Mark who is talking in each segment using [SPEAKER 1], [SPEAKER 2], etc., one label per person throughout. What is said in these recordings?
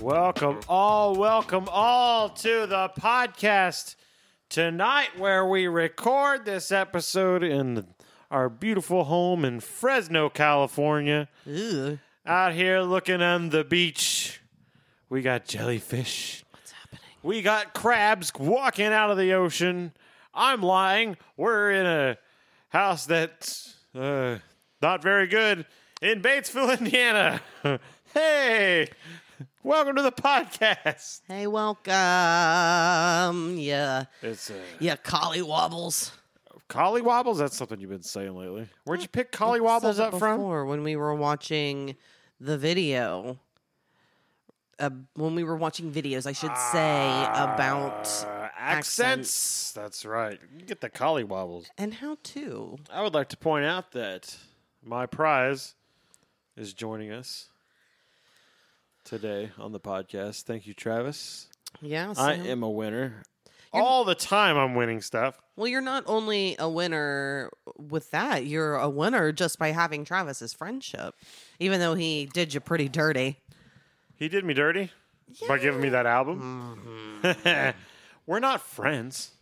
[SPEAKER 1] Welcome all, welcome all to the podcast tonight where we record this episode in our beautiful home in Fresno, California.
[SPEAKER 2] Ew.
[SPEAKER 1] Out here looking on the beach. We got jellyfish.
[SPEAKER 2] What's happening?
[SPEAKER 1] We got crabs walking out of the ocean. I'm lying. We're in a house that's uh, not very good in Batesville, Indiana. hey, welcome to the podcast.
[SPEAKER 2] Hey, welcome. Yeah.
[SPEAKER 1] It's uh,
[SPEAKER 2] Yeah, collie wobbles.
[SPEAKER 1] collie wobbles. That's something you've been saying lately. Where'd you pick collie wobbles
[SPEAKER 2] Said it
[SPEAKER 1] up from?
[SPEAKER 2] Before when we were watching the video. Uh, when we were watching videos, I should say about
[SPEAKER 1] Uh, accents. That's right. You get the collie wobbles.
[SPEAKER 2] and how to.
[SPEAKER 1] I would like to point out that my prize is joining us today on the podcast. Thank you, Travis.
[SPEAKER 2] Yeah.
[SPEAKER 1] I
[SPEAKER 2] so-
[SPEAKER 1] am a winner. All the time I'm winning stuff.
[SPEAKER 2] Well, you're not only a winner with that, you're a winner just by having Travis's friendship, even though he did you pretty dirty.
[SPEAKER 1] He did me dirty by giving me that album. We're not friends.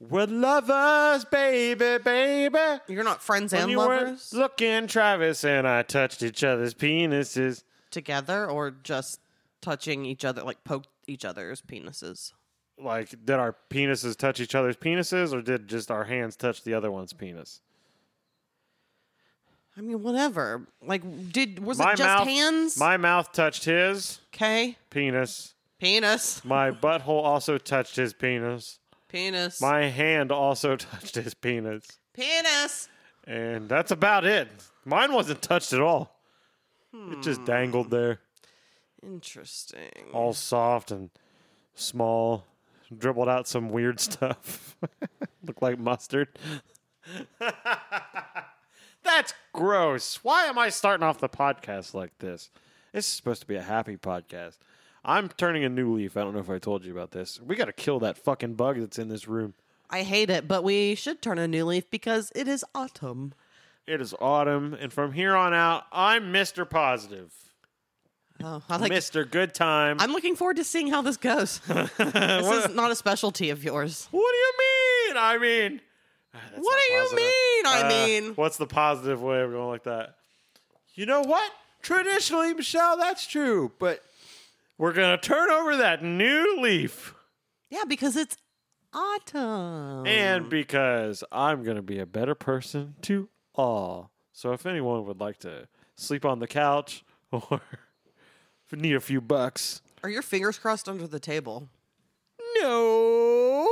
[SPEAKER 1] We're lovers, baby, baby.
[SPEAKER 2] You're not friends
[SPEAKER 1] When
[SPEAKER 2] and
[SPEAKER 1] you weren't
[SPEAKER 2] lovers
[SPEAKER 1] looking, Travis and I touched each other's penises.
[SPEAKER 2] together or just touching each other, like poked each other's penises.
[SPEAKER 1] Like, did our penises touch each other's penises, or did just our hands touch the other one's penis?
[SPEAKER 2] I mean, whatever. Like, did was
[SPEAKER 1] my
[SPEAKER 2] it just
[SPEAKER 1] mouth,
[SPEAKER 2] hands?
[SPEAKER 1] My mouth touched his
[SPEAKER 2] okay,
[SPEAKER 1] penis.
[SPEAKER 2] penis,
[SPEAKER 1] My butthole also touched his penis.
[SPEAKER 2] penis,
[SPEAKER 1] My hand also touched his penis.
[SPEAKER 2] penis.
[SPEAKER 1] And that's about it. Mine wasn't touched at all. It just dangled there,
[SPEAKER 2] Interesting.
[SPEAKER 1] all soft and small. Dribbled out some weird stuff. Looked like mustard. that's gross. Why am I starting off the podcast like this? This is supposed to be a happy podcast. I'm turning a new leaf. I don't know if I told you about this. We got to kill that fucking bug that's in this room.
[SPEAKER 2] I hate it, but we should turn a new leaf because it is autumn.
[SPEAKER 1] It is autumn, and from here on out, I'm Mr. Positive,
[SPEAKER 2] Oh, I like.
[SPEAKER 1] Mr. Good Time.
[SPEAKER 2] I'm looking forward to seeing how this goes. this is not a specialty of yours.
[SPEAKER 1] what do you mean? I mean,
[SPEAKER 2] What do you mean? I mean,
[SPEAKER 1] Uh, what's the positive way of going like that? You know what? Traditionally, Michelle, that's true, but we're gonna turn over that new leaf,
[SPEAKER 2] yeah, because it's autumn.
[SPEAKER 1] and because I'm gonna be a better person to all. So, if anyone would like to sleep on the couch or need a few bucks.
[SPEAKER 2] Are your fingers crossed under the table?
[SPEAKER 1] No.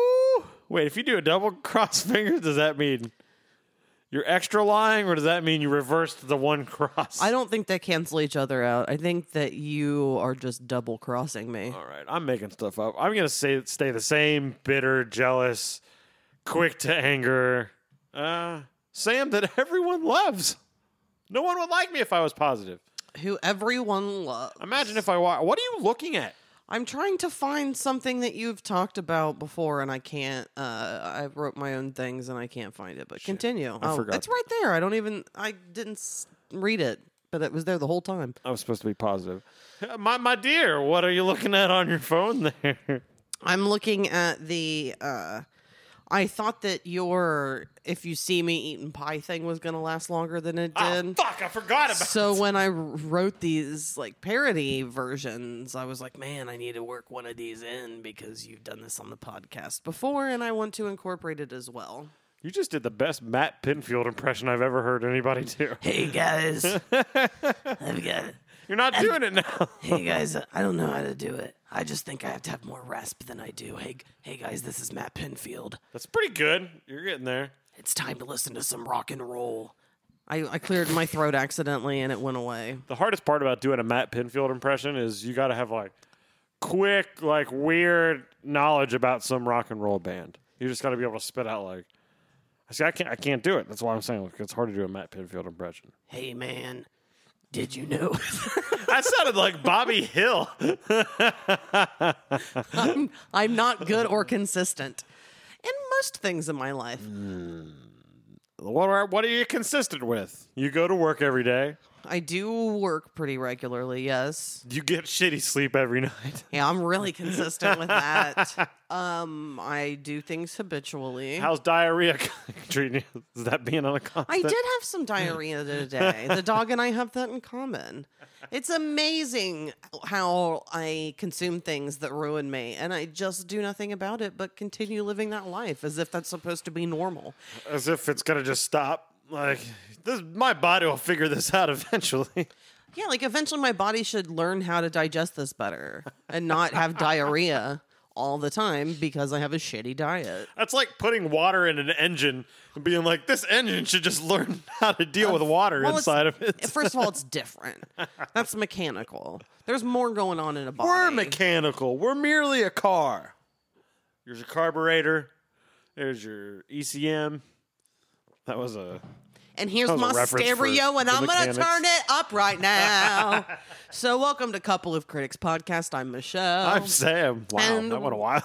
[SPEAKER 1] Wait, if you do a double cross finger, does that mean you're extra lying, or does that mean you reversed the one cross?
[SPEAKER 2] I don't think they cancel each other out. I think that you are just double crossing me.
[SPEAKER 1] All right, I'm making stuff up. I'm gonna say stay the same, bitter, jealous, quick to anger. Uh, Sam that everyone loves. No one would like me if I was positive.
[SPEAKER 2] Who everyone loves.
[SPEAKER 1] Imagine if I wa- What are you looking at?
[SPEAKER 2] I'm trying to find something that you've talked about before, and I can't. Uh, I wrote my own things, and I can't find it. But continue. I
[SPEAKER 1] forgot.
[SPEAKER 2] It's right there. I don't even. I didn't s- read it, but it was there the whole time.
[SPEAKER 1] I was supposed to be positive. My my dear, what are you looking at on your phone there?
[SPEAKER 2] I'm looking at the. Uh, I thought that your "if you see me eating pie" thing was gonna last longer than it
[SPEAKER 1] Ah,
[SPEAKER 2] did.
[SPEAKER 1] fuck, I forgot about.
[SPEAKER 2] so when I wrote these like parody versions, I was like, man, I need to work one of these in because you've done this on the podcast before, and I want to incorporate it as well.
[SPEAKER 1] You just did the best Matt Pinfield impression I've ever heard anybody do.
[SPEAKER 2] Hey guys, I've got.
[SPEAKER 1] You're not doing it now.
[SPEAKER 2] Hey guys, I don't know how to do it. I just think I have to have more rasp than I do. Hey, hey guys, this is Matt Pinfield.
[SPEAKER 1] That's pretty good. You're getting there.
[SPEAKER 2] It's time to listen to some rock and roll. I, I cleared my throat accidentally and it went away.
[SPEAKER 1] The hardest part about doing a Matt Pinfield impression is you got to have like quick, like weird knowledge about some rock and roll band. You just got to be able to spit out like, I see, I can't, I can't do it. That's why I'm saying like, it's hard to do a Matt Pinfield impression.
[SPEAKER 2] Hey man, did you know?
[SPEAKER 1] That sounded like Bobby Hill.
[SPEAKER 2] I'm, I'm not good or consistent in most things in my life.
[SPEAKER 1] What are, what are you consistent with? You go to work every day.
[SPEAKER 2] I do work pretty regularly, yes.
[SPEAKER 1] You get shitty sleep every night.
[SPEAKER 2] Yeah, I'm really consistent with that. Um, I do things habitually.
[SPEAKER 1] How's diarrhea treating you? Is that being on a
[SPEAKER 2] I
[SPEAKER 1] constant?
[SPEAKER 2] did have some diarrhea today. The dog and I have that in common. It's amazing how I consume things that ruin me, and I just do nothing about it but continue living that life as if that's supposed to be normal.
[SPEAKER 1] As if it's gonna just stop. Like this, my body will figure this out eventually.
[SPEAKER 2] Yeah, like eventually my body should learn how to digest this better and not have diarrhea all the time because I have a shitty diet.
[SPEAKER 1] That's like putting water in an engine and being like, this engine should just learn how to deal with water
[SPEAKER 2] Well, it's-
[SPEAKER 1] inside of it.
[SPEAKER 2] First of all, it's different. That's mechanical. There's more going on in a body.
[SPEAKER 1] We're mechanical. We're merely a car. Here's your carburetor. There's your ECM. That was a.
[SPEAKER 2] and here's
[SPEAKER 1] That was a
[SPEAKER 2] my
[SPEAKER 1] reference for
[SPEAKER 2] stereo, and
[SPEAKER 1] the
[SPEAKER 2] I'm going
[SPEAKER 1] mechanics.
[SPEAKER 2] to turn it up right now. so, welcome to Couple of Critics podcast. I'm Michelle.
[SPEAKER 1] am Sam. Wow,
[SPEAKER 2] Um, And-
[SPEAKER 1] that went a while.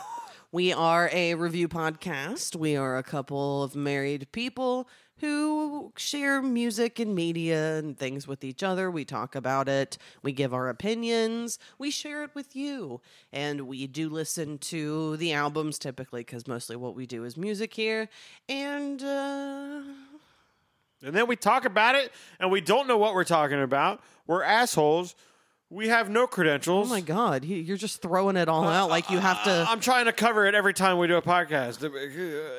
[SPEAKER 2] we are a review podcast. We are a couple of married people who share music and media and things with each other. We talk about it. We give our opinions. We share it with you. And we do listen to the albums typically because mostly what we do is music here. And, uh,.
[SPEAKER 1] And then we talk about it, and we don't know what we're talking about. We're assholes. We have no credentials.
[SPEAKER 2] Oh my god, you- you're just throwing it all out like you have to.
[SPEAKER 1] I'm trying to cover it every time we do a podcast.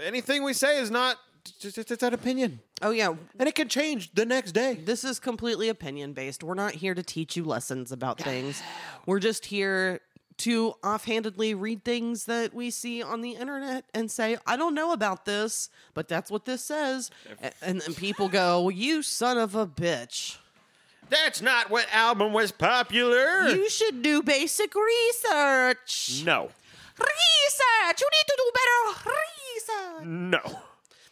[SPEAKER 1] Anything we say is not just it's an opinion,
[SPEAKER 2] Oh yeah,
[SPEAKER 1] and it can change the next day.
[SPEAKER 2] this is completely opinion based. We're not here to teach you lessons about things. We're just here to offhandedly read things that we see on the internet and say, "I don't know about this, but that's what this says." A- And then people go, "You son of a bitch.
[SPEAKER 1] That's not what album was popular.
[SPEAKER 2] You should do basic research."
[SPEAKER 1] no,
[SPEAKER 2] Research. You need to do better research.
[SPEAKER 1] no.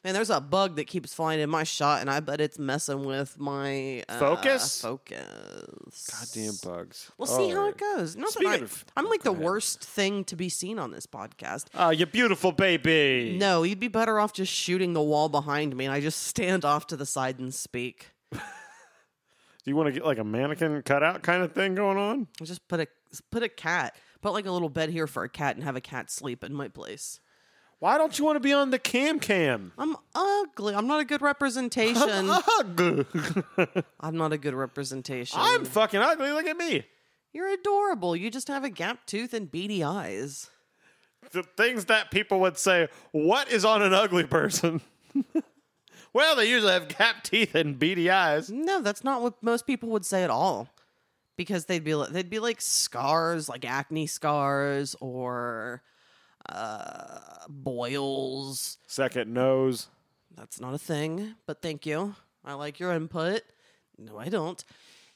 [SPEAKER 2] Man, there's a bug that keeps flying in my shot, and I bet it's messing with my uh,
[SPEAKER 1] Focus?
[SPEAKER 2] Focus.
[SPEAKER 1] Goddamn bugs.
[SPEAKER 2] We'll see how
[SPEAKER 1] Alright.
[SPEAKER 2] it goes. Not that
[SPEAKER 1] Oh, Speaking
[SPEAKER 2] I,
[SPEAKER 1] of-
[SPEAKER 2] I'm like the worst thing to be seen on this podcast.
[SPEAKER 1] Oh, you beautiful baby.
[SPEAKER 2] No, you'd be better off just shooting the wall behind me, and I just stand off to the side and speak.
[SPEAKER 1] Do you want to get like a mannequin cutout kind of thing going on?
[SPEAKER 2] I'll just put a put a cat, put like a little bed here for a cat, and have a cat sleep in my place.
[SPEAKER 1] Why don't you want to be on the cam cam?
[SPEAKER 2] I'm ugly. I'm not a good representation.
[SPEAKER 1] Ugh.
[SPEAKER 2] I'm not a good representation.
[SPEAKER 1] I'm fucking ugly. Look at me.
[SPEAKER 2] You're adorable. You just have a gap tooth and beady eyes.
[SPEAKER 1] The things that people would say, what is on an ugly person? well, they usually have gap teeth and beady eyes.
[SPEAKER 2] No, that's not what most people would say at all. Because they'd be li- they'd be like scars, like acne scars or uh, boils.
[SPEAKER 1] Second nose.
[SPEAKER 2] That's not a thing, but thank you. I like your input. No, I don't.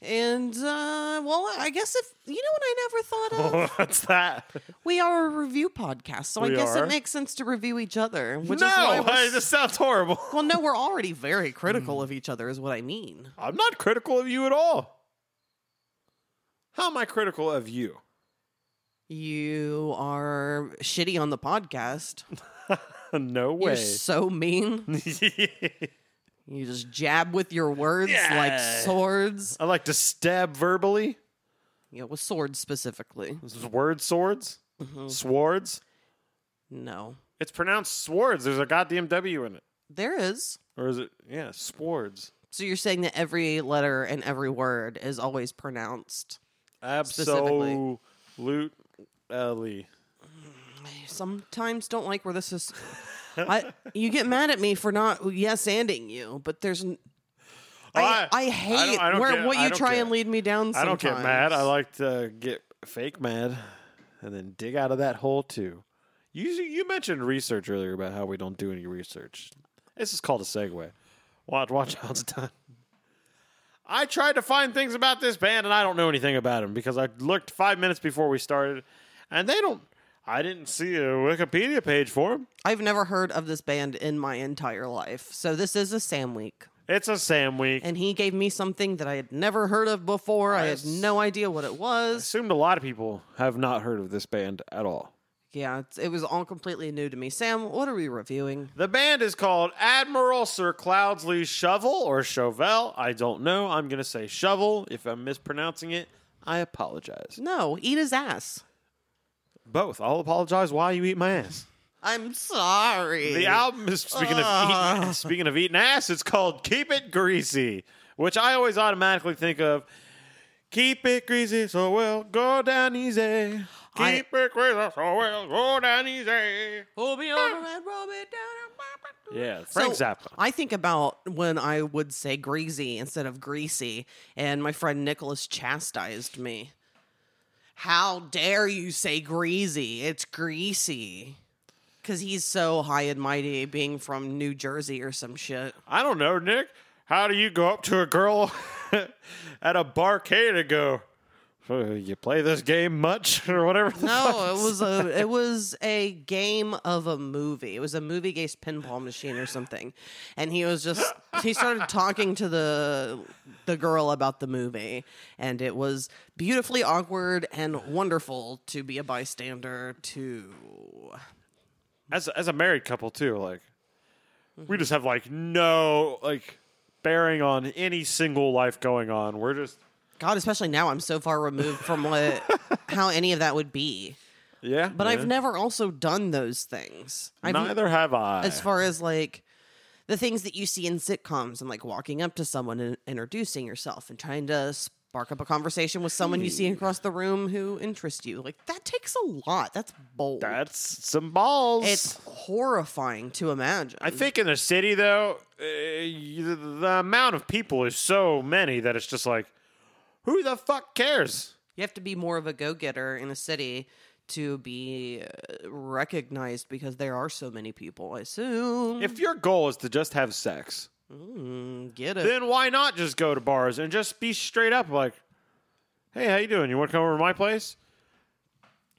[SPEAKER 2] And uh, well, I guess if you know what I never thought of,
[SPEAKER 1] What's that?
[SPEAKER 2] we are a review podcast, so I
[SPEAKER 1] We
[SPEAKER 2] guess
[SPEAKER 1] are.
[SPEAKER 2] it makes sense to review each other. Which
[SPEAKER 1] no,
[SPEAKER 2] is why I was-
[SPEAKER 1] hey, this sounds horrible.
[SPEAKER 2] well, no, we're already very critical of each other, is what I mean.
[SPEAKER 1] I'm not critical of you at all. How am I critical of you?
[SPEAKER 2] You are shitty on the podcast.
[SPEAKER 1] no
[SPEAKER 2] You're
[SPEAKER 1] way.
[SPEAKER 2] so mean. You just jab with your words like
[SPEAKER 1] Yeah.
[SPEAKER 2] swords.
[SPEAKER 1] I like to stab verbally.
[SPEAKER 2] Yeah, with swords specifically.
[SPEAKER 1] This is word swords. Swords.
[SPEAKER 2] No.
[SPEAKER 1] It's pronounced swords. There's a goddamn W in it.
[SPEAKER 2] There is.
[SPEAKER 1] Or is it? Yeah, swords.
[SPEAKER 2] So you're saying that every letter and every word is always pronounced. Specifically.
[SPEAKER 1] Absolutely.
[SPEAKER 2] I sometimes don't like where this is. I, you get mad at me for not yes anding you, but there's. N- I,
[SPEAKER 1] Oh, I-
[SPEAKER 2] I
[SPEAKER 1] I
[SPEAKER 2] hate
[SPEAKER 1] don't- I don't
[SPEAKER 2] where,
[SPEAKER 1] get-
[SPEAKER 2] what
[SPEAKER 1] I
[SPEAKER 2] you
[SPEAKER 1] don't
[SPEAKER 2] try
[SPEAKER 1] get-
[SPEAKER 2] and lead me down.
[SPEAKER 1] I don't
[SPEAKER 2] Sometimes.
[SPEAKER 1] get mad. I like to get fake mad and then dig out of that hole too. You you mentioned research earlier about how we don't do any research. This is called a segue. Watch watch how it's done. I tried to find things about this band and I don't know anything about them because I looked 5 minutes before we started and they don't I didn't see a Wikipedia page for them.
[SPEAKER 2] I've never heard of this band in my entire life, so this is a Sam week.
[SPEAKER 1] It's a Sam week.
[SPEAKER 2] and he gave me something that I had never heard of before. I had
[SPEAKER 1] s-
[SPEAKER 2] no idea what it was.
[SPEAKER 1] assumed a lot of people have not heard of this band at all.
[SPEAKER 2] Yeah, it's, it was all completely new to me. Sam, what are we reviewing?
[SPEAKER 1] The band is called Admiral Sir Cloudesley Shovel or Chauvel. I don't know. I'm going to say Shovel. If I'm mispronouncing it, I apologize.
[SPEAKER 2] No, eat his ass.
[SPEAKER 1] Both. I'll apologize while you eat my ass.
[SPEAKER 2] I'm sorry.
[SPEAKER 1] The album is speaking
[SPEAKER 2] Ah.
[SPEAKER 1] of eating, speaking of eating ass. It's called "Keep It Greasy," which I always automatically think of. Keep it greasy, so we'll go down easy. Keep
[SPEAKER 2] I-
[SPEAKER 1] it greasy, so we'll go down easy.
[SPEAKER 2] Hold me over and rub it down.
[SPEAKER 1] Yeah, Frank
[SPEAKER 2] So,
[SPEAKER 1] Zappa.
[SPEAKER 2] I think about when I would say greasy instead of greasy, and my friend Nicholas chastised me. How dare you say greasy? It's greasy. Because he's so high and mighty, being from New Jersey or some shit.
[SPEAKER 1] I don't know, Nick. How do you go up to a girl at a barcade and go, "Uh, "You play this game much?" or whatever? the fuck
[SPEAKER 2] No, it was a it was a game of a movie. It was a movie based pinball machine or something. And he was just he started talking to the the girl about the movie and it was beautifully awkward and wonderful to be a bystander to.
[SPEAKER 1] as as a married couple too, like we just have like no like bearing on any single life going on. We're just
[SPEAKER 2] God, especially now I'm so far removed from what how any of that would be.
[SPEAKER 1] yeah.
[SPEAKER 2] But
[SPEAKER 1] yeah.
[SPEAKER 2] I've never also done those things. I've
[SPEAKER 1] neither have I.
[SPEAKER 2] as far as like the things that you see in sitcoms and like walking up to someone and introducing yourself and trying to spark up a conversation with someone you
[SPEAKER 1] Hmm.
[SPEAKER 2] see across the room who interests you. Like that takes a lot. That's bold.
[SPEAKER 1] That's some balls.
[SPEAKER 2] it's horrifying to imagine.
[SPEAKER 1] I think in the city though, uh, you- the amount of people is so many that it's just like, who the fuck cares?
[SPEAKER 2] you have to be more of a go-getter in a city to be uh, recognized because there are so many people. I assume.
[SPEAKER 1] If your goal is to just have sex,
[SPEAKER 2] Mm, get it.
[SPEAKER 1] then why not just go to bars and just be straight up like, "Hey, how you doing? You want to come over to my place?"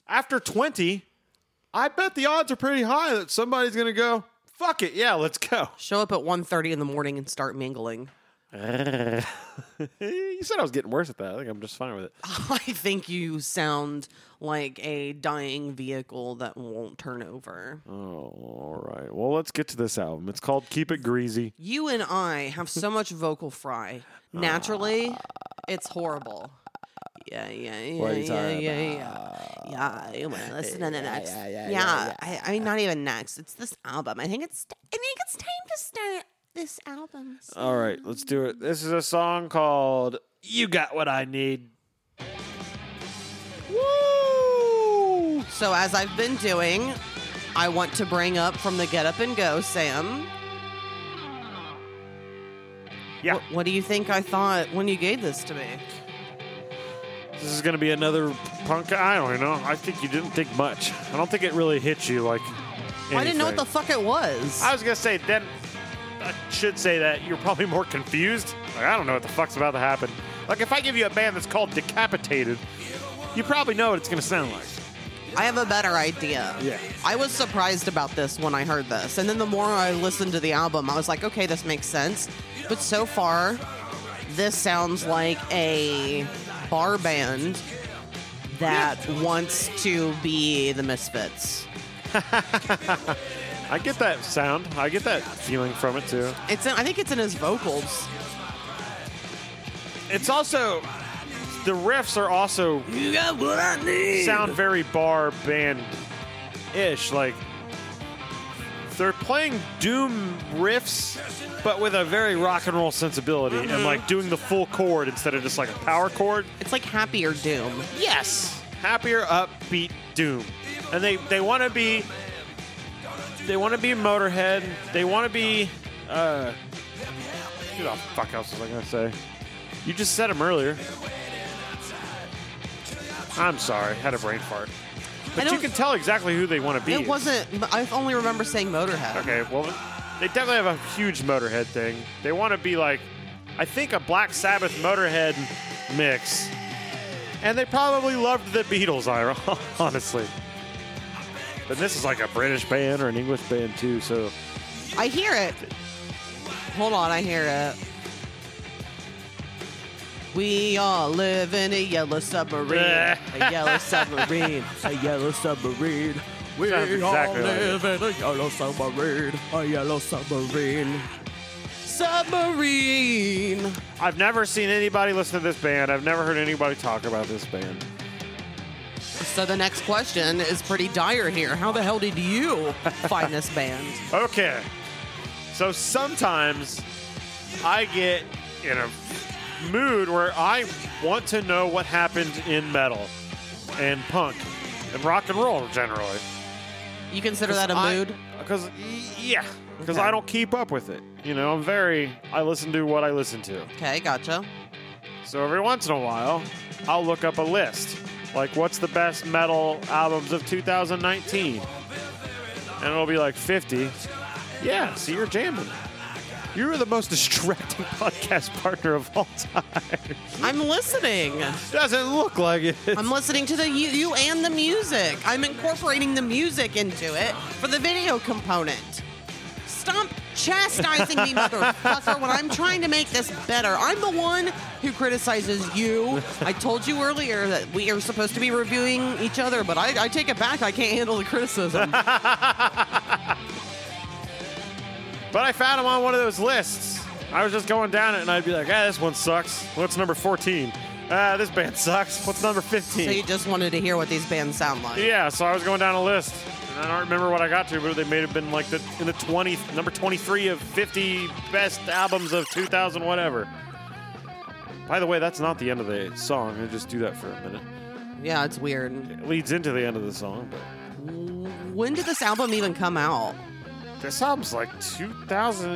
[SPEAKER 1] After 20, I bet the odds are pretty high that somebody's going to go, "Fuck it, yeah, let's go."
[SPEAKER 2] Show up at 1:30 in the morning and start mingling.
[SPEAKER 1] you said I was getting worse at that. I think I'm just fine with it.
[SPEAKER 2] I think you sound like a dying vehicle that won't turn over.
[SPEAKER 1] Oh, all right. Well, let's get to this album. It's called Keep It Greasy.
[SPEAKER 2] You and I have so much vocal fry. Naturally, it's horrible. Yeah, yeah, yeah,
[SPEAKER 1] What are you
[SPEAKER 2] yeah,
[SPEAKER 1] talking
[SPEAKER 2] yeah, yeah. Yeah, you want to listen to the next. Yeah, I, I mean, not even next. It's this album. I think it's. I think it's time to start this album.
[SPEAKER 1] All right, let's do it. This is a song called You Got What I Need. Woo!
[SPEAKER 2] So, as I've been doing, I want to bring up from the Get Up and Go, Sam.
[SPEAKER 1] Yeah.
[SPEAKER 2] Wh- What do you think I thought when you gave this to me?
[SPEAKER 1] This is gonna be another punk. I don't even know. I think you didn't think much. I don't think it really hit you like.
[SPEAKER 2] I didn't know what the
[SPEAKER 1] anything.
[SPEAKER 2] fuck it was.
[SPEAKER 1] I was gonna say then. I should say that you're probably more confused. Like I don't know what the fuck's about to happen. Like if I give you a band that's called Decapitated, you probably know what it's gonna sound like.
[SPEAKER 2] I have a better idea.
[SPEAKER 1] Yeah.
[SPEAKER 2] I was surprised about this when I heard this. And then the more I listened to the album, I was like, okay, this makes sense. But so far, this sounds like a bar band that wants to be the Misfits.
[SPEAKER 1] I get that sound. I get that feeling from it too.
[SPEAKER 2] It's in, I think it's in his vocals.
[SPEAKER 1] It's also the riffs are also
[SPEAKER 2] You got what I need.
[SPEAKER 1] sound very bar band ish. Like they're playing doom riffs, but with a very rock and roll sensibility,
[SPEAKER 2] Mm-hmm.
[SPEAKER 1] and like doing the full chord instead of just like a power chord.
[SPEAKER 2] It's like happier doom.
[SPEAKER 1] Yes, happier, upbeat doom, and they they want to be they want to be Motorhead. They want to be uh, who the fuck else was I gonna say? You just said them earlier. I'm sorry, had a brain fart. But you
[SPEAKER 2] don't-
[SPEAKER 1] can tell exactly who they want to be.
[SPEAKER 2] It wasn't. I only remember saying Motorhead.
[SPEAKER 1] Okay, well, they definitely have a huge Motorhead thing. They want to be like, I think a Black Sabbath Motorhead mix. And they probably loved the Beatles, I honestly. But this is like a British band or an English band too, so
[SPEAKER 2] I hear it. Hold on, I hear it. We all live in a yellow submarine. a yellow submarine. A yellow submarine.
[SPEAKER 3] We
[SPEAKER 1] Sounds exactly
[SPEAKER 3] all
[SPEAKER 1] like it.
[SPEAKER 3] live in a yellow submarine, a yellow submarine.
[SPEAKER 2] Submarine.
[SPEAKER 1] I've never seen anybody listen to this band. I've never heard anybody talk about this band.
[SPEAKER 2] So the next question is pretty dire here. How the hell did you find this band?
[SPEAKER 1] Okay. So sometimes I get in a mood where I want to know what happened in metal and punk and rock and roll generally.
[SPEAKER 2] You consider that a mood?
[SPEAKER 1] Because, yeah. Because
[SPEAKER 2] Okay.
[SPEAKER 1] I don't keep up with it. You know, I'm very, I listen to what I listen to.
[SPEAKER 2] Okay, gotcha.
[SPEAKER 1] So every once in a while, I'll look up a list. Like, what's the best metal albums of 2019? And it'll be like 50. Yeah, so you're jamming. You were the most distracting podcast partner of all time.
[SPEAKER 2] I'm listening.
[SPEAKER 1] Doesn't look like it.
[SPEAKER 2] I'm listening to the you, you and the music. I'm incorporating the music into it for the video component. Stop chastising me, motherfucker, when I'm trying to make this better. I'm the one who criticizes you. I told you earlier that we are supposed to be reviewing each other, but I, I take it back. I can't handle the criticism.
[SPEAKER 1] But I found him on one of those lists. I was just going down it and I'd be like, ah, this one sucks. What's number 14? Ah, this band sucks. What's number 15?
[SPEAKER 2] so you just wanted to hear what these bands sound like.
[SPEAKER 1] Yeah, so I was going down a list, and I don't remember what I got to, but they may have been like the in the twenty number twenty three of fifty best albums of two thousand whatever. By the way, that's not the end of the song. I just do that for a minute.
[SPEAKER 2] Yeah, it's weird.
[SPEAKER 1] It leads into the end of the song, but
[SPEAKER 2] When did this album even come out?
[SPEAKER 1] this album's like two thousand.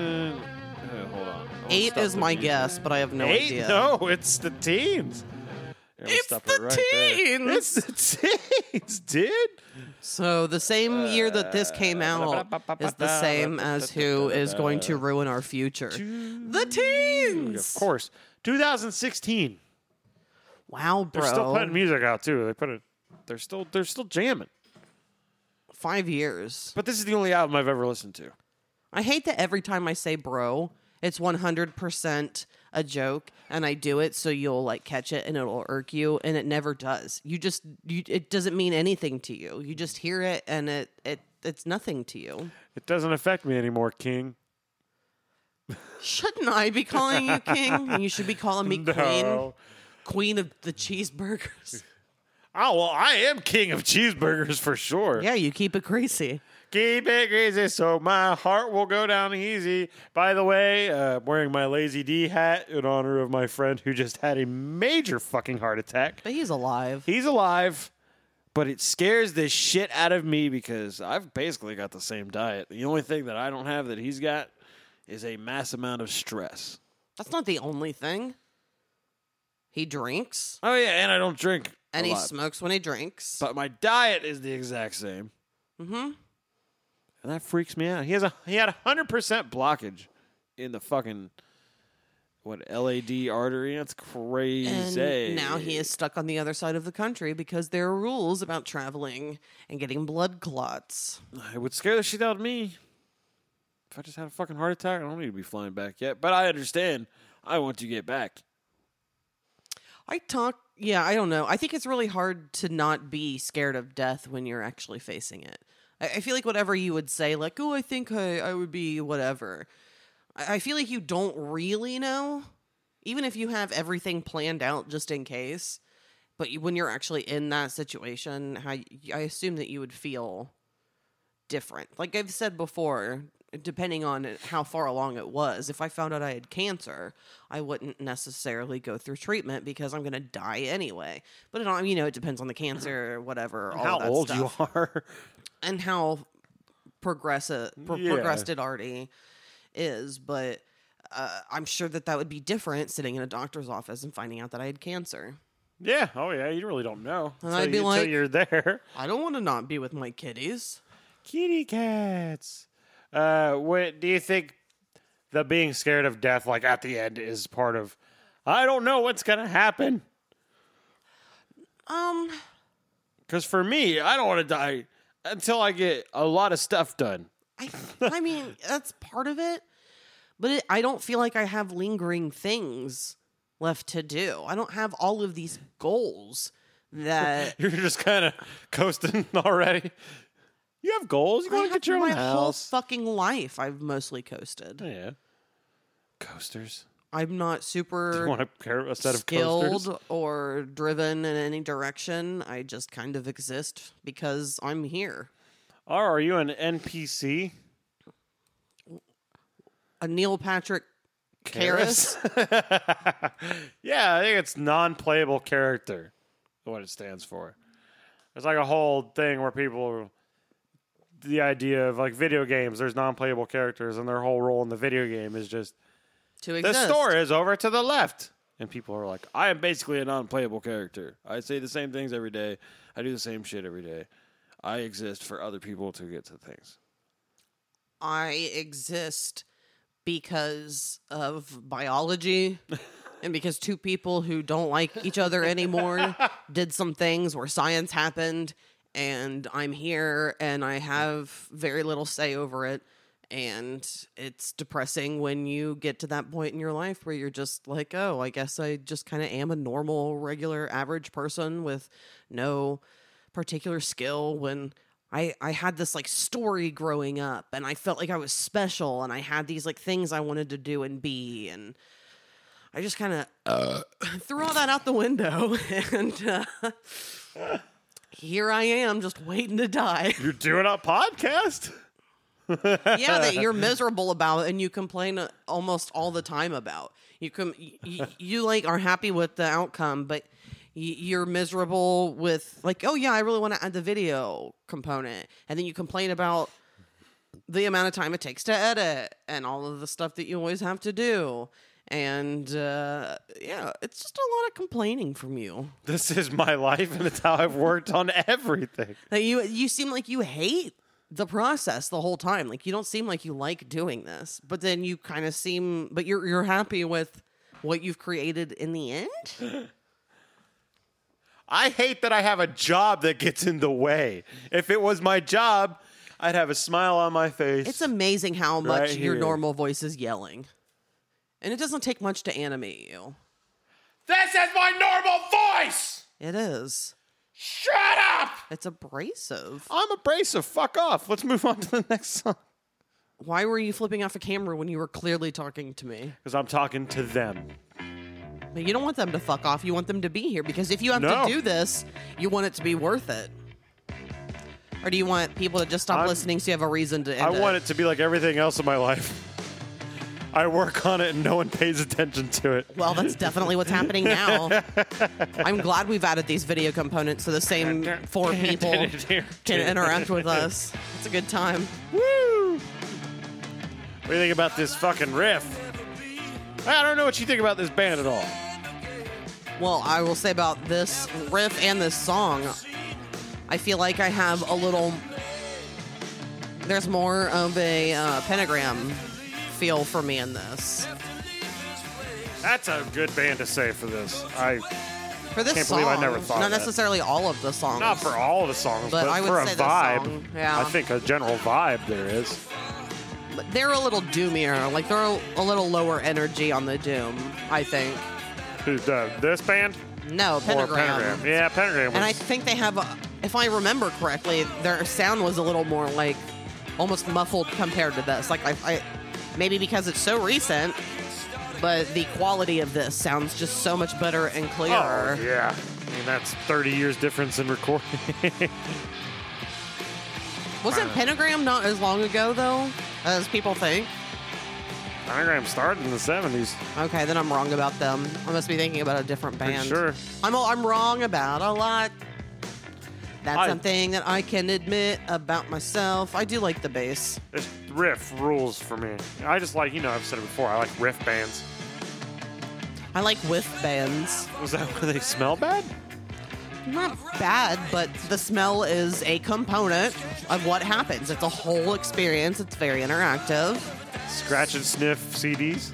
[SPEAKER 1] uh, hold on. I wanna
[SPEAKER 2] Eight
[SPEAKER 1] stop
[SPEAKER 2] is
[SPEAKER 1] the
[SPEAKER 2] my
[SPEAKER 1] music.
[SPEAKER 2] guess, but I have no
[SPEAKER 1] Eight?
[SPEAKER 2] idea.
[SPEAKER 1] No, it's the teens. I'm gonna
[SPEAKER 2] It's
[SPEAKER 1] stop
[SPEAKER 2] the
[SPEAKER 1] it right there.
[SPEAKER 2] teens!
[SPEAKER 1] It's the teens, dude.
[SPEAKER 2] So the same year that this came out is the same as who is going to ruin our future. The
[SPEAKER 1] Of
[SPEAKER 2] teens.
[SPEAKER 1] course. 2016.
[SPEAKER 2] Wow,
[SPEAKER 1] They're still putting
[SPEAKER 2] bro.
[SPEAKER 1] music out too. They put it. They're still they're still jamming.
[SPEAKER 2] Five years.
[SPEAKER 1] But this is the only album I've ever listened to.
[SPEAKER 2] I hate that every time I say bro, it's 100% a joke and I do it so you'll like catch it and it'll irk you and it never does. You just you, it doesn't mean anything to you. You just hear it and it it it's nothing to you.
[SPEAKER 1] It doesn't affect me anymore, King.
[SPEAKER 2] Shouldn't I be calling you king? You should be calling me queen,
[SPEAKER 1] No.
[SPEAKER 2] queen of the cheeseburgers.
[SPEAKER 1] Oh well, I am king of cheeseburgers for sure.
[SPEAKER 2] Yeah, you keep it greasy.
[SPEAKER 1] Keep it greasy, so my heart will go down easy. By the way, uh, I'm wearing my Lazy D hat in honor of my friend who just had a major fucking heart attack.
[SPEAKER 2] But he's alive.
[SPEAKER 1] He's alive, but it scares the shit out of me because I've basically got the same diet. The only thing that I don't have that he's got is a mass amount of stress.
[SPEAKER 2] That's not the only thing. He drinks
[SPEAKER 1] Oh yeah, and I don't drink.
[SPEAKER 2] and
[SPEAKER 1] a
[SPEAKER 2] he
[SPEAKER 1] lot.
[SPEAKER 2] smokes when he drinks.
[SPEAKER 1] but my diet is the exact same.
[SPEAKER 2] Mhm.
[SPEAKER 1] And that freaks me out. He has a he had a hundred percent blockage in the fucking what LAD artery. That's crazy.
[SPEAKER 2] and now he is stuck on the other side of the country because there are rules about traveling and getting blood clots.
[SPEAKER 1] It would scare the shit out of me. If I just had a fucking heart attack, I don't need to be flying back yet. But I understand. I want to get back.
[SPEAKER 2] I talk, yeah, I don't know. I think it's really hard to not be scared of death when you're actually facing it. I, I feel like whatever you would say, like, oh, I think I, I would be whatever, I, I feel like you don't really know, even if you have everything planned out just in case. But you, when you're actually in that situation, how y- I assume that you would feel different. Like I've said before, depending on it- how far along it was, if I found out I had cancer, I wouldn't necessarily go through treatment because I'm going to die anyway. But it all, you know, it depends on the cancer, whatever, all
[SPEAKER 1] How
[SPEAKER 2] that
[SPEAKER 1] old
[SPEAKER 2] stuff.
[SPEAKER 1] you are.
[SPEAKER 2] and how progressive pro-
[SPEAKER 1] Yeah.
[SPEAKER 2] progressed it already is but uh, i'm sure that that would be different sitting in a doctor's office and finding out that i had cancer
[SPEAKER 1] yeah. Oh yeah. You really don't know.
[SPEAKER 2] And
[SPEAKER 1] until
[SPEAKER 2] I'd be
[SPEAKER 1] you-
[SPEAKER 2] like-
[SPEAKER 1] until you're there.
[SPEAKER 2] i don't want to not be with my kitties
[SPEAKER 1] Kitty cats. Uh, what do you think? The being scared of death, like at the end, is part of. I don't know what's gonna happen.
[SPEAKER 2] um
[SPEAKER 1] Because for me, I don't want to die until I get a lot of stuff done.
[SPEAKER 2] i i mean that's part of it but it, i don't feel like i have lingering things left to do i don't have all of these goals that
[SPEAKER 1] You're just kind of coasting already. You have goals. You
[SPEAKER 2] I
[SPEAKER 1] want to
[SPEAKER 2] have
[SPEAKER 1] get your own
[SPEAKER 2] my whole
[SPEAKER 1] house.
[SPEAKER 2] fucking life. I've mostly coasted.
[SPEAKER 1] yeah. Coasters.
[SPEAKER 2] I'm not
[SPEAKER 1] You
[SPEAKER 2] super
[SPEAKER 1] want a, pair, a set of coasters?
[SPEAKER 2] skilled or driven in any direction. I just kind of exist because I'm here.
[SPEAKER 1] Or are you an NPC?
[SPEAKER 2] A Neil Patrick Karras.
[SPEAKER 1] yeah, I think it's non-playable character. What it stands for. It's like a whole thing where people, the idea of like video games, there's non-playable characters, and their whole role in the video game is just
[SPEAKER 2] to
[SPEAKER 1] the
[SPEAKER 2] exist.
[SPEAKER 1] store is over to the left, and people are like, I am basically a non-playable character. I say the same things every day. I do the same shit every day. I exist for other people to get to things.
[SPEAKER 2] I exist because of biology and because two people who don't like each other anymore did some things where science happened and I'm here and I have very little say over it and it's depressing when you get to that point in your life where you're just like oh I guess I just kind of am a normal regular average person with no particular skill when I, I had this like story growing up and I felt like I was special and I had these like things I wanted to do and be and I just kind of threw all that out the window and uh, here I am just waiting to die.
[SPEAKER 1] You're doing a podcast.
[SPEAKER 2] yeah, that you're miserable about and you complain uh, almost all the time about. You com- y- y- you like are happy with the outcome, but y- you're miserable with like, oh yeah, I really want to add the video component, and then you complain about the amount of time it takes to edit and all of the stuff that you always have to do. And uh, yeah, it's just a lot of complaining from you.
[SPEAKER 1] This is my life, and it's how I've worked on everything.
[SPEAKER 2] Like you you seem like you hate the process the whole time. Like you don't seem like you like doing this, but then you kind of seem but you're you're happy with what you've created in the end?
[SPEAKER 1] I hate that I have a job that gets in the way. If it was my job, I'd have a smile on my face.
[SPEAKER 2] It's amazing how much
[SPEAKER 1] Right
[SPEAKER 2] your
[SPEAKER 1] here.
[SPEAKER 2] normal voice is yelling. And it doesn't take much to animate you.
[SPEAKER 1] this is my normal voice.
[SPEAKER 2] It is.
[SPEAKER 1] Shut up.
[SPEAKER 2] It's abrasive.
[SPEAKER 1] I'm abrasive. Fuck off. Let's move on to the next song.
[SPEAKER 2] Why were you flipping off a camera when you were clearly talking to me?
[SPEAKER 1] Because I'm talking to them.
[SPEAKER 2] But you don't want them to fuck off. You want them to be here because if you have
[SPEAKER 1] No.
[SPEAKER 2] to do this, you want it to be worth it. Or do you want people to just stop
[SPEAKER 1] I'm-
[SPEAKER 2] listening so you have a reason to end
[SPEAKER 1] I want it to be like everything else in my life. I work on it and no one pays attention to it.
[SPEAKER 2] Well, that's definitely what's happening now. I'm glad we've added these video components so the same four people can interact with us. It's a good time.
[SPEAKER 1] Woo! What do you think about this fucking riff? I don't know what you think about this band at all.
[SPEAKER 2] Well, I will say about this riff and this song, I feel like I have a little. There's more of a uh, pentagram feel for me in this.
[SPEAKER 1] That's a good band to say for this. I
[SPEAKER 2] For this
[SPEAKER 1] Can't
[SPEAKER 2] song,
[SPEAKER 1] believe I never thought
[SPEAKER 2] not
[SPEAKER 1] that.
[SPEAKER 2] necessarily all of the songs.
[SPEAKER 1] not for all the songs, but,
[SPEAKER 2] But I would
[SPEAKER 1] for a
[SPEAKER 2] say this
[SPEAKER 1] vibe.
[SPEAKER 2] song, yeah.
[SPEAKER 1] I think a general vibe there is.
[SPEAKER 2] But they're a little doomier. Like they're a, a little lower energy on the doom. I think.
[SPEAKER 1] Who's that? This band
[SPEAKER 2] No,
[SPEAKER 1] or Pentagram? Yeah, Pentagram. Was,
[SPEAKER 2] And I think they have, a, if I remember correctly, their sound was a little more like almost muffled compared to this. Like, I, I maybe because it's so recent, but the quality of this sounds just so much better and clearer.
[SPEAKER 1] oh yeah. I mean, that's 30 years difference in recording.
[SPEAKER 2] Wasn't Pentagram not as long ago, though, as people think?
[SPEAKER 1] Pentagram started in the 70s.
[SPEAKER 2] Okay, then I'm wrong about them. I must be thinking about a different
[SPEAKER 1] Pretty
[SPEAKER 2] band.
[SPEAKER 1] sure.
[SPEAKER 2] I'm, all, I'm wrong about a lot. That's
[SPEAKER 1] I-
[SPEAKER 2] something that I can admit about myself. I do like the bass.
[SPEAKER 1] This riff rules for me. I just like, you know, I've said it before. I like riff bands.
[SPEAKER 2] I like whiff bands.
[SPEAKER 1] Was that where they smell bad?
[SPEAKER 2] Not bad, but the smell is a component of what happens. It's a whole experience. It's very interactive.
[SPEAKER 1] Scratch and sniff CDs.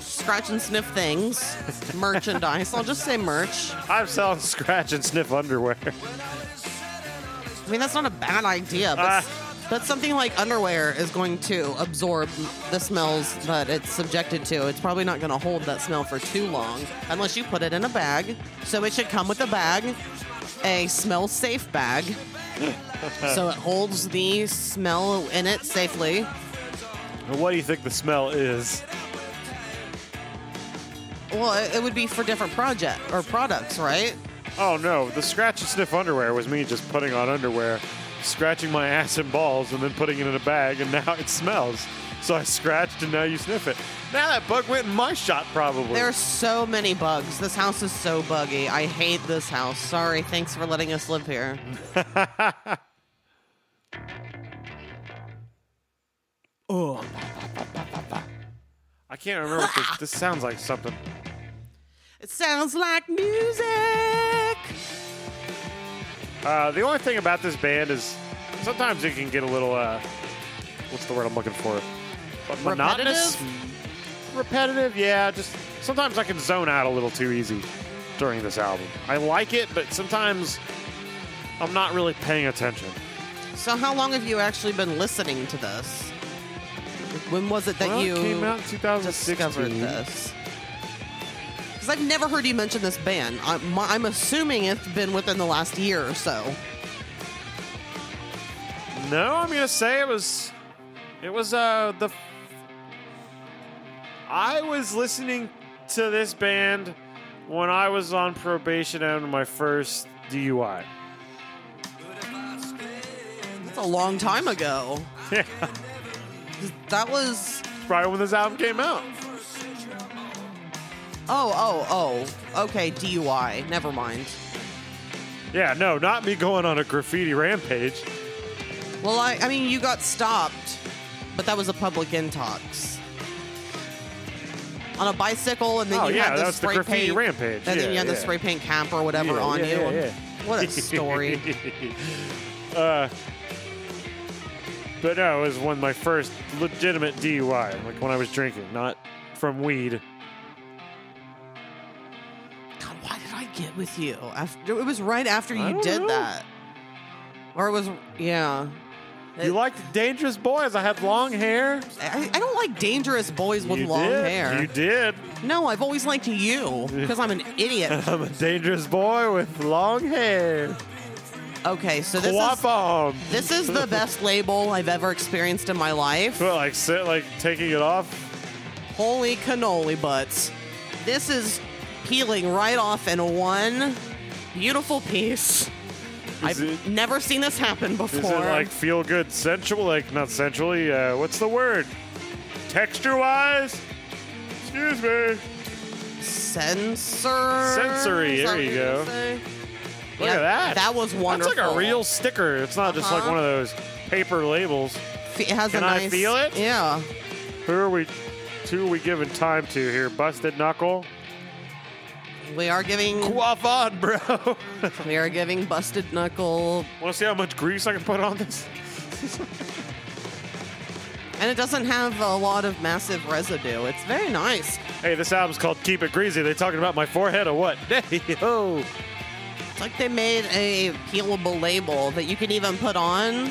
[SPEAKER 2] Scratch and sniff things, merchandise. I'll just say merch.
[SPEAKER 1] I'm selling scratch and sniff underwear.
[SPEAKER 2] I mean, that's not a bad idea, but,
[SPEAKER 1] Ah.
[SPEAKER 2] but something like underwear is going to absorb the smells that it's subjected to. It's probably not going to hold that smell for too long unless you put it in a bag. So it should come with a bag, a smell safe bag, so it holds the smell in it safely.
[SPEAKER 1] Now, What do you think the smell is?
[SPEAKER 2] Well, it, it would be for different project or products, right?
[SPEAKER 1] Oh no, the scratch and sniff underwear was me just putting on underwear, scratching my ass and balls, and then putting it in a bag, and now it smells. So I scratched, and now you sniff it. Now that bug went in my shot, probably.
[SPEAKER 2] There are so many bugs. This house is so buggy. I hate this house. Sorry. Thanks for letting us live here.
[SPEAKER 3] Oh,
[SPEAKER 1] I can't remember. What this, this sounds like something.
[SPEAKER 2] It sounds like music.
[SPEAKER 1] Uh, the only thing about this band is sometimes it can get a little. Uh, what's the word I'm looking for? But monotonous, repetitive. Yeah, just sometimes I can zone out a little too easy during this album. I like it, but sometimes I'm not really paying attention.
[SPEAKER 2] So, how long have you actually been listening to this? When was it that
[SPEAKER 1] Well, it
[SPEAKER 2] you
[SPEAKER 1] came out in 2016.
[SPEAKER 2] discovered this? Because I've never heard you mention this band. I'm, I'm assuming it's been within the last year or so.
[SPEAKER 1] No, I'm gonna say it was. It was uh the. I was listening to this band when I was on probation after my first DUI.
[SPEAKER 2] That's a long time ago.
[SPEAKER 1] Yeah,
[SPEAKER 2] That was
[SPEAKER 1] probably when this album came out.
[SPEAKER 2] Oh, oh, oh. Okay, DUI. Never mind.
[SPEAKER 1] Yeah, no, not me going on a graffiti rampage.
[SPEAKER 2] Well, I, I mean, you got stopped, but that was a public intox. On a bicycle, and then
[SPEAKER 1] Oh,
[SPEAKER 2] you
[SPEAKER 1] yeah,
[SPEAKER 2] had
[SPEAKER 1] that
[SPEAKER 2] the
[SPEAKER 1] was the
[SPEAKER 2] spray
[SPEAKER 1] graffiti
[SPEAKER 2] paint,
[SPEAKER 1] rampage.
[SPEAKER 2] and
[SPEAKER 1] Yeah,
[SPEAKER 2] then you had the
[SPEAKER 1] yeah.
[SPEAKER 2] spray paint cap or whatever
[SPEAKER 1] Yeah,
[SPEAKER 2] on
[SPEAKER 1] yeah,
[SPEAKER 2] you.
[SPEAKER 1] yeah,
[SPEAKER 2] What a story!
[SPEAKER 1] uh, but no, it was one of my first legitimate DUI, like when I was drinking, not from weed.
[SPEAKER 2] God, why did I get with you? After it was right after
[SPEAKER 1] I
[SPEAKER 2] you
[SPEAKER 1] don't
[SPEAKER 2] did
[SPEAKER 1] know.
[SPEAKER 2] that, or it was yeah. It-
[SPEAKER 1] You liked Dangerous Boys. I had long hair.
[SPEAKER 2] I, I don't like dangerous boys with
[SPEAKER 1] you
[SPEAKER 2] long
[SPEAKER 1] did.
[SPEAKER 2] hair.
[SPEAKER 1] You did.
[SPEAKER 2] No, I've always liked you because I'm an idiot.
[SPEAKER 1] I'm a dangerous boy with long hair.
[SPEAKER 2] Okay, so this is
[SPEAKER 1] Quap on.
[SPEAKER 2] This is the best label I've ever experienced in my life.
[SPEAKER 1] Well, like sit, like taking it off.
[SPEAKER 2] Holy cannoli butts. This is peeling right off in one beautiful piece. I've
[SPEAKER 1] it-
[SPEAKER 2] never seen this happen before.
[SPEAKER 1] Is it like feel good sensual? Like not sensually. Uh, what's the word? Texture wise. Excuse me.
[SPEAKER 2] Sensor.
[SPEAKER 1] Sensory,
[SPEAKER 2] is that
[SPEAKER 1] there you
[SPEAKER 2] what
[SPEAKER 1] go.
[SPEAKER 2] you're saying?
[SPEAKER 1] Look
[SPEAKER 2] Yeah,
[SPEAKER 1] at that.
[SPEAKER 2] That was wonderful.
[SPEAKER 1] That's like a real sticker. It's not just like
[SPEAKER 2] Uh-huh.
[SPEAKER 1] one of those paper labels.
[SPEAKER 2] F- It has
[SPEAKER 1] Can
[SPEAKER 2] a
[SPEAKER 1] I
[SPEAKER 2] nice.
[SPEAKER 1] feel it?
[SPEAKER 2] Yeah.
[SPEAKER 1] Who are we? Who are we giving time to here? Busted knuckle.
[SPEAKER 2] We are giving.
[SPEAKER 1] Quaff on, bro.
[SPEAKER 2] We are giving busted knuckle,
[SPEAKER 1] Want to see how much grease I can put on this?
[SPEAKER 2] and it doesn't have a lot of massive residue. It's very nice.
[SPEAKER 1] Hey, this album's called Keep It Greasy. They talking about my forehead or what? Yo.
[SPEAKER 2] It's like they made a peelable label that you can even put on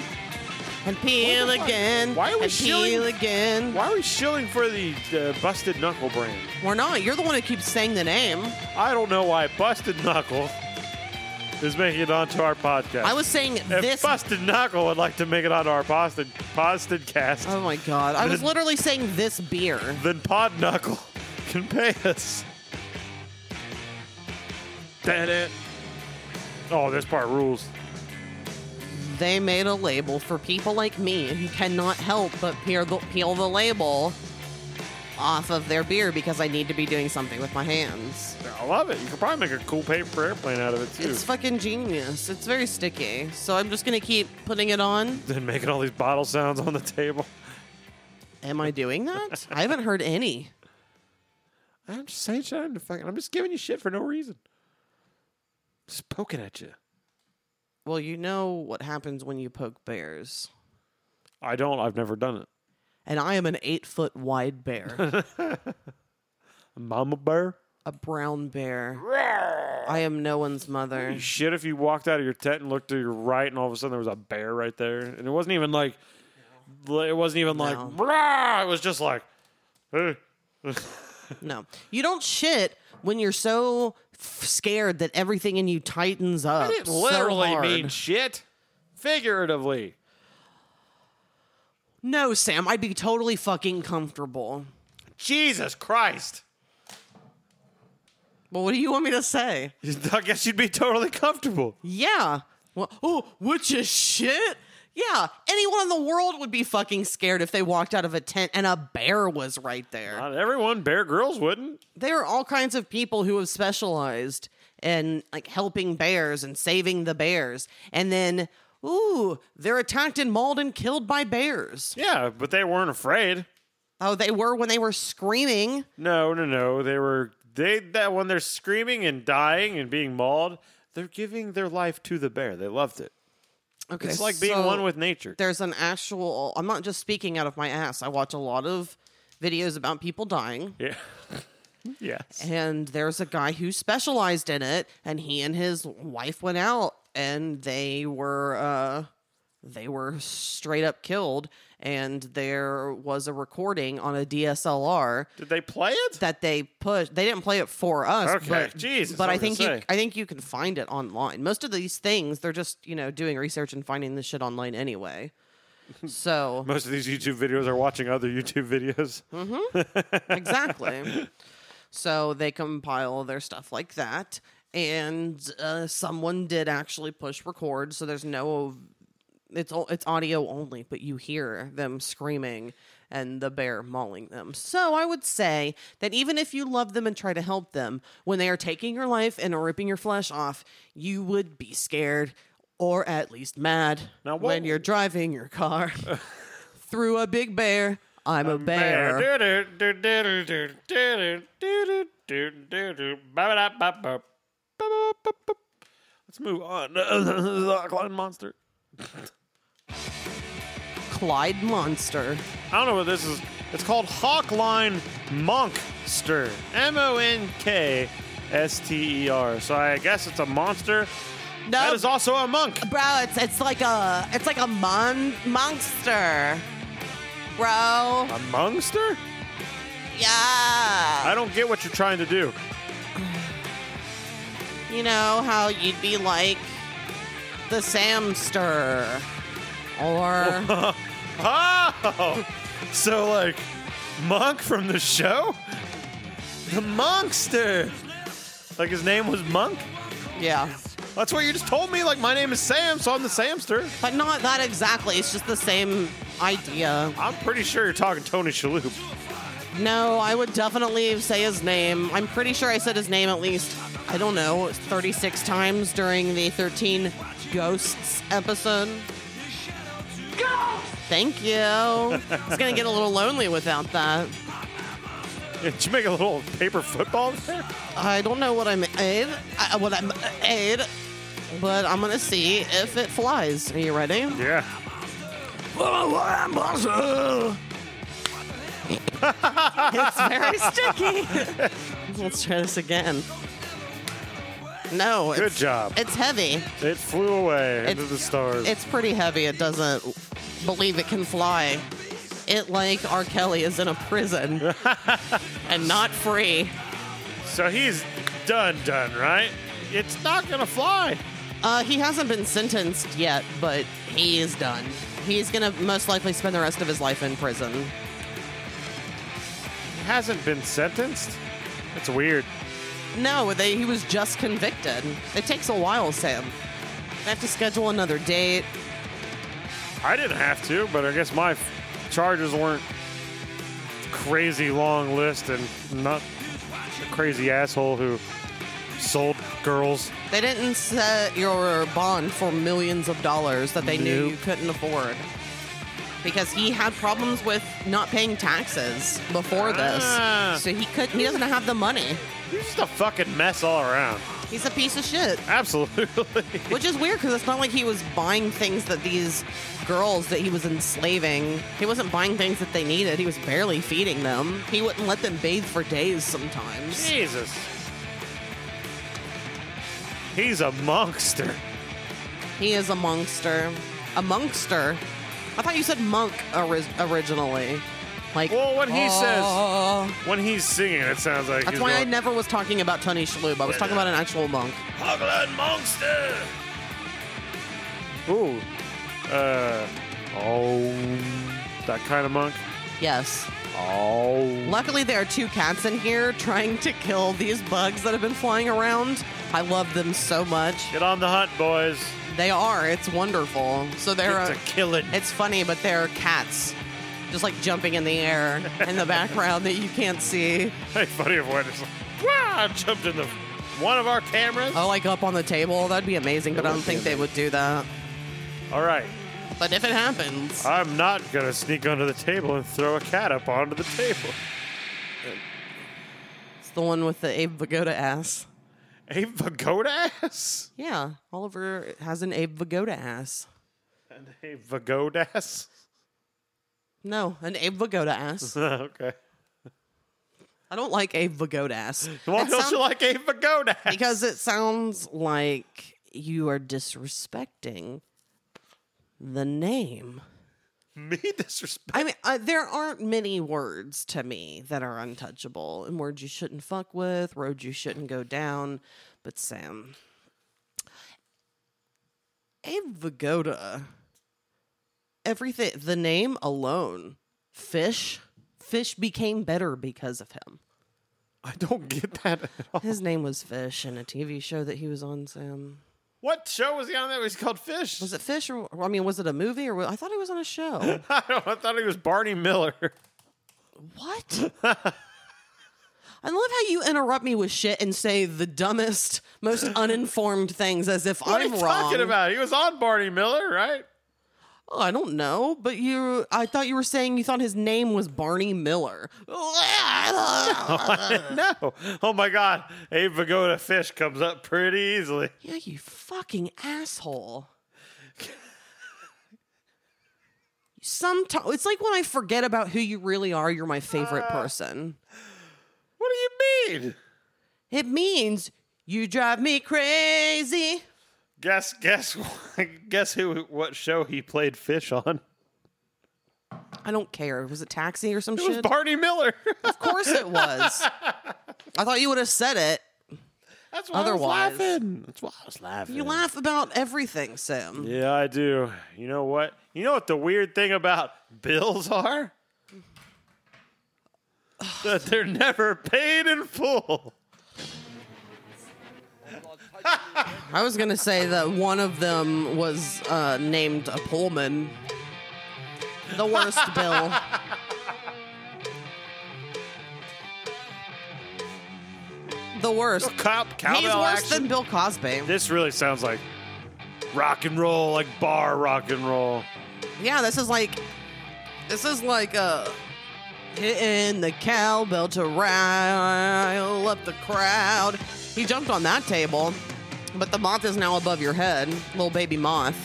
[SPEAKER 2] and peel
[SPEAKER 1] What the fuck?
[SPEAKER 2] again.
[SPEAKER 1] Why are we
[SPEAKER 2] and peel
[SPEAKER 1] shilling-
[SPEAKER 2] again?
[SPEAKER 1] Why are we shilling for the uh, Busted Knuckle brand?
[SPEAKER 2] We're not. You're the one who keeps saying the name.
[SPEAKER 1] I don't know why Busted Knuckle is making it onto our podcast.
[SPEAKER 2] I was saying
[SPEAKER 1] if
[SPEAKER 2] this.
[SPEAKER 1] Busted Knuckle would like to make it onto our Boston, Boston cast,
[SPEAKER 2] oh my god! I was literally saying this beer.
[SPEAKER 1] then Pod Knuckle can pay us. Did it. Oh, this part rules.
[SPEAKER 2] They made a label for people like me who cannot help but peel the, peel the label off of their beer because I need to be doing something with my hands.
[SPEAKER 1] I love it. You could probably make a cool paper airplane out of it too.
[SPEAKER 2] It's fucking genius. It's very sticky. So I'm just gonna keep putting it on.
[SPEAKER 1] then making all these bottle sounds on the table.
[SPEAKER 2] Am I doing that? I haven't heard any.
[SPEAKER 1] I'm just saying shit. I'm, fucking, I'm just giving you shit for no reason. Just poking at you.
[SPEAKER 2] Well, you know what happens when you poke bears.
[SPEAKER 1] I don't. I've never done it.
[SPEAKER 2] And I am an eight foot wide bear,
[SPEAKER 1] Mama bear.
[SPEAKER 2] a brown bear. I am no one's mother.
[SPEAKER 1] You shit if you walked out of your tent and looked to your right and all of a sudden there was a bear right there. And it wasn't even like, it wasn't even like,
[SPEAKER 2] No.
[SPEAKER 1] "Rah!" it was just like, eh.
[SPEAKER 2] No. You don't shit when you're so f- scared that everything in you tightens up.
[SPEAKER 1] I didn't
[SPEAKER 2] so
[SPEAKER 1] literally
[SPEAKER 2] hard.
[SPEAKER 1] mean shit. figuratively.
[SPEAKER 2] No, Sam, I'd be totally fucking comfortable.
[SPEAKER 1] Jesus Christ.
[SPEAKER 2] Well, what do you want me to say?
[SPEAKER 1] I guess you'd be totally comfortable.
[SPEAKER 2] Yeah. Well, oh, which is shit. Yeah, anyone in the world would be fucking scared if they walked out of a tent and a bear was right there.
[SPEAKER 1] Not everyone, Bear Grylls wouldn't.
[SPEAKER 2] There are all kinds of people who have specialized in like helping bears and saving the bears, and then ooh, they're attacked and mauled and killed by bears.
[SPEAKER 1] Yeah, but they weren't afraid.
[SPEAKER 2] Oh, they were when they were screaming.
[SPEAKER 1] No, no, no. They were they that when they're screaming and dying and being mauled, they're giving their life to the bear. They loved it.
[SPEAKER 2] Okay,
[SPEAKER 1] It's like being
[SPEAKER 2] so-
[SPEAKER 1] one with nature.
[SPEAKER 2] there's an actual I'm not just speaking out of my ass. I watch a lot of videos about people dying
[SPEAKER 1] Yeah. yes.
[SPEAKER 2] and there's a guy who specialized in it and he and his wife went out and they were uh they were straight up killed and there was a recording on a DSLR
[SPEAKER 1] Did they play it?
[SPEAKER 2] that they pushed. They didn't play it for us.
[SPEAKER 1] Okay,
[SPEAKER 2] but,
[SPEAKER 1] Jesus,
[SPEAKER 2] But
[SPEAKER 1] I
[SPEAKER 2] I
[SPEAKER 1] was
[SPEAKER 2] think
[SPEAKER 1] gonna
[SPEAKER 2] you,
[SPEAKER 1] say.
[SPEAKER 2] I think you can find it online. Most of these things, they're just you know doing research and finding this shit online anyway. So
[SPEAKER 1] Most of these YouTube videos are watching other YouTube videos.
[SPEAKER 2] exactly. So they compile their stuff like that, and uh, someone did actually push record. So there's no, it's o- it's audio only, but you hear them screaming and the bear mauling them. So I would say that even if you love them and try to help them, when they are taking your life and are ripping your flesh off, you would be scared or at least mad
[SPEAKER 1] Now, what-
[SPEAKER 2] when you're driving your car through a big bear. I'm a, bear.
[SPEAKER 1] Let's move on. The Clown Monster.
[SPEAKER 2] Clyde Monster.
[SPEAKER 1] I don't know what this is. It's called Hawkline Monkster. M O N K S T E R. So I guess it's a monster.
[SPEAKER 2] No,
[SPEAKER 1] That is also a monk.
[SPEAKER 2] bro, it's it's like a it's like a mon monster, bro.
[SPEAKER 1] A monster?
[SPEAKER 2] Yeah,
[SPEAKER 1] I don't get what you're trying to do.
[SPEAKER 2] you know how you'd be like the Samster, or
[SPEAKER 1] Oh! So, like, Monk from the show? The Monkster! Like, his name was Monk?
[SPEAKER 2] yeah,
[SPEAKER 1] That's what you just told me. Like, my name is Sam, so I'm the Samster.
[SPEAKER 2] but not that exactly. It's just the same idea.
[SPEAKER 1] I'm pretty sure you're talking Tony Shalhoub.
[SPEAKER 2] No, I would definitely say his name. I'm pretty sure I said his name at least, I don't know, 36 times during the 13 Ghosts episode. Thank you. It's going to get a little lonely without that.
[SPEAKER 1] Did you make a little paper football there?
[SPEAKER 2] I don't know what I made, I, what I made, but I'm going to see if it flies. Are you ready?
[SPEAKER 1] Yeah.
[SPEAKER 2] It's very sticky. Let's try this again. No,
[SPEAKER 1] Good
[SPEAKER 2] it's,
[SPEAKER 1] job.
[SPEAKER 2] it's heavy.
[SPEAKER 1] It flew away into
[SPEAKER 2] It's-
[SPEAKER 1] the stars.
[SPEAKER 2] It's pretty heavy. It doesn't believe it can fly. It, like R. Kelly, is in a prison and not free.
[SPEAKER 1] So he's done, done, right? It's not gonna fly.
[SPEAKER 2] Uh, he hasn't been sentenced yet, but he is done. He's gonna most likely spend the rest of his life in prison.
[SPEAKER 1] He hasn't been sentenced. That's weird.
[SPEAKER 2] No, they, he was just convicted. It takes a while, Sam. I have to schedule another date.
[SPEAKER 1] I didn't have to, but I guess my f- charges weren't crazy long list and not a crazy asshole who sold girls.
[SPEAKER 2] They didn't set your bond for millions of dollars that they knew
[SPEAKER 1] Nope.
[SPEAKER 2] you couldn't afford. Because he had problems with not paying taxes before
[SPEAKER 1] Ah.
[SPEAKER 2] this. So he could he doesn't have the money.
[SPEAKER 1] He's just a fucking mess all around.
[SPEAKER 2] He's a piece of shit.
[SPEAKER 1] Absolutely.
[SPEAKER 2] Which is weird because it's not like he was buying things that these girls that he was enslaving. He wasn't buying things that they needed. He was barely feeding them. He wouldn't let them bathe for days sometimes.
[SPEAKER 1] Jesus. He's a monster.
[SPEAKER 2] He is a monkster. A monkster? I thought you said monk ori- originally. Like,
[SPEAKER 1] Well, when he says-
[SPEAKER 2] "Oh."
[SPEAKER 1] When he's singing, it sounds like
[SPEAKER 2] That's
[SPEAKER 1] he's
[SPEAKER 2] why I
[SPEAKER 1] going,
[SPEAKER 2] never was talking about Tony Shalhoub. I was talking about an actual monk.
[SPEAKER 1] Hogland Monster. Ooh, Uh, oh, that kind of monk.
[SPEAKER 2] Yes.
[SPEAKER 1] Oh,
[SPEAKER 2] Luckily, there are two cats in here trying to kill these bugs that have been flying around. I love them so much.
[SPEAKER 1] get on the hunt, boys.
[SPEAKER 2] They are. It's wonderful. So they're.
[SPEAKER 1] It's a killing.
[SPEAKER 2] It's funny, but they're cats just like jumping in the air in the background that you can't see.
[SPEAKER 1] Hey, buddy of mine is like, wow, jumped in the one of our cameras.
[SPEAKER 2] Oh, like up on the table. That'd be amazing, but I don't
[SPEAKER 1] would be
[SPEAKER 2] think they would do that.
[SPEAKER 1] All right,
[SPEAKER 2] But if it happens,
[SPEAKER 1] I'm not gonna sneak under the table and throw a cat up onto the table.
[SPEAKER 2] it's the one with the Abe Vigoda ass.
[SPEAKER 1] A pagoda ass.
[SPEAKER 2] Yeah, Oliver has an Abe Vigoda ass.
[SPEAKER 1] And a pagoda ass.
[SPEAKER 2] No, an Abe Vigoda ass.
[SPEAKER 1] okay.
[SPEAKER 2] I don't like Abe Vigoda ass.
[SPEAKER 1] Why
[SPEAKER 2] It
[SPEAKER 1] don't
[SPEAKER 2] sounds-
[SPEAKER 1] you like a pagoda ass?
[SPEAKER 2] Because it sounds like you are disrespecting the name.
[SPEAKER 1] Me disrespect.
[SPEAKER 2] I mean, uh, there aren't many words to me that are untouchable and words you shouldn't fuck with, roads you shouldn't go down. But Sam, Abe Vigoda, everything, the name alone, fish, fish became better because of him.
[SPEAKER 1] I don't get that at all.
[SPEAKER 2] His name was Fish in a TV show that he was on, Sam.
[SPEAKER 1] What show was he on that was called Fish?
[SPEAKER 2] Was it Fish or, I mean, was it a movie or, I thought it was on a show.
[SPEAKER 1] I, don't, I thought he was Barney Miller.
[SPEAKER 2] What? I love how you interrupt me with shit and say the dumbest, most uninformed things as if
[SPEAKER 1] What
[SPEAKER 2] I'm
[SPEAKER 1] are you
[SPEAKER 2] wrong.
[SPEAKER 1] talking about? He was on Barney Miller, right?
[SPEAKER 2] Oh, I don't know, but you I thought you were saying you thought his name was Barney Miller. yeah,
[SPEAKER 1] no. Oh my God, a pagoda fish comes up pretty easily.
[SPEAKER 2] you fucking asshole. Sometimes it's like when I forget about who you really are, you're my
[SPEAKER 1] Uh.
[SPEAKER 2] favorite person.
[SPEAKER 1] What do you mean?
[SPEAKER 2] It means you drive me crazy.
[SPEAKER 1] Guess, guess, guess who? What show he played Fish on?
[SPEAKER 2] I don't care. Was it taxi or some
[SPEAKER 1] It was
[SPEAKER 2] shit?
[SPEAKER 1] Barney Miller.
[SPEAKER 2] of course it was. I thought you would have said it.
[SPEAKER 1] That's why I
[SPEAKER 2] Otherwise.
[SPEAKER 1] was laughing. That's why I was laughing.
[SPEAKER 2] You laugh about everything, Sam.
[SPEAKER 1] Yeah, I do. You know what? You know what the weird thing about bills are? that they're never paid in full.
[SPEAKER 2] I was gonna say that one of them was uh, named a Pullman. The worst bill. The worst.
[SPEAKER 1] Cop, cowbell
[SPEAKER 2] He's worse
[SPEAKER 1] action.
[SPEAKER 2] than Bill Cosby.
[SPEAKER 1] this really sounds like rock and roll, like bar rock and roll.
[SPEAKER 2] Yeah, this is like, this is like uh, hitting the cowbell to rile up the crowd. He jumped on that table, but the moth is now above your head, little baby moth.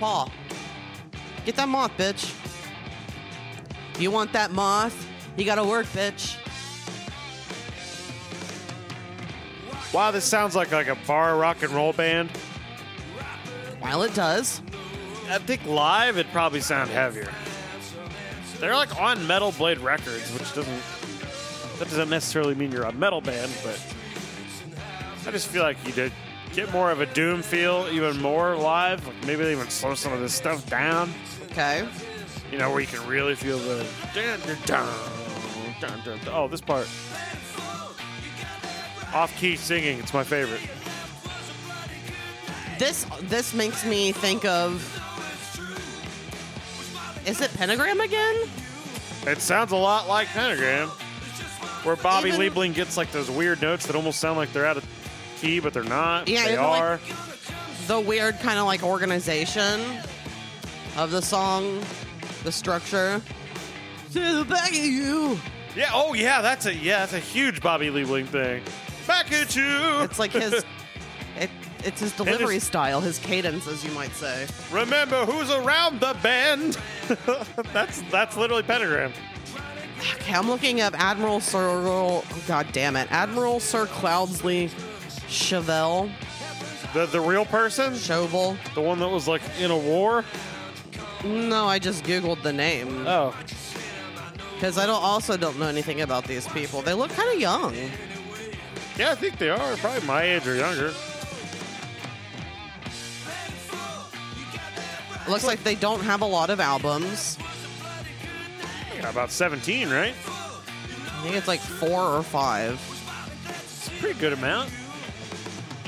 [SPEAKER 2] Paul, get that moth, bitch. You want that moth? You gotta work, bitch.
[SPEAKER 1] Wow, this sounds like like a bar rock and roll band.
[SPEAKER 2] While it does,
[SPEAKER 1] I think live it'd probably sound heavier. They're like on Metal Blade Records, which doesn't that doesn't necessarily mean you're a metal band, but I just feel like you did get more of a doom feel even more live. Like maybe they even slow some of this stuff down.
[SPEAKER 2] okay.
[SPEAKER 1] You know, where you can really feel the dun, dun, dun, dun, dun, dun. oh this part. Off key singing, it's my favorite.
[SPEAKER 2] This this makes me think of. Is it pentagram again?
[SPEAKER 1] It sounds a lot like Pentagram, where Bobby
[SPEAKER 2] Even-
[SPEAKER 1] Liebling gets like those weird notes that almost sound like they're out of key, but they're not.
[SPEAKER 2] Yeah,
[SPEAKER 1] they
[SPEAKER 2] even, like-
[SPEAKER 1] are.
[SPEAKER 2] the weird kind of like organization of the song, the structure. To the back of you.
[SPEAKER 1] yeah. Oh, yeah. That's a yeah. That's a huge Bobby Liebling thing. Back at you.
[SPEAKER 2] It's like his, it, it's his delivery
[SPEAKER 1] is-
[SPEAKER 2] style, his cadence, as you might say.
[SPEAKER 1] Remember who's around the bend. that's that's literally Pentagram.
[SPEAKER 2] Okay, I'm looking up Admiral Sir, oh, God damn it, Admiral Sir Cloudsley Chevelle,
[SPEAKER 1] The the real person,
[SPEAKER 2] Chauvel.
[SPEAKER 1] the one that was like in a war.
[SPEAKER 2] No, I just googled the name
[SPEAKER 1] Oh,
[SPEAKER 2] because I don't also don't know anything about these people. They look kind of young.
[SPEAKER 1] yeah. I think they are probably my age or younger.
[SPEAKER 2] Looks like they don't have a lot of albums.
[SPEAKER 1] Yeah, about 17, right?
[SPEAKER 2] I think it's like four or five.
[SPEAKER 1] It's a pretty good amount.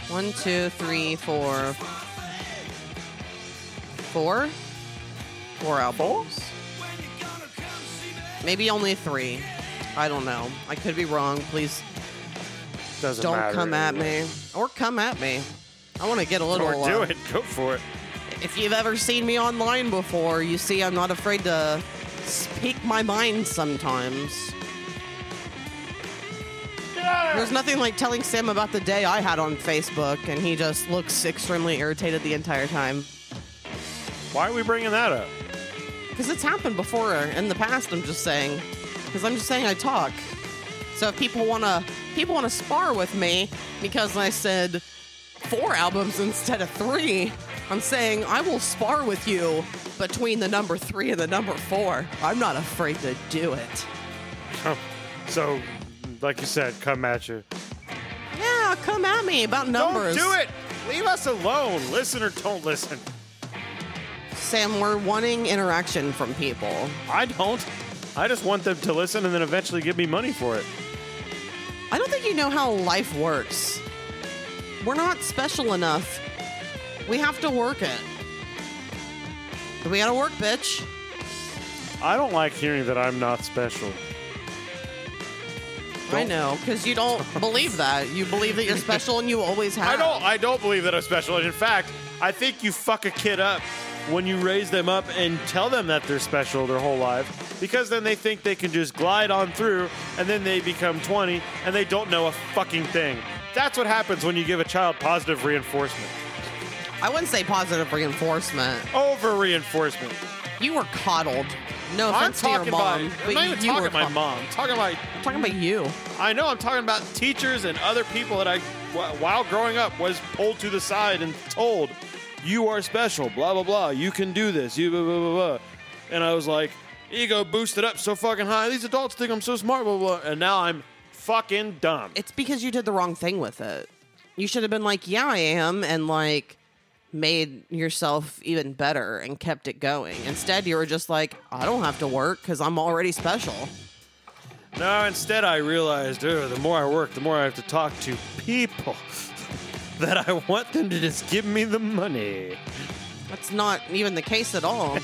[SPEAKER 2] One, two, three, four. Four? Four albums. Maybe only three. I don't know. I could be wrong. Please
[SPEAKER 1] Doesn't
[SPEAKER 2] don't
[SPEAKER 1] matter
[SPEAKER 2] come at
[SPEAKER 1] anyway.
[SPEAKER 2] me. Or come at me. I want to get a little.
[SPEAKER 1] Or do
[SPEAKER 2] uh,
[SPEAKER 1] it. Go for it.
[SPEAKER 2] If you've ever seen me online before, you see I'm not afraid to speak my mind sometimes.
[SPEAKER 1] Get out of
[SPEAKER 2] There's nothing like telling Sam about the day I had on Facebook, and he just looks extremely irritated the entire time.
[SPEAKER 1] here. Why are we bringing that up?
[SPEAKER 2] Because it's happened before in the past. I'm just saying. Because I'm just saying I talk. So if people wanna people wanna spar with me because I said four albums instead of three, I'm saying I will spar with you between the number three and the number four. I'm not afraid to do it.
[SPEAKER 1] Huh. So, like you said, come at you.
[SPEAKER 2] Yeah, come at me about numbers.
[SPEAKER 1] Don't do it. Leave us alone. Listen or don't listen.
[SPEAKER 2] Sam, we're wanting interaction from people.
[SPEAKER 1] I don't. I just want them to listen and then eventually give me money for it.
[SPEAKER 2] I don't think you know how life works. We're not special enough. We have to work it. We gotta work, bitch.
[SPEAKER 1] I don't like hearing that I'm not special.
[SPEAKER 2] I
[SPEAKER 1] Don't-
[SPEAKER 2] know, because you don't believe that. You believe that you're special and you always have.
[SPEAKER 1] I don't. I don't believe that I'm special. And in fact, I think you fuck a kid up when you raise them up and tell them that they're special their whole life, because then they think they can just glide on through, and then they become 20 and they don't know a fucking thing. That's what happens when you give a child positive reinforcement,
[SPEAKER 2] I wouldn't say positive reinforcement.
[SPEAKER 1] over reinforcement.
[SPEAKER 2] You were coddled. No
[SPEAKER 1] I'm
[SPEAKER 2] offense to your
[SPEAKER 1] talking about.
[SPEAKER 2] mom, but
[SPEAKER 1] I'm not
[SPEAKER 2] you,
[SPEAKER 1] even
[SPEAKER 2] you
[SPEAKER 1] talking
[SPEAKER 2] were
[SPEAKER 1] about
[SPEAKER 2] cod-
[SPEAKER 1] my mom. I'm talking about
[SPEAKER 2] I'm talking about you.
[SPEAKER 1] I know I'm talking about teachers and other people that I, wh- while growing up, was pulled to the side and told, "You are special." Blah blah blah. You can do this. You blah blah blah. blah. And I was like, ego boosted up so fucking high. These adults think I'm so smart. Blah blah. blah. And now I'm fucking dumb.
[SPEAKER 2] It's because you did the wrong thing with it. You should have been like, "Yeah, I am," and like made yourself even better and kept it going. Instead, you were just like, "I don't have to work because I'm already special."
[SPEAKER 1] No, instead I realized, oh, the more I work, the more I have to talk to people. That I want them to just give me the money.
[SPEAKER 2] That's not even the case at all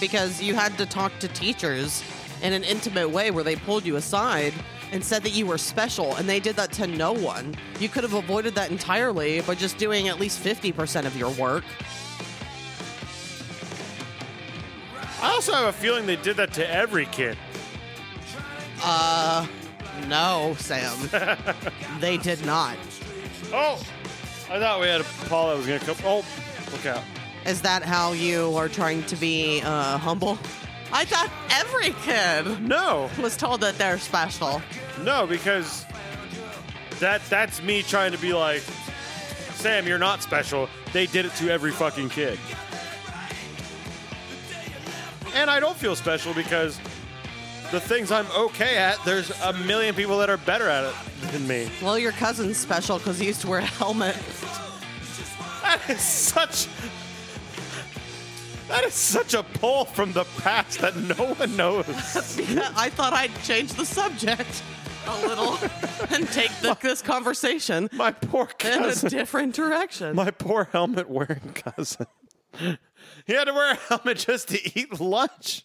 [SPEAKER 2] because you had to talk to teachers in an intimate way where they pulled you aside and said that you were special and they did that to no one. You could have avoided that entirely by just doing at least 50% of your work.
[SPEAKER 1] I also have a feeling they did that to every kid.
[SPEAKER 2] No, Sam. they did not.
[SPEAKER 1] Oh, I thought we had a Paul that was gonna come. Oh, look out!
[SPEAKER 2] Is that how you are trying to be uh, humble? I thought every kid
[SPEAKER 1] No,
[SPEAKER 2] was told that they're special.
[SPEAKER 1] no, because that that's me trying to be like, Sam, you're not special. They did it to every fucking kid, and I don't feel special because the things I'm okay at, there's a million people that are better at it than me.
[SPEAKER 2] Well, your cousin's special because he used to wear a helmet.
[SPEAKER 1] That is such. That is such a pull from the past that no one knows.
[SPEAKER 2] Yeah, I thought I'd change the subject a little and take the, this conversation
[SPEAKER 1] My poor
[SPEAKER 2] in a
[SPEAKER 1] cousin.
[SPEAKER 2] different direction.
[SPEAKER 1] My poor helmet wearing cousin. he had to wear a helmet just to eat lunch.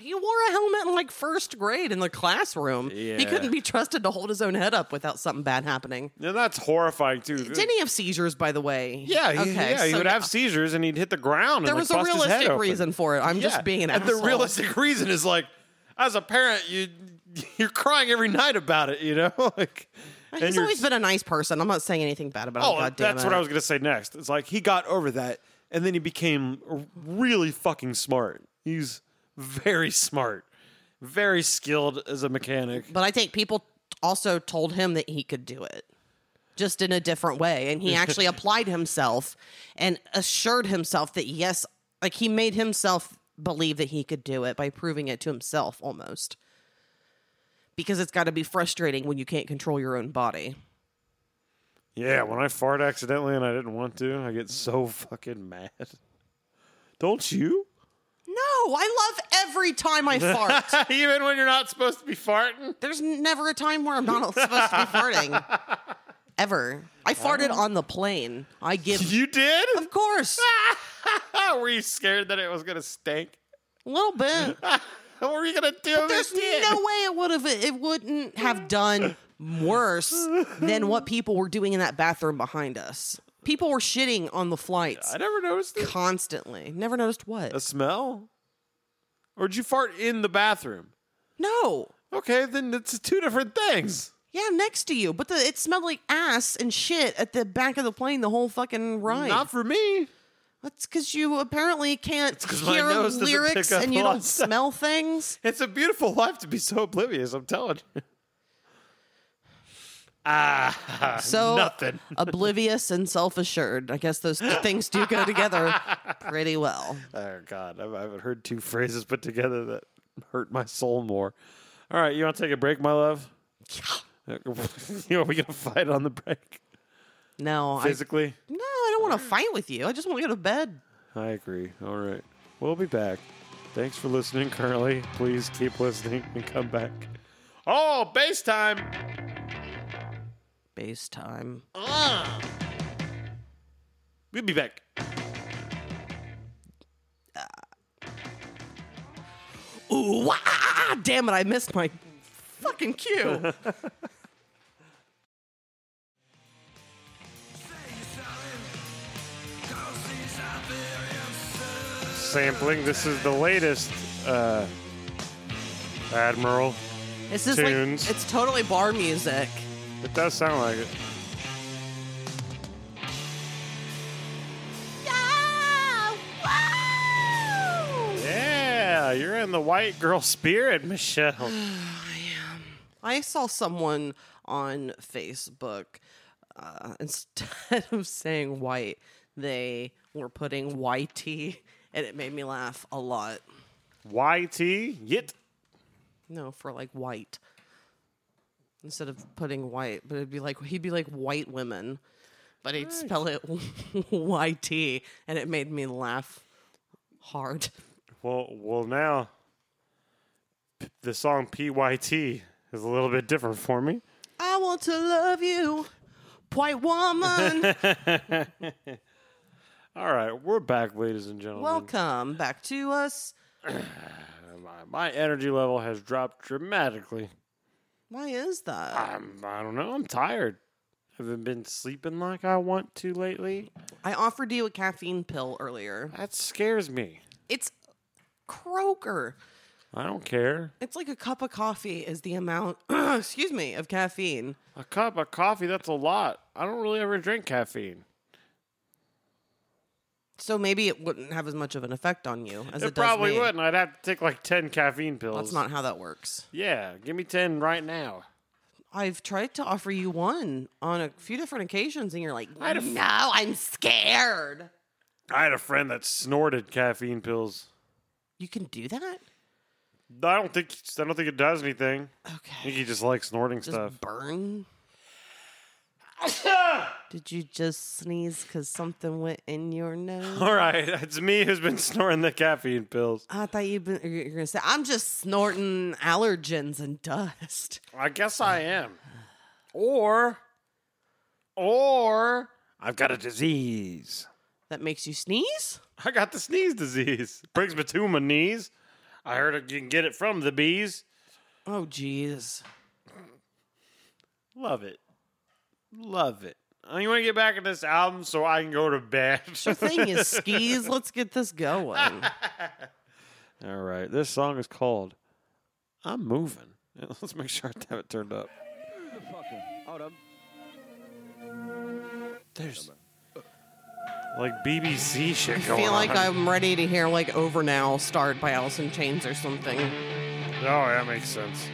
[SPEAKER 2] He wore a helmet in like first grade in the classroom.
[SPEAKER 1] Yeah.
[SPEAKER 2] He couldn't be trusted to hold his own head up without something bad happening.
[SPEAKER 1] Yeah, that's horrifying too.
[SPEAKER 2] Didn't he have seizures, by the way?
[SPEAKER 1] yeah, he, yeah, he
[SPEAKER 2] so
[SPEAKER 1] would have seizures and he'd hit the ground.
[SPEAKER 2] There
[SPEAKER 1] and,
[SPEAKER 2] was
[SPEAKER 1] like,
[SPEAKER 2] a
[SPEAKER 1] bust his head
[SPEAKER 2] realistic
[SPEAKER 1] open.
[SPEAKER 2] reason for it. I'm
[SPEAKER 1] Yeah,
[SPEAKER 2] just being an
[SPEAKER 1] and
[SPEAKER 2] asshole.
[SPEAKER 1] the realistic reason is like, as a parent, you you're crying every night about it. You know, like, and
[SPEAKER 2] He's
[SPEAKER 1] you're-
[SPEAKER 2] always been a nice person. I'm not saying anything bad about him.
[SPEAKER 1] Oh,
[SPEAKER 2] God damn
[SPEAKER 1] that's
[SPEAKER 2] it.
[SPEAKER 1] what I was gonna say next. It's like he got over that, and then he became really fucking smart. He's very smart, very skilled as a mechanic.
[SPEAKER 2] But I think people also told him that he could do it just in a different way. And he actually applied himself and assured himself that, yes, like he made himself believe that he could do it by proving it to himself almost. Because it's got to be frustrating when you can't control your own body.
[SPEAKER 1] Yeah, when I fart accidentally and I didn't want to, I get so fucking mad. Don't you?
[SPEAKER 2] No, I love every time I fart.
[SPEAKER 1] Even when you're not supposed to be farting?
[SPEAKER 2] There's never a time where I'm not supposed to be farting. Ever. I farted on the plane. I give.
[SPEAKER 1] You did?
[SPEAKER 2] Of course.
[SPEAKER 1] Were you scared that it was going to stink?
[SPEAKER 2] A little bit.
[SPEAKER 1] What were you going to do if
[SPEAKER 2] There's
[SPEAKER 1] it did?
[SPEAKER 2] no way it would have it wouldn't have done worse than what people were doing in that bathroom behind us. People were shitting on the flights
[SPEAKER 1] I never noticed it.
[SPEAKER 2] constantly. Never noticed what.
[SPEAKER 1] A smell? Or did you fart in the bathroom?
[SPEAKER 2] no.
[SPEAKER 1] Okay, then it's two different things.
[SPEAKER 2] Yeah, next to you. But the, it smelled like ass and shit at the back of the plane the whole fucking ride.
[SPEAKER 1] Not for me.
[SPEAKER 2] That's because you apparently can't
[SPEAKER 1] 'cause my
[SPEAKER 2] hear
[SPEAKER 1] nose doesn't pick
[SPEAKER 2] lyrics
[SPEAKER 1] up
[SPEAKER 2] and you
[SPEAKER 1] on
[SPEAKER 2] don't
[SPEAKER 1] stuff.
[SPEAKER 2] smell things.
[SPEAKER 1] It's a beautiful life to be so oblivious, I'm telling you. Ah,
[SPEAKER 2] So
[SPEAKER 1] nothing.
[SPEAKER 2] oblivious and self-assured. I guess those two things do go together pretty well.
[SPEAKER 1] Oh God, I've- I haven't heard two phrases put together that hurt my soul more. All right, you want to take a break, my love? you know, are we gonna fight on the break
[SPEAKER 2] No, I,
[SPEAKER 1] physically?
[SPEAKER 2] no, I don't want to fight with you. I just want to go to bed.
[SPEAKER 1] I agree. All right, we'll be back. Thanks for listening. Currently, please keep listening and come back. Oh, base time.
[SPEAKER 2] Base time.
[SPEAKER 1] We'll be back.
[SPEAKER 2] Ooh, wah, ah, ah, damn it! I missed my fucking cue.
[SPEAKER 1] Sampling. This is the latest, uh, Admiral.
[SPEAKER 2] It's just
[SPEAKER 1] Tunes.
[SPEAKER 2] like it's totally bar music.
[SPEAKER 1] It does sound like it. Yeah, you're in the white girl spirit, Michelle.
[SPEAKER 2] I saw someone on Facebook. Uh, instead of saying white, they were putting YT, and it made me laugh a lot.
[SPEAKER 1] YT, yit.
[SPEAKER 2] No, for like white. Instead of putting white, but it'd be like he'd be like white women, but he'd spell it YT, and it made me laugh hard.
[SPEAKER 1] Well, well, now p- the song PYT is a little bit different for me.
[SPEAKER 2] I want to love you, white woman.
[SPEAKER 1] All right, we're back, ladies and gentlemen.
[SPEAKER 2] Welcome back to us.
[SPEAKER 1] My, my energy level has dropped dramatically.
[SPEAKER 2] Why is that?
[SPEAKER 1] I'm, I don't know. I'm tired. Haven't been sleeping like I want to lately.
[SPEAKER 2] I offered you a caffeine pill earlier.
[SPEAKER 1] That scares me.
[SPEAKER 2] It's Kroger.
[SPEAKER 1] I don't care.
[SPEAKER 2] It's like a cup of coffee is the amount, excuse me, of caffeine.
[SPEAKER 1] A cup of coffee, that's a lot. I don't really ever drink caffeine.
[SPEAKER 2] So maybe it wouldn't have as much of an effect on you as it,
[SPEAKER 1] It
[SPEAKER 2] does
[SPEAKER 1] probably
[SPEAKER 2] me.
[SPEAKER 1] wouldn't. I'd have to take like 10 caffeine pills.
[SPEAKER 2] That's not how that works.
[SPEAKER 1] Yeah, give me 10 right now.
[SPEAKER 2] I've tried to offer you one on a few different occasions, and you're like, "No, I'm scared."
[SPEAKER 1] I had a friend that snorted caffeine pills.
[SPEAKER 2] You can do that.
[SPEAKER 1] I don't think I don't think it does anything. I
[SPEAKER 2] Okay.
[SPEAKER 1] think he just likes snorting
[SPEAKER 2] Just uh,
[SPEAKER 1] stuff.
[SPEAKER 2] burn. Did you just sneeze because something went in your nose?
[SPEAKER 1] All right, it's me who's been snorting the caffeine pills.
[SPEAKER 2] I thought you've been. You're you're gonna say I'm just snorting allergens and dust.
[SPEAKER 1] I guess I am. Or or I've got a disease.
[SPEAKER 2] That makes you sneeze.
[SPEAKER 1] I got the sneeze disease. Brings me to my knees. I heard it, you can get it from the bees.
[SPEAKER 2] Oh, jeez.
[SPEAKER 1] Love it. Love it. I want to get back at this album so I can go to bed.
[SPEAKER 2] Sure thing is skis. Let's get this going.
[SPEAKER 1] All right. This song is called I'm Moving. Let's make sure I have it turned up.
[SPEAKER 3] Hold up.
[SPEAKER 1] There's like BBC shit
[SPEAKER 2] I
[SPEAKER 1] going
[SPEAKER 2] feel like
[SPEAKER 1] on.
[SPEAKER 2] I'm ready to hear like "Over Now" start by Alice in Chains or something.
[SPEAKER 1] Oh, that makes sense.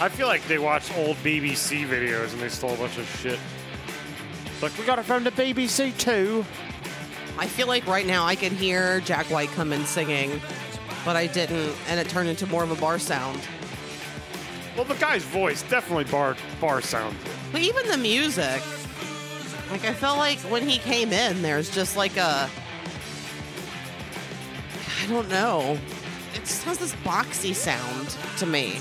[SPEAKER 1] I feel like they watched old BBC videos and they stole a bunch of shit. It's Like, we got it from the BBC too.
[SPEAKER 2] I feel like right now I could hear Jack White come in singing, but I didn't, and it turned into more of a bar sound.
[SPEAKER 1] Well, the guy's voice definitely bar bar sounds.
[SPEAKER 2] But even the music, Like I felt like when he came in, there's just like a I don't know. It just has this boxy sound to me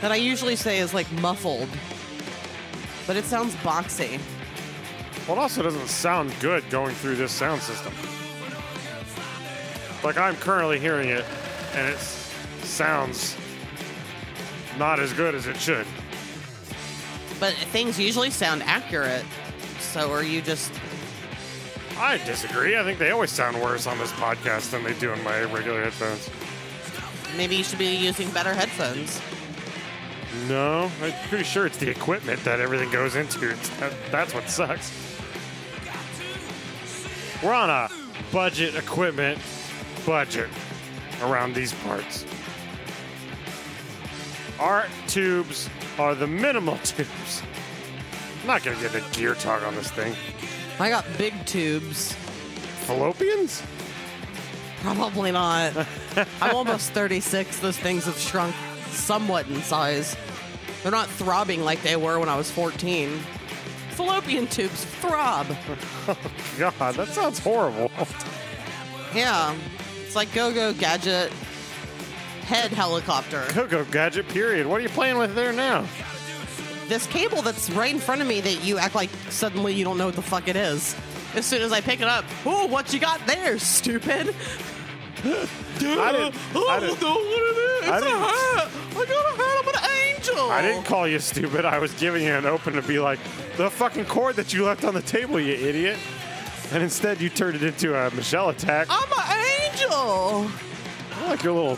[SPEAKER 2] that I usually say is like muffled, but it sounds boxy.
[SPEAKER 1] Well, it also doesn't sound good going through this sound system. Like I'm currently hearing it, and it s- sounds not as good as it should.
[SPEAKER 2] But things usually sound accurate. So are you just
[SPEAKER 1] I disagree. I think they always sound worse on this podcast than they do on my regular headphones.
[SPEAKER 2] maybe you should be using better headphones?
[SPEAKER 1] No, I'm pretty sure it's the equipment that everything goes into. It's, that, that's what sucks. We're on a budget equipment budget around these parts. Our tubes are the minimal tubes. I'm not gonna get a gear talk on this thing.
[SPEAKER 2] I got big tubes.
[SPEAKER 1] Fallopians?
[SPEAKER 2] Probably not. I'm almost 36. Those things have shrunk somewhat in size. They're not throbbing like they were when I was 14. Fallopian tubes throb.
[SPEAKER 1] God, that sounds horrible.
[SPEAKER 2] Yeah. It's like Go Go Gadget head helicopter.
[SPEAKER 1] Coco gadget. Period. What are you playing with there now?
[SPEAKER 2] This cable that's right in front of me that you act like suddenly you don't know what the fuck it is. As soon as I pick it up, ooh, what you got there, stupid?
[SPEAKER 1] I didn't- I didn't-
[SPEAKER 2] know what it is.
[SPEAKER 1] I
[SPEAKER 2] It's a
[SPEAKER 1] didn't-
[SPEAKER 2] hat. I got a hat. I'm an angel.
[SPEAKER 1] I didn't call you stupid. I was giving you an open to be like, the fucking cord that you left on the table, you idiot. And instead, you turned it into a Michelle attack.
[SPEAKER 2] I'm an angel.
[SPEAKER 1] I like your little,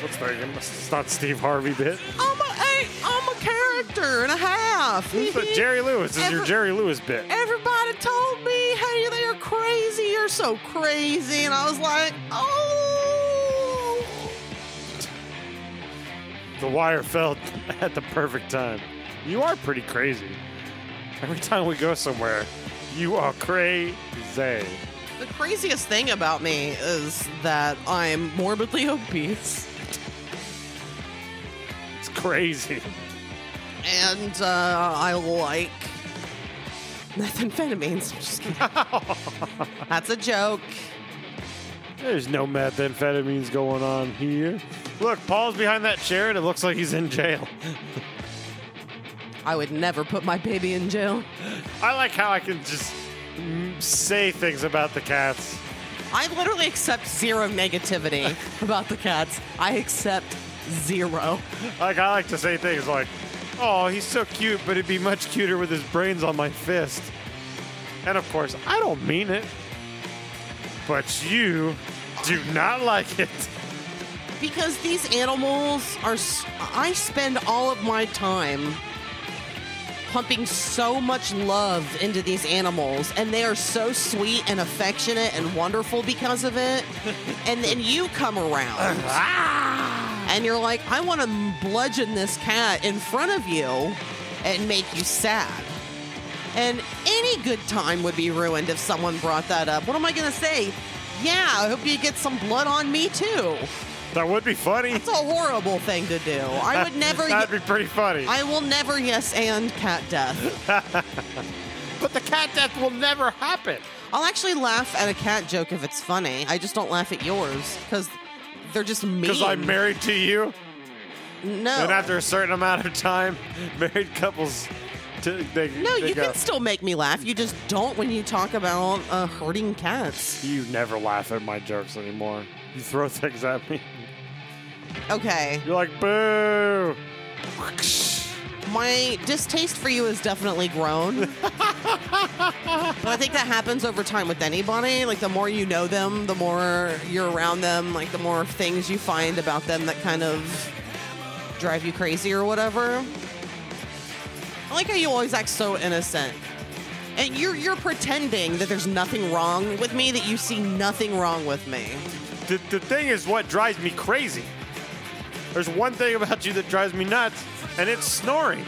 [SPEAKER 1] what's that? It's not Steve Harvey bit.
[SPEAKER 2] I'm a, a I'm a character and a half.
[SPEAKER 1] But Jerry Lewis is your
[SPEAKER 2] Every-
[SPEAKER 1] Jerry Lewis bit.
[SPEAKER 2] Everybody told me, hey, they're crazy. You're so crazy, and I was like, oh.
[SPEAKER 1] The wire fell at the perfect time. You are pretty crazy. Every time we go somewhere, you are crazy.
[SPEAKER 2] The craziest thing about me is that I'm morbidly obese,
[SPEAKER 1] It's crazy.
[SPEAKER 2] and uh, I like methamphetamines. I'm just kidding. That's a joke.
[SPEAKER 1] There's no methamphetamines going on here. Look, Paul's behind that chair and it looks like he's in jail.
[SPEAKER 2] I would never put my baby in jail.
[SPEAKER 1] I like how I can just mm, say things about the cats.
[SPEAKER 2] I literally accept zero negativity about the cats. I accept zero.
[SPEAKER 1] Like I like to say things like, "Oh, he's so cute, but it'd be much cuter with his brains on my fist." And of course, I don't mean it. But you do not like it.
[SPEAKER 2] Because these animals are. s- I spend all of my time pumping so much love into these animals, and they are so sweet and affectionate and wonderful because of it. and then you come around. And you're like, I want to bludgeon this cat in front of you and make you sad. And any good time would be ruined if someone brought that up. What am I going to say? Yeah, I hope you get some blood on me too.
[SPEAKER 1] That would be funny.
[SPEAKER 2] It's a horrible thing to do. I would never.
[SPEAKER 1] That'd be pretty funny.
[SPEAKER 2] I will never yes and cat death.
[SPEAKER 1] but the cat death will never happen.
[SPEAKER 2] I'll actually laugh at a cat joke if it's funny. I just don't laugh at yours because they're just mean.
[SPEAKER 1] Because I'm married to you.
[SPEAKER 2] No.
[SPEAKER 1] And after a certain amount of time, married couples, t- they
[SPEAKER 2] no,
[SPEAKER 1] they
[SPEAKER 2] you
[SPEAKER 1] go,
[SPEAKER 2] can still make me laugh. You just don't when you talk about uh, hurting cats.
[SPEAKER 1] You never laugh at my jokes anymore. You throw things at me.
[SPEAKER 2] Okay.
[SPEAKER 1] You're like, boo.
[SPEAKER 2] My distaste for you has definitely grown. but I think that happens over time with anybody. Like, the more you know them, the more you're around them, like, the more things you find about them that kind of drive you crazy or whatever. I like how you always act so innocent. And you're, you're pretending that there's nothing wrong with me, that you see nothing wrong with me.
[SPEAKER 1] The, the thing is, what drives me crazy. There's one thing about you that drives me nuts, and it's snoring. And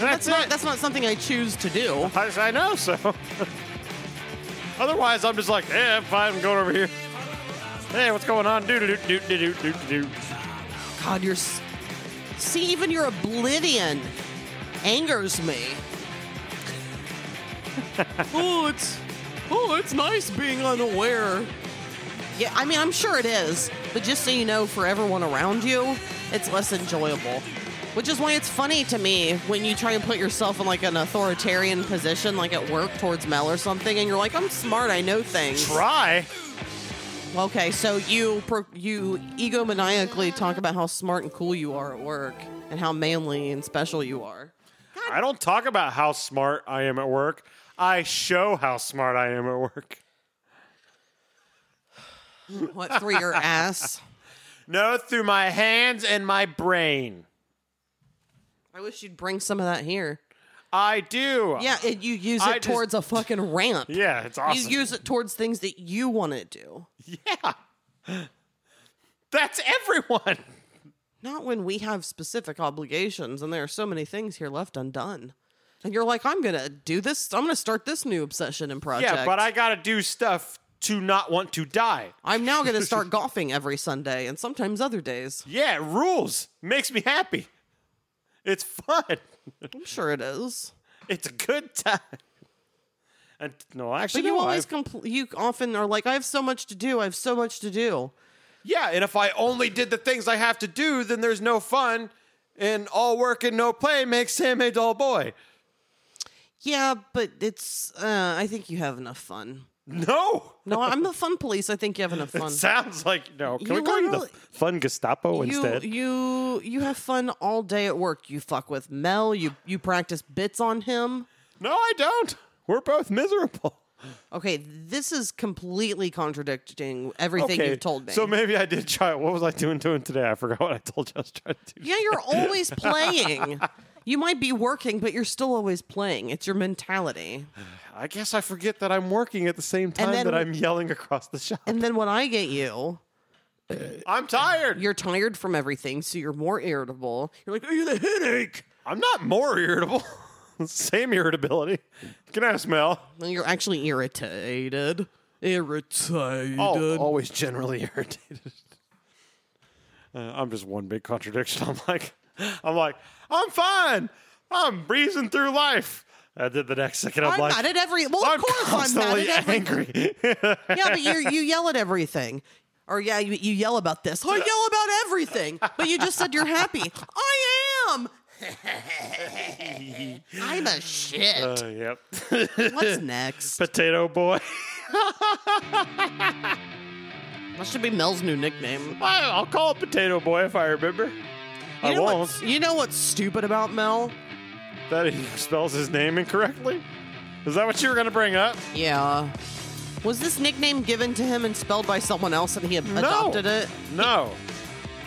[SPEAKER 2] That's,
[SPEAKER 1] that's,
[SPEAKER 2] not,
[SPEAKER 1] it.
[SPEAKER 2] that's not something I choose to do.
[SPEAKER 1] I, I know, so. Otherwise, I'm just like, eh, I'm fine, I'm going over here. Hey, what's going on? Doo doo doo doo doo doo doo.
[SPEAKER 2] God, you're. s- See, even your oblivion angers me. oh, it's oh, it's nice being unaware. Yeah, I mean, I'm sure it is, but just so you know, for everyone around you, it's less enjoyable. Which is why it's funny to me when you try and put yourself in like an authoritarian position, like at work towards Mel or something, and you're like, "I'm smart, I know things."
[SPEAKER 1] Try.
[SPEAKER 2] Okay, so you pro- you egomaniacally talk about how smart and cool you are at work, and how manly and special you are.
[SPEAKER 1] I don't talk about how smart I am at work. I show how smart I am at work.
[SPEAKER 2] What through your ass?
[SPEAKER 1] No, through my hands and my brain.
[SPEAKER 2] I wish you'd bring some of that here.
[SPEAKER 1] I do.
[SPEAKER 2] Yeah, it, you use it
[SPEAKER 1] I just-
[SPEAKER 2] towards a fucking ramp.
[SPEAKER 1] Yeah, it's awesome.
[SPEAKER 2] You use it towards things that you want to do.
[SPEAKER 1] yeah. That's everyone.
[SPEAKER 2] Not when we have specific obligations and there are so many things here left undone. And you're like, I'm gonna do this. I'm gonna start this new obsession and project.
[SPEAKER 1] Yeah, but I got to do stuff to not want to die.
[SPEAKER 2] I'm now gonna start golfing every Sunday and sometimes other days.
[SPEAKER 1] Yeah, it rules. Makes me happy. It's fun.
[SPEAKER 2] I'm sure it is.
[SPEAKER 1] It's a good time. And no, actually,
[SPEAKER 2] But you
[SPEAKER 1] no,
[SPEAKER 2] always
[SPEAKER 1] I've-
[SPEAKER 2] compl- you often are like, I have so much to do. I have so much to do.
[SPEAKER 1] Yeah, and if I only did the things I have to do, then there's no fun, and all work and no play makes him a dull boy.
[SPEAKER 2] Yeah, but it's. Uh, I think you have enough fun.
[SPEAKER 1] No,
[SPEAKER 2] No, I'm the fun police. I think you have enough fun.
[SPEAKER 1] sounds like no. Can
[SPEAKER 2] You
[SPEAKER 1] we call you the
[SPEAKER 2] literally-
[SPEAKER 1] fun
[SPEAKER 2] you,
[SPEAKER 1] Gestapo instead?
[SPEAKER 2] You you have fun all day at work. You fuck with Mel. You you practice bits on him.
[SPEAKER 1] no, I don't. We're both miserable.
[SPEAKER 2] Okay, this is completely contradicting everything you've told me.
[SPEAKER 1] So maybe I did try. What was I doing doing today? I forgot what I told you I was trying to do.
[SPEAKER 2] yeah, you're always playing. You might be working, but you're still always playing. It's your mentality.
[SPEAKER 1] I guess I forget that I'm working at the same time
[SPEAKER 2] then-
[SPEAKER 1] that I'm yelling across the shop.
[SPEAKER 2] And then when I get you,
[SPEAKER 1] I'm tired.
[SPEAKER 2] you're tired from everything, so you're more irritable. You're like, oh, you the headache.
[SPEAKER 1] I'm not more irritable. Same irritability. Can I smell?
[SPEAKER 2] And you're actually irritated.
[SPEAKER 3] Irritated.
[SPEAKER 1] Oh, always generally irritated. Uh, I'm just one big contradiction. I'm like, I'm like, I'm fine. I'm breezing through life. And then the next second, I'm,
[SPEAKER 2] I'm
[SPEAKER 1] like,
[SPEAKER 2] mad at every. Well,
[SPEAKER 1] I'm
[SPEAKER 2] of course I'm mad
[SPEAKER 1] constantly
[SPEAKER 2] at every.
[SPEAKER 1] angry.
[SPEAKER 2] yeah, but you you yell at everything. Or yeah, you, you yell about this. I yell about everything. But you just said you're happy. I am. I'm a shit.
[SPEAKER 1] Uh, yep.
[SPEAKER 2] What's next?
[SPEAKER 1] Potato boy.
[SPEAKER 2] That should be Mel's new nickname.
[SPEAKER 1] I- I'll call it Potato Boy if I remember.
[SPEAKER 2] You
[SPEAKER 1] I
[SPEAKER 2] know
[SPEAKER 1] won't.
[SPEAKER 2] what's you know what's stupid about Mel?
[SPEAKER 1] That he spells his name incorrectly. Is that what you were going to bring up?
[SPEAKER 2] Yeah. Was this nickname given to him and spelled by someone else and he ad- adopted it?
[SPEAKER 1] No.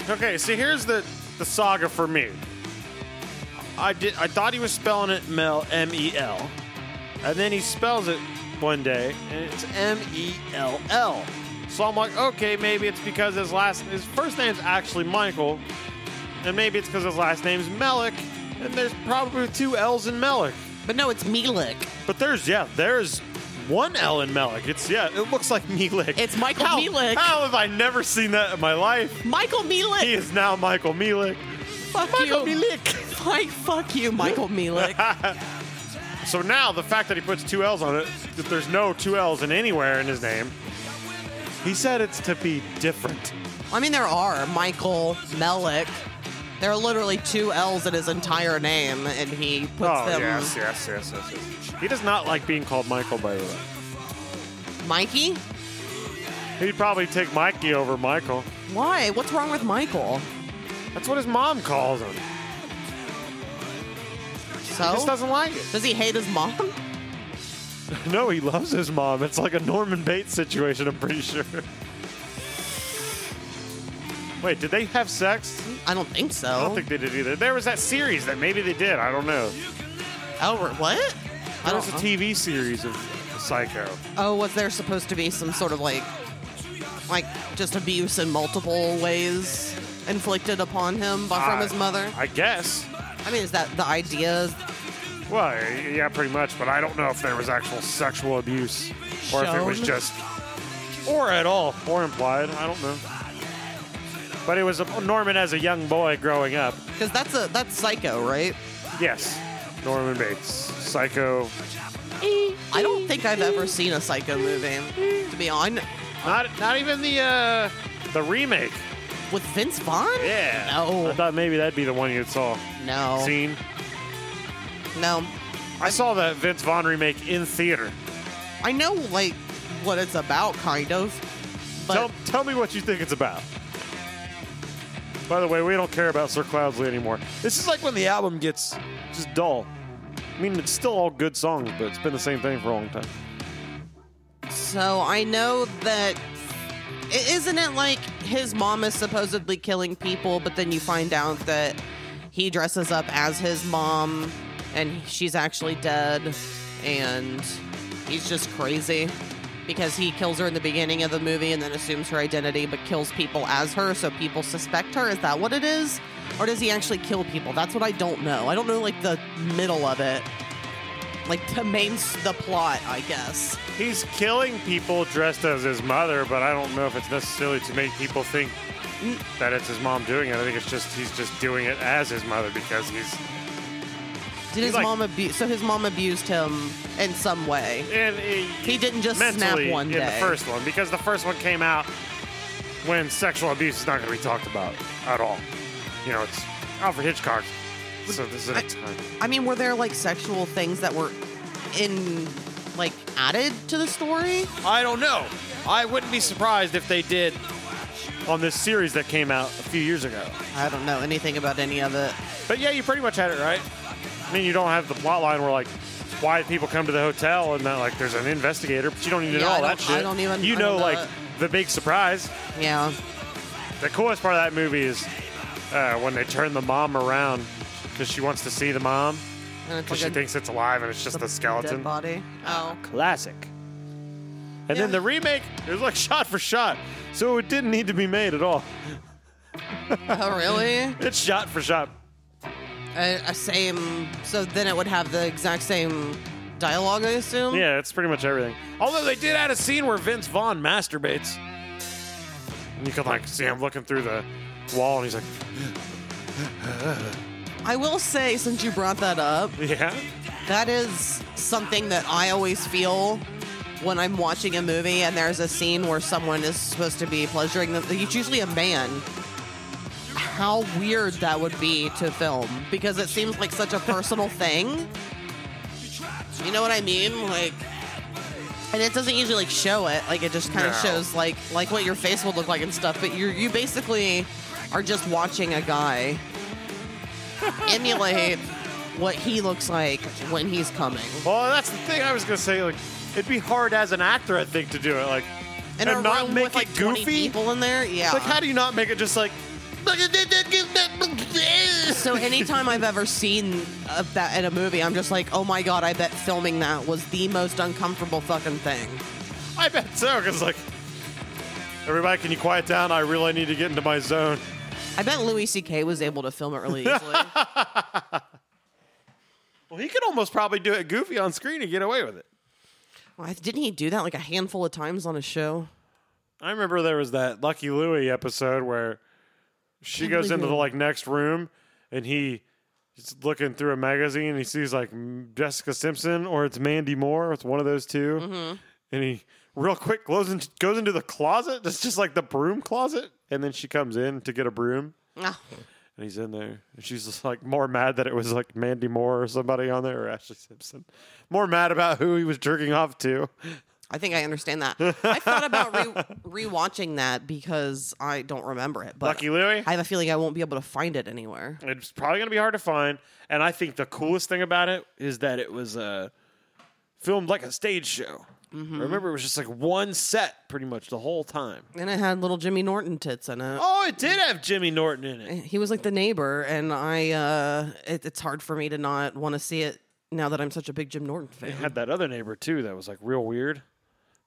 [SPEAKER 1] Okay, so here's the the saga for me. I did I thought he was spelling it Mel M E L. And then he spells it one day and it's M E L L. So I'm like, okay, maybe it's because his last his first name's actually Michael, and maybe it's because his last name's Melick, and there's probably two L's in Melick.
[SPEAKER 2] But no, it's Melik.
[SPEAKER 1] But there's yeah, there's one L in Melick. It's yeah, it looks like Melick.
[SPEAKER 2] It's Michael
[SPEAKER 1] how,
[SPEAKER 2] Melick.
[SPEAKER 1] How have I never seen that in my life?
[SPEAKER 2] Michael Melik.
[SPEAKER 1] He is now Michael Milik.
[SPEAKER 2] fuck you. Fuck, fuck you, Michael Melik.
[SPEAKER 1] So now the fact that he puts two L's on it, that there's no two L's in anywhere in his name, he said it's to be different.
[SPEAKER 2] I mean, there are Michael Melick. There are literally two L's in his entire name, and he
[SPEAKER 1] Oh,
[SPEAKER 2] puts them
[SPEAKER 1] yes, yes, yes, yes. He does not like being called Michael, by the way.
[SPEAKER 2] Mikey.
[SPEAKER 1] He'd probably take Mikey over Michael.
[SPEAKER 2] Why? What's wrong with Michael?
[SPEAKER 1] That's what his mom calls him. He just
[SPEAKER 2] So
[SPEAKER 1] doesn't like it.
[SPEAKER 2] does he hate his mom?
[SPEAKER 1] No, he loves his mom. It's like a Norman Bates situation, I'm pretty sure. Wait, did they have sex?
[SPEAKER 2] I don't think so.
[SPEAKER 1] I don't think they did either. There was that series that maybe they did. I don't know.
[SPEAKER 2] oh, re- what? I
[SPEAKER 1] There
[SPEAKER 2] don't
[SPEAKER 1] was a
[SPEAKER 2] know.
[SPEAKER 1] TV series of Psycho.
[SPEAKER 2] oh, was there supposed to be some sort of like, like just abuse in multiple ways inflicted upon him by, from
[SPEAKER 1] I-
[SPEAKER 2] his mother?
[SPEAKER 1] I guess.
[SPEAKER 2] I mean, is that the idea?
[SPEAKER 1] Well, y- yeah, pretty much. But I don't know if there was actual sexual abuse or if it was
[SPEAKER 2] Shown?
[SPEAKER 1] just, or at all, or implied. I don't know. But it was a, Norman as a young boy growing up.
[SPEAKER 2] Because that's a that's psycho, right?
[SPEAKER 1] Yes, Norman Bates, Psycho,
[SPEAKER 2] I don't think I've ever seen a Psycho movie. To be on
[SPEAKER 1] Not not even the uh, the remake.
[SPEAKER 2] with Vince Vaughn?
[SPEAKER 1] Yeah. Oh.
[SPEAKER 2] No.
[SPEAKER 1] I thought maybe that'd be the one you saw
[SPEAKER 2] No.
[SPEAKER 1] seen.
[SPEAKER 2] No.
[SPEAKER 1] I saw that Vince Vaughn remake in theater.
[SPEAKER 2] I know like what it's about, kind of. But
[SPEAKER 1] tell, tell me what you think it's about. By the way, we don't care about Sir Cloudsley anymore. This is like when the album gets just dull. I mean, it's still all good songs, but it's been the same thing for a long time.
[SPEAKER 2] so I know that i- isn't it like his mom is supposedly killing people, but then you find out that he dresses up as his mom and she's actually dead and he's just crazy because he kills her in the beginning of the movie and then assumes her identity but kills people as her so people suspect her is that what it is or does he actually kill people that's what i don't know i don't know like the middle of it like the main s- the plot i guess
[SPEAKER 1] He's killing people dressed as his mother, but I don't know if it's necessarily to make people think that it's his mom doing it. I think it's just he's just doing it as his mother because he's
[SPEAKER 2] Did his
[SPEAKER 1] like-
[SPEAKER 2] mom abuse? So his mom abused him in some way.
[SPEAKER 1] and he,
[SPEAKER 2] He didn't just snap
[SPEAKER 1] mentally
[SPEAKER 2] one
[SPEAKER 1] in the
[SPEAKER 2] day.
[SPEAKER 1] first one because the first one came out when sexual abuse is not going to be talked about at all. You know, it's Alfred Hitchcock, so this is a
[SPEAKER 2] I-
[SPEAKER 1] time.
[SPEAKER 2] I mean, were there like sexual things that were in like added to the story?
[SPEAKER 1] I don't know. I wouldn't be surprised if they did on this series that came out a few years ago.
[SPEAKER 2] I don't know anything about any of it.
[SPEAKER 1] But yeah, you pretty much had it right. I mean, you don't have the plot line where like why people come to the hotel and that like there's an investigator, but you don't need to
[SPEAKER 2] Yeah,
[SPEAKER 1] know
[SPEAKER 2] I
[SPEAKER 1] all that
[SPEAKER 2] don't- I
[SPEAKER 1] shit.
[SPEAKER 2] don't even-
[SPEAKER 1] You
[SPEAKER 2] I
[SPEAKER 1] know,
[SPEAKER 2] don't know
[SPEAKER 1] like
[SPEAKER 2] it.
[SPEAKER 1] the big surprise.
[SPEAKER 2] Yeah,
[SPEAKER 1] The coolest part of that movie is uh, when they turn the mom around because she wants to see the mom
[SPEAKER 2] and it's
[SPEAKER 1] because she
[SPEAKER 2] like a
[SPEAKER 1] thinks it's alive and it's just a skeleton.
[SPEAKER 2] dead body. Oh,
[SPEAKER 1] Classic. And
[SPEAKER 2] Yeah.
[SPEAKER 1] then the remake, it was like shot for shot, so it didn't need to be made at all.
[SPEAKER 2] oh really?
[SPEAKER 1] It's shot for shot.
[SPEAKER 2] A, a same. So then it would have the exact same dialogue, I assume.
[SPEAKER 1] Yeah, it's pretty much everything. Although they did add a scene where Vince Vaughn masturbates. And you can like see him looking through the wall and he's like,
[SPEAKER 2] I will say, since you brought that up,
[SPEAKER 1] Yeah.
[SPEAKER 2] That is something that I always feel when I'm watching a movie and there's a scene where someone is supposed to be pleasuring them. It's usually a man. How weird that would be to film because it seems like such a personal thing. You know what I mean? Like, and it doesn't usually like show it. Like it just kind of
[SPEAKER 1] No.
[SPEAKER 2] shows like like what your face would look like and stuff. But you are you basically are just watching a guy emulate what he looks like when he's coming.
[SPEAKER 1] Well, that's the thing I was gonna say, like, it'd be hard as an actor, I think, to do it. Like
[SPEAKER 2] In
[SPEAKER 1] And
[SPEAKER 2] a
[SPEAKER 1] not
[SPEAKER 2] room
[SPEAKER 1] make
[SPEAKER 2] with, like,
[SPEAKER 1] it
[SPEAKER 2] 20
[SPEAKER 1] goofy?
[SPEAKER 2] people in there, yeah.
[SPEAKER 1] like how do you not make it just like
[SPEAKER 2] so anytime I've ever seen of that in a movie, I'm just like, oh my god, I bet filming that was the most uncomfortable fucking thing.
[SPEAKER 1] I bet so, because like everybody can you quiet down? I really need to get into my zone.
[SPEAKER 2] I bet Louis C.K. was able to film it really easily.
[SPEAKER 1] Well he could almost probably do it goofy on screen and get away with it.
[SPEAKER 2] Why- Didn't he do that like a handful of times on a show?
[SPEAKER 1] I remember there was that Lucky Louie episode where she
[SPEAKER 2] Can't
[SPEAKER 1] goes
[SPEAKER 2] believe
[SPEAKER 1] into the
[SPEAKER 2] it.
[SPEAKER 1] like next room and he he's looking through a magazine and he sees like M- Jessica Simpson or it's Mandy Moore, it's one of those 2
[SPEAKER 2] Mm-hmm.
[SPEAKER 1] and he real quick goes into, goes into the closet. That's just like the broom closet, and then she comes in to get a broom.
[SPEAKER 2] Ah,
[SPEAKER 1] And he's in there, and she's just like more mad that it was like Mandy Moore or somebody on there or Ashley Simpson. More mad about who he was jerking off to.
[SPEAKER 2] I think I understand that. I thought about re- rewatching that because I don't remember it. But
[SPEAKER 1] Lucky Louie.
[SPEAKER 2] I have a feeling I won't be able to find it anywhere.
[SPEAKER 1] It's probably going to be hard to find. And I think the coolest thing about it is that it was uh, filmed like a stage show. I remember it was just like one set pretty much the whole time.
[SPEAKER 2] And it had little Jimmy Norton tits in it.
[SPEAKER 1] Oh, it did have Jimmy Norton in it.
[SPEAKER 2] he was like the neighbor and i uh it, it's hard for me to not want to see it now that i'm such a big jim norton fan
[SPEAKER 1] It had that other neighbor too that was like real weird.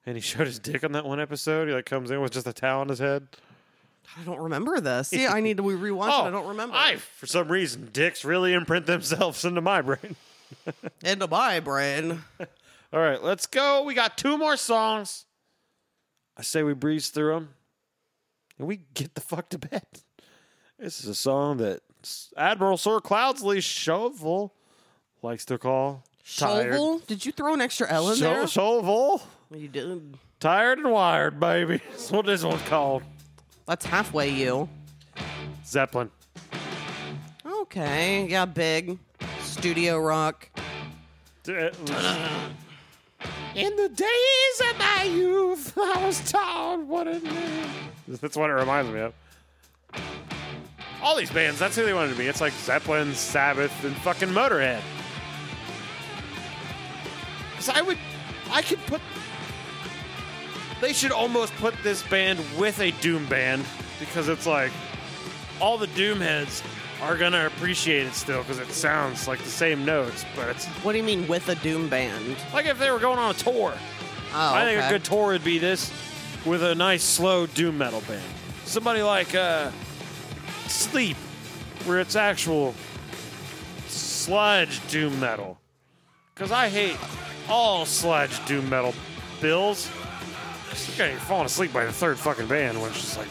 [SPEAKER 1] And he showed his dick on that one episode. He like comes in with just a towel on his head.
[SPEAKER 2] i don't remember this see i need to we rewatch it i don't remember
[SPEAKER 1] Oh, I for some reason dicks really imprint themselves into my brain.
[SPEAKER 2] into my brain
[SPEAKER 1] All right, let's go. We got two more songs. I say we breeze through them and we get the fuck to bed. This is a song that Admiral Sir Cloudsley Shovel likes to call Tired.
[SPEAKER 2] Shovel? Did you throw an extra L in
[SPEAKER 1] So,
[SPEAKER 2] there?
[SPEAKER 1] Soulful,
[SPEAKER 2] You did.
[SPEAKER 1] tired and wired, baby. That's what this one's called.
[SPEAKER 2] That's halfway you.
[SPEAKER 1] Zeppelin.
[SPEAKER 2] Okay. Yeah, big. Studio rock.
[SPEAKER 1] uh, In the days of my youth, I was told what it meant. That's what it reminds me of. All these bands, that's who they wanted to be. It's like Zeppelin, Sabbath, and fucking Motorhead. Because I would, I could put. They should almost put this band with a Doom band because it's like all the Doom heads are gonna appreciate it still because it sounds like the same notes, but it's
[SPEAKER 2] What do you mean with a doom band?
[SPEAKER 1] like if they were going on a tour.
[SPEAKER 2] Oh,
[SPEAKER 1] I think
[SPEAKER 2] okay.
[SPEAKER 1] a good tour would be this with a nice slow doom metal band. Somebody like uh, Sleep, where it's actual sludge doom metal. Because I hate all sludge doom metal bills. Okay, falling asleep by the third fucking band when it's just like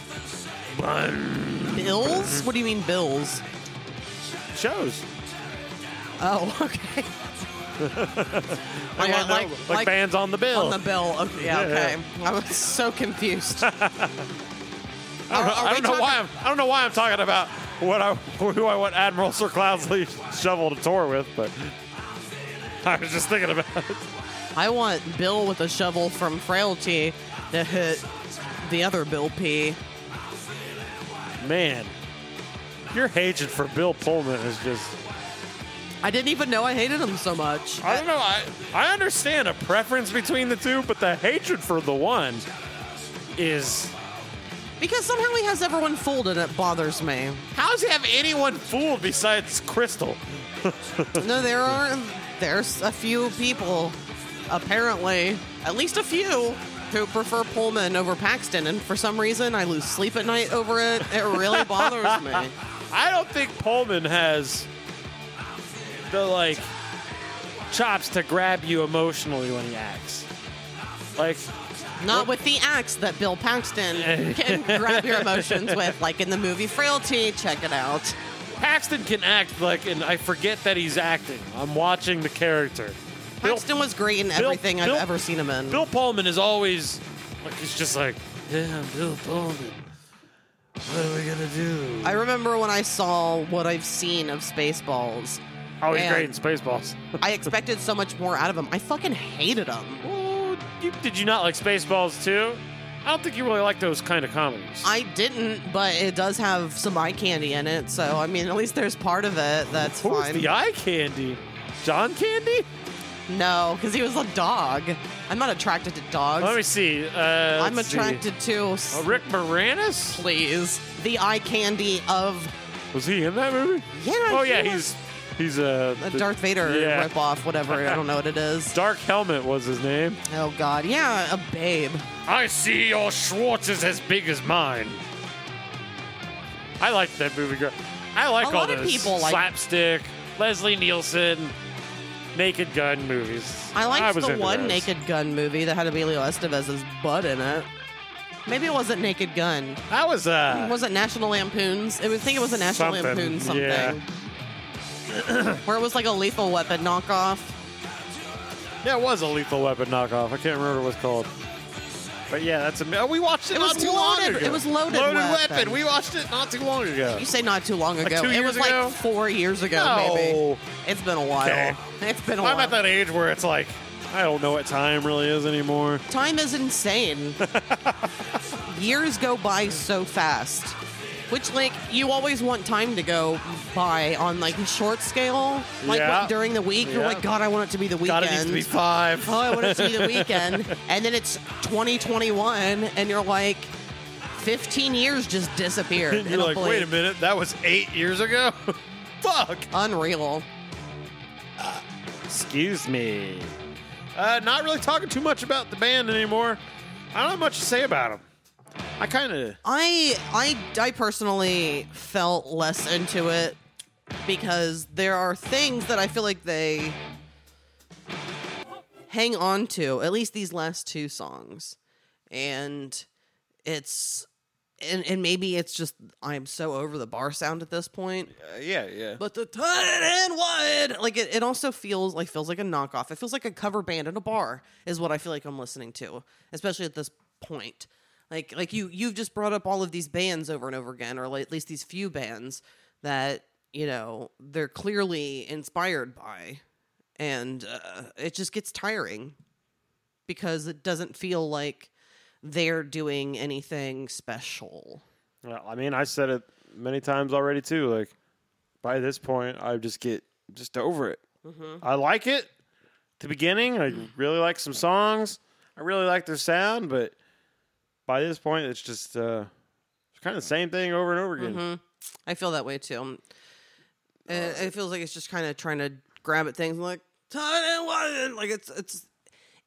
[SPEAKER 1] bun
[SPEAKER 2] bills. What do you mean bills?
[SPEAKER 1] shows.
[SPEAKER 2] Oh, okay.
[SPEAKER 1] I
[SPEAKER 2] like,
[SPEAKER 1] don't
[SPEAKER 2] like,
[SPEAKER 1] know, like
[SPEAKER 2] like
[SPEAKER 1] bands on the bill.
[SPEAKER 2] on the bill. Okay, yeah,
[SPEAKER 1] Oh. Yeah,
[SPEAKER 2] okay. I was so confused.
[SPEAKER 1] I don't know,
[SPEAKER 2] Are- are
[SPEAKER 1] I
[SPEAKER 2] we
[SPEAKER 1] don't know why I'm I don't know why I'm talking about what I who I want Admiral Sir Cloudesley shovel to tour with, but I was just thinking about it.
[SPEAKER 2] I want Bill with a shovel from Frailty to hit the other Bill P.
[SPEAKER 1] Man, your hatred for Bill Pullman is just
[SPEAKER 2] I didn't even know I hated him so much.
[SPEAKER 1] I don't know. I I understand a preference between the two, but the hatred for the one is
[SPEAKER 2] Because somehow he has everyone fooled and it bothers me.
[SPEAKER 1] how does he have anyone fooled besides Crystal?
[SPEAKER 2] no, there are there's a few people, apparently, at least a few, who prefer Pullman over Paxton, and for some reason I lose sleep at night over it. It really bothers me.
[SPEAKER 1] I don't think Pullman has the like chops to grab you emotionally when he acts. Like
[SPEAKER 2] Not with the axe that Bill Paxton can grab your emotions with, like in the movie Frailty. Check it out.
[SPEAKER 1] Paxton can act like, and I forget that he's acting. I'm watching the character. Bill,
[SPEAKER 2] Paxton was great in everything
[SPEAKER 1] Bill-
[SPEAKER 2] I've ever seen him in.
[SPEAKER 1] Bill Pullman is always like he's just like, yeah, I'm Bill Pullman. What are we gonna do?
[SPEAKER 2] I remember when I saw what I've seen of Spaceballs.
[SPEAKER 1] oh, he's
[SPEAKER 2] and-
[SPEAKER 1] great in Spaceballs.
[SPEAKER 2] I expected so much more out of him. I fucking hated him.
[SPEAKER 1] Well, you, did you not like Spaceballs too? I don't think you really like those kind of comedies.
[SPEAKER 2] I didn't, but it does have some eye candy in it. So I mean, at least there's part of it that's
[SPEAKER 1] Who was
[SPEAKER 2] fine.
[SPEAKER 1] the eye candy? John Candy?
[SPEAKER 2] no, because he was a dog. I'm not attracted to dogs.
[SPEAKER 1] Let me see. Uh,
[SPEAKER 2] I'm
[SPEAKER 1] let's see.
[SPEAKER 2] attracted to s-
[SPEAKER 1] Uh, Rick Moranis?
[SPEAKER 2] please the eye candy of
[SPEAKER 1] Was he in that movie?
[SPEAKER 2] Yeah,
[SPEAKER 1] Oh yeah,
[SPEAKER 2] he
[SPEAKER 1] he's he's uh,
[SPEAKER 2] a
[SPEAKER 1] the-
[SPEAKER 2] Darth Vader
[SPEAKER 1] yeah.
[SPEAKER 2] ripoff, whatever. I don't know what it is.
[SPEAKER 1] Dark Helmet was his name.
[SPEAKER 2] Oh God, yeah, a babe.
[SPEAKER 1] I see your Schwartz is as big as mine. I like that movie, girl. I like
[SPEAKER 2] A
[SPEAKER 1] all
[SPEAKER 2] lot of
[SPEAKER 1] those
[SPEAKER 2] people like-
[SPEAKER 1] slapstick, Leslie Nielsen, Naked Gun movies.
[SPEAKER 2] I liked
[SPEAKER 1] was
[SPEAKER 2] the
[SPEAKER 1] into
[SPEAKER 2] one
[SPEAKER 1] those.
[SPEAKER 2] Naked Gun movie that had Emilio Estevez's butt in it. Maybe it wasn't Naked Gun.
[SPEAKER 1] That was uh,
[SPEAKER 2] Was it National Lampoons? I would think it was a National
[SPEAKER 1] Something,
[SPEAKER 2] Lampoon something.
[SPEAKER 1] yeah.
[SPEAKER 2] Where it was like a lethal weapon knockoff.
[SPEAKER 1] yeah, it was a Lethal Weapon knockoff. I can't remember what it's called. But yeah, that's a. We watched it.
[SPEAKER 2] It was
[SPEAKER 1] not too long
[SPEAKER 2] Loaded-
[SPEAKER 1] ago.
[SPEAKER 2] it was Loaded
[SPEAKER 1] weapon.
[SPEAKER 2] Weapon.
[SPEAKER 1] We watched it not too long ago.
[SPEAKER 2] You say not too long ago.
[SPEAKER 1] two
[SPEAKER 2] it was
[SPEAKER 1] years ago?
[SPEAKER 2] like four years ago,
[SPEAKER 1] No.
[SPEAKER 2] maybe. It's been a while.
[SPEAKER 1] Okay.
[SPEAKER 2] It's been a
[SPEAKER 1] I'm
[SPEAKER 2] while.
[SPEAKER 1] at that age where it's like, I don't know what time really is anymore.
[SPEAKER 2] Time is insane. Years go by so fast. Which like you always want time to go by on like a short scale, like
[SPEAKER 1] Yeah.
[SPEAKER 2] what- during the week. You're
[SPEAKER 1] Yeah.
[SPEAKER 2] like, God, I want it to be the
[SPEAKER 1] God,
[SPEAKER 2] weekend.
[SPEAKER 1] it needs to be five.
[SPEAKER 2] oh, I want it to be the weekend. And then it's 2021, and you're like, 15 years just disappeared.
[SPEAKER 1] And
[SPEAKER 2] in
[SPEAKER 1] you're like,
[SPEAKER 2] blink.
[SPEAKER 1] wait a minute, that was eight years ago? Fuck.
[SPEAKER 2] Unreal.
[SPEAKER 1] Excuse me. Uh, not really talking too much about the band anymore. I don't have much to say about them. I kind of.
[SPEAKER 2] I, I, I personally felt less into it because there are things that I feel like they hang on to, at least these last two songs. And it's and and maybe it's just I'm so over the bar sound at this point.
[SPEAKER 4] Uh, yeah, yeah.
[SPEAKER 2] But the tight and wide, like it, it also feels like feels like a knockoff. It feels like a cover band in a bar is what I feel like I'm listening to, especially at this point. Like like you you've just brought up all of these bands over and over again, or like at least these few bands that you know they're clearly inspired by, and uh, it just gets tiring because it doesn't feel like they're doing anything special.
[SPEAKER 5] Well, I mean, I said it many times already too. Like by this point, I just get just over it.
[SPEAKER 4] Mm-hmm.
[SPEAKER 5] I like it. The beginning, I really like some songs. I really like their sound, but by this point, it's just uh, it's kind of the same thing over and over
[SPEAKER 4] Mm-hmm.
[SPEAKER 5] again.
[SPEAKER 2] I feel that way too. Um, It, it feels like it's just kind of trying to grab at things and like "Tight and wide," and, Like it's it's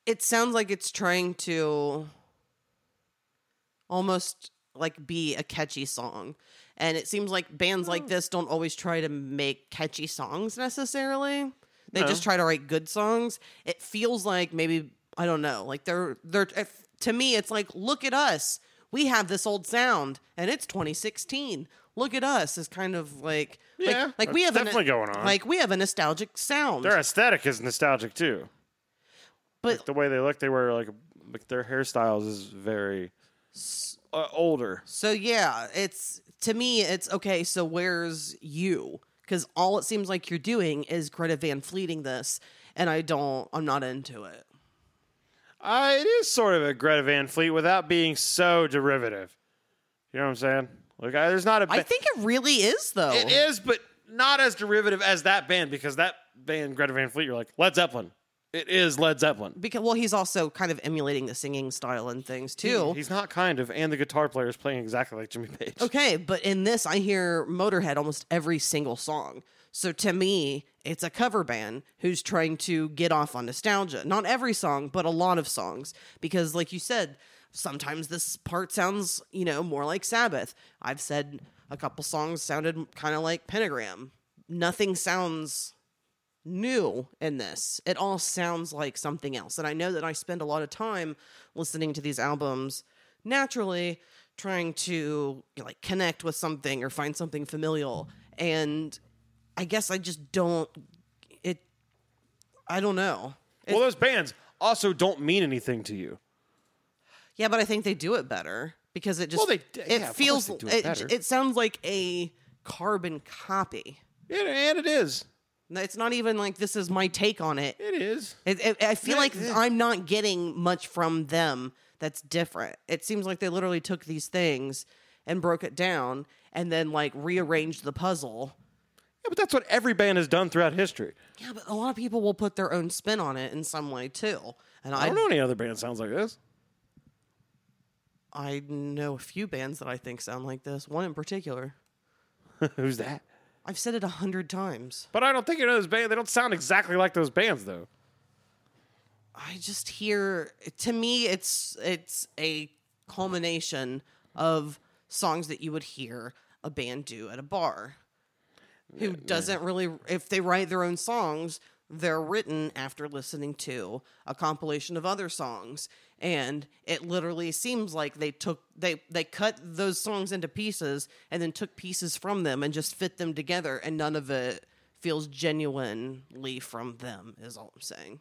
[SPEAKER 2] it sounds like it's trying to almost like be a catchy song. And it seems like bands
[SPEAKER 5] Hmm.
[SPEAKER 2] like this don't always try to make catchy songs necessarily. They just try to write good songs. It feels like maybe I don't know. Like they're they're if, to me it's like look at us. We have this old sound and it's 2016. Look at us is kind of like like-
[SPEAKER 5] Yeah,
[SPEAKER 2] like, we have
[SPEAKER 5] that's definitely going on.
[SPEAKER 2] Like we have a nostalgic sound.
[SPEAKER 5] Their aesthetic is nostalgic too.
[SPEAKER 2] But
[SPEAKER 5] The way they look, they wear like like their hairstyles is very uh, older.
[SPEAKER 2] So yeah, it's to me, it's okay. So where's you? Because all it seems like you're doing is Greta Van Fleeting this, and I don't. I'm not into it.
[SPEAKER 5] Uh, it is sort of a Greta Van Fleet without being so derivative. You know what I'm saying? Like, I, there's not a.
[SPEAKER 2] I
[SPEAKER 5] ba-
[SPEAKER 2] think it really is though.
[SPEAKER 5] It is, but not as derivative as that band because that band, Greta Van Fleet, you're like Led Zeppelin. It is Led Zeppelin.
[SPEAKER 2] because well, he's also kind of emulating the singing style and things too.
[SPEAKER 5] He's not kind of, and the guitar player is playing exactly like Jimmy Page.
[SPEAKER 2] Okay, but in this, I hear Motorhead almost every single song. So to me, it's a cover band who's trying to get off on nostalgia. Not every song, but a lot of songs. Because, like you said, sometimes this part sounds, you know, more like Sabbath. I've said a couple songs sounded kind of like Pentagram. Nothing sounds new in this. It all sounds like something else. And I know that I spend a lot of time listening to these albums naturally trying to you know, like connect with something or find something familial. And I guess I just don't it I don't know.
[SPEAKER 5] Well, those bands also don't mean anything to you.
[SPEAKER 2] Yeah, but I think they do it better because it just
[SPEAKER 5] Well, they-
[SPEAKER 2] it
[SPEAKER 5] yeah, of course
[SPEAKER 2] feels
[SPEAKER 5] they do it better.
[SPEAKER 2] it, it sounds like a carbon copy.
[SPEAKER 5] Yeah, and it is.
[SPEAKER 2] It's not even like this is my take on it.
[SPEAKER 5] It is.
[SPEAKER 2] It, it, I feel
[SPEAKER 5] Yeah,
[SPEAKER 2] like
[SPEAKER 5] yeah.
[SPEAKER 2] I'm not getting much from them that's different. It seems like they literally took these things and broke it down and then like rearranged the puzzle.
[SPEAKER 5] Yeah, but that's what every band has done throughout history.
[SPEAKER 2] Yeah, but a lot of people will put their own spin on it in some way too. And
[SPEAKER 5] I
[SPEAKER 2] I
[SPEAKER 5] don't know any other band that sounds like this.
[SPEAKER 2] I know a few bands that I think sound like this. One in particular.
[SPEAKER 5] Who's that?
[SPEAKER 2] I've said it a hundred times.
[SPEAKER 5] But I don't think you know those bands. They don't sound exactly like those bands, though.
[SPEAKER 2] I just hear to me it's it's a culmination of songs that you would hear a band do at a bar. Who doesn't really if they write their own songs, they're written after listening to a compilation of other songs and it literally seems like they took they they cut those songs into pieces and then took pieces from them and just fit them together and none of it feels genuinely from them is all I'm saying.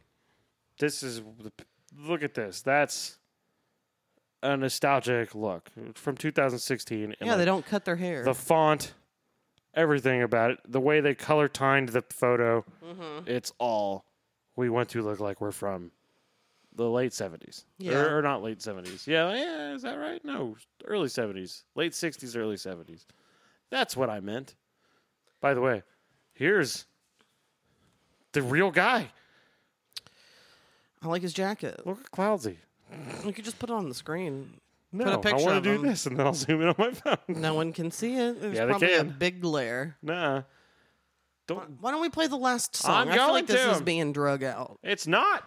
[SPEAKER 5] this is the p- look at this. That's a nostalgic look from 2016. And
[SPEAKER 2] Yeah,
[SPEAKER 5] like,
[SPEAKER 2] they don't cut their hair.
[SPEAKER 5] the font, everything about it, the way they color timed the photo,
[SPEAKER 2] Mm-hmm.
[SPEAKER 5] it's all we want to look like we're from the late 70s.
[SPEAKER 2] Yeah.
[SPEAKER 5] Or, or not late 70s. Yeah, yeah, is that right? No, early 70s. Late 60s, early 70s. That's what I meant. By the way, here's the real guy.
[SPEAKER 2] I like his jacket.
[SPEAKER 5] Look at Cloudsy.
[SPEAKER 2] We could just put it on the screen.
[SPEAKER 5] No,
[SPEAKER 2] put a picture
[SPEAKER 5] I wanna
[SPEAKER 2] of
[SPEAKER 5] do
[SPEAKER 2] him.
[SPEAKER 5] this, and then I'll zoom in on my phone.
[SPEAKER 2] No one can see it. There's
[SPEAKER 5] Yeah, they
[SPEAKER 2] probably a
[SPEAKER 5] can.
[SPEAKER 2] big glare.
[SPEAKER 5] nah, don't.
[SPEAKER 2] Why don't we play the last
[SPEAKER 5] I'm
[SPEAKER 2] song? I feel
[SPEAKER 5] going
[SPEAKER 2] like this
[SPEAKER 5] to.
[SPEAKER 2] is being drug out.
[SPEAKER 5] It's not.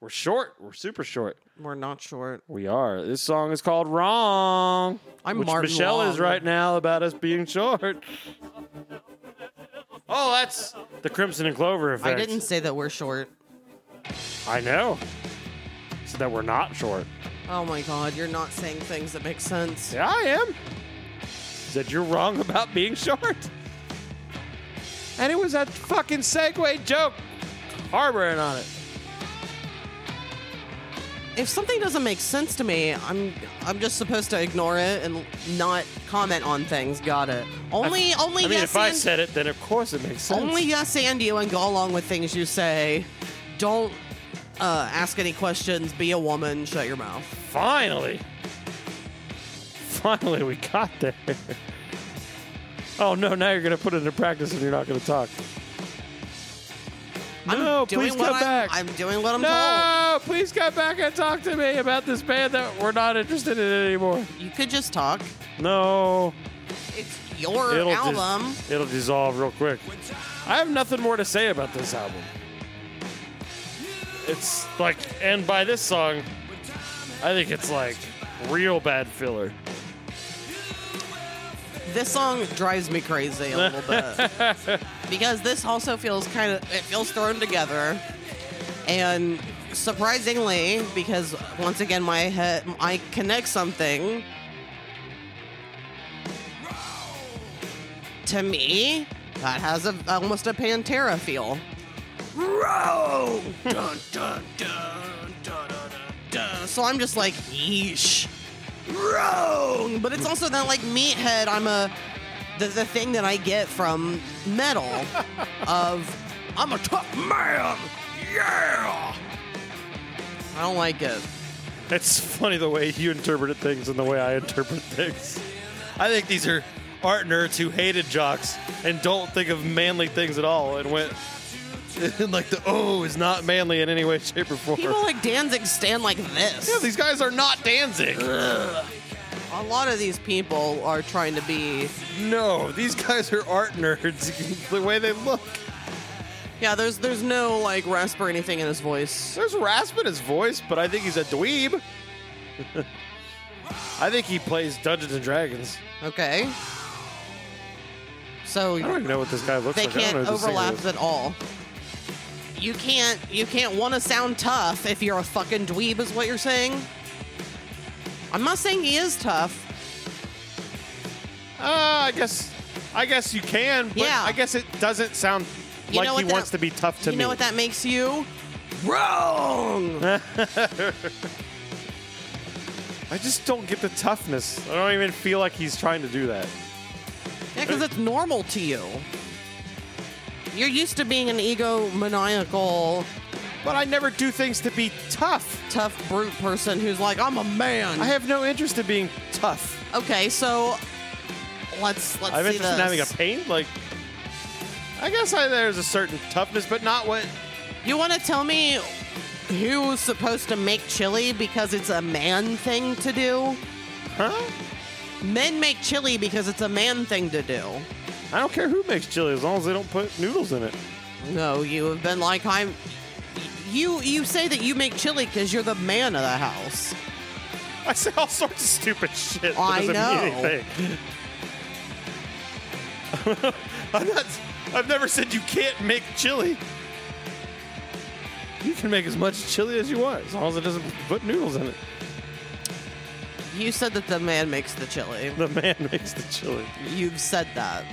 [SPEAKER 5] We're short. We're super short.
[SPEAKER 2] We're not short.
[SPEAKER 5] We are. This song is called "Wrong."
[SPEAKER 2] I'm
[SPEAKER 5] which
[SPEAKER 2] Martin
[SPEAKER 5] Michelle is
[SPEAKER 2] Long.
[SPEAKER 5] right now about us being short. Oh, that's the Crimson and Clover effect.
[SPEAKER 2] I didn't say that we're short.
[SPEAKER 5] I know. So that we're not short.
[SPEAKER 2] Oh my God, you're not saying things that make sense.
[SPEAKER 5] Yeah, I am. Said you're wrong about being short. And it was a fucking segue joke harboring on it.
[SPEAKER 2] If something doesn't make sense to me, I'm I'm just supposed to ignore it and not comment on things. Got it. Only only
[SPEAKER 5] I mean,
[SPEAKER 2] yes
[SPEAKER 5] if I
[SPEAKER 2] and
[SPEAKER 5] said it, then of course it makes sense.
[SPEAKER 2] only yes and you and go along with things you say. Don't uh, ask any questions. Be a woman. Shut your mouth.
[SPEAKER 5] Finally. Finally, we got there. oh, no, now you're going to put it into practice and you're not going to talk. No,
[SPEAKER 2] I'm doing
[SPEAKER 5] please
[SPEAKER 2] what
[SPEAKER 5] come
[SPEAKER 2] I'm,
[SPEAKER 5] back.
[SPEAKER 2] I'm doing what I'm
[SPEAKER 5] no, please come back and talk to me about this band that we're not interested in anymore.
[SPEAKER 2] told. You could just talk.
[SPEAKER 5] No.
[SPEAKER 2] It's your
[SPEAKER 5] It'll dis-
[SPEAKER 2] album.
[SPEAKER 5] it'll dissolve real quick. I have nothing more to say about this album. It's like, and by this song, I think it's like real bad filler.
[SPEAKER 2] This song drives me crazy a little bit because this also feels kind of it feels thrown together, and surprisingly, because once again my head I connect something to me that has a almost a Pantera feel. Row! Dun, dun, dun, dun, dun, dun. So I'm just like, yeesh wrong. But it's also that like meathead. I'm a the, the thing that I get from metal of I'm a tough man. Yeah. I don't like it.
[SPEAKER 5] It's funny the way you interpreted things and the way I interpret things. I think these are art nerds who hated jocks and don't think of manly things at all and went like the oh is not manly in any way, shape, or form.
[SPEAKER 2] People like Danzig stand like this.
[SPEAKER 5] yeah, these guys are not Danzig.
[SPEAKER 2] a lot of these people are trying to be.
[SPEAKER 5] No, these guys are art nerds. the way they look.
[SPEAKER 2] Yeah, there's there's no like rasp or anything in his voice.
[SPEAKER 5] There's rasp in his voice, but I think he's a dweeb. I think he plays Dungeons and Dragons.
[SPEAKER 2] Okay. So
[SPEAKER 5] I don't even know what this guy looks
[SPEAKER 2] they
[SPEAKER 5] like. I
[SPEAKER 2] can't
[SPEAKER 5] don't know who this singer
[SPEAKER 2] overlap
[SPEAKER 5] is.
[SPEAKER 2] at all. You can't you can't want to sound tough if you're a fucking dweeb is what you're saying. I'm not saying he is tough.
[SPEAKER 5] Ah, I guess, I guess you can. But
[SPEAKER 2] Yeah.
[SPEAKER 5] I guess it doesn't sound
[SPEAKER 2] You
[SPEAKER 5] like
[SPEAKER 2] know
[SPEAKER 5] he
[SPEAKER 2] what that-
[SPEAKER 5] wants to be tough to
[SPEAKER 2] you
[SPEAKER 5] me.
[SPEAKER 2] know what that makes you? Wrong.
[SPEAKER 5] I just don't get the toughness. I don't even feel like he's trying to do that.
[SPEAKER 2] yeah, cuz it's normal to you. You're used to being an egomaniacal,
[SPEAKER 5] But I never do things to be tough.
[SPEAKER 2] tough brute person who's like, "I'm a man."
[SPEAKER 5] I have no interest in being tough.
[SPEAKER 2] okay, so let's let's
[SPEAKER 5] I'm
[SPEAKER 2] see
[SPEAKER 5] interested in having a
[SPEAKER 2] this.
[SPEAKER 5] pain. Like, I guess I, there's a certain toughness, but not what.
[SPEAKER 2] You want to tell me who's supposed to make chili because it's a man thing to do?
[SPEAKER 5] Huh?
[SPEAKER 2] Men make chili because it's a man thing to do.
[SPEAKER 5] I don't care who makes chili as long as they don't put noodles in it.
[SPEAKER 2] No, you have been like I'm. You you say that you make chili because you're the man of the house.
[SPEAKER 5] I say all sorts of stupid shit. That
[SPEAKER 2] I
[SPEAKER 5] doesn't
[SPEAKER 2] know.
[SPEAKER 5] Mean anything. I'm not. I've never said you can't make chili. You can make as much chili as you want as long as it doesn't put noodles in it.
[SPEAKER 2] You said that the man makes the chili.
[SPEAKER 5] The man makes the chili.
[SPEAKER 2] You've said that.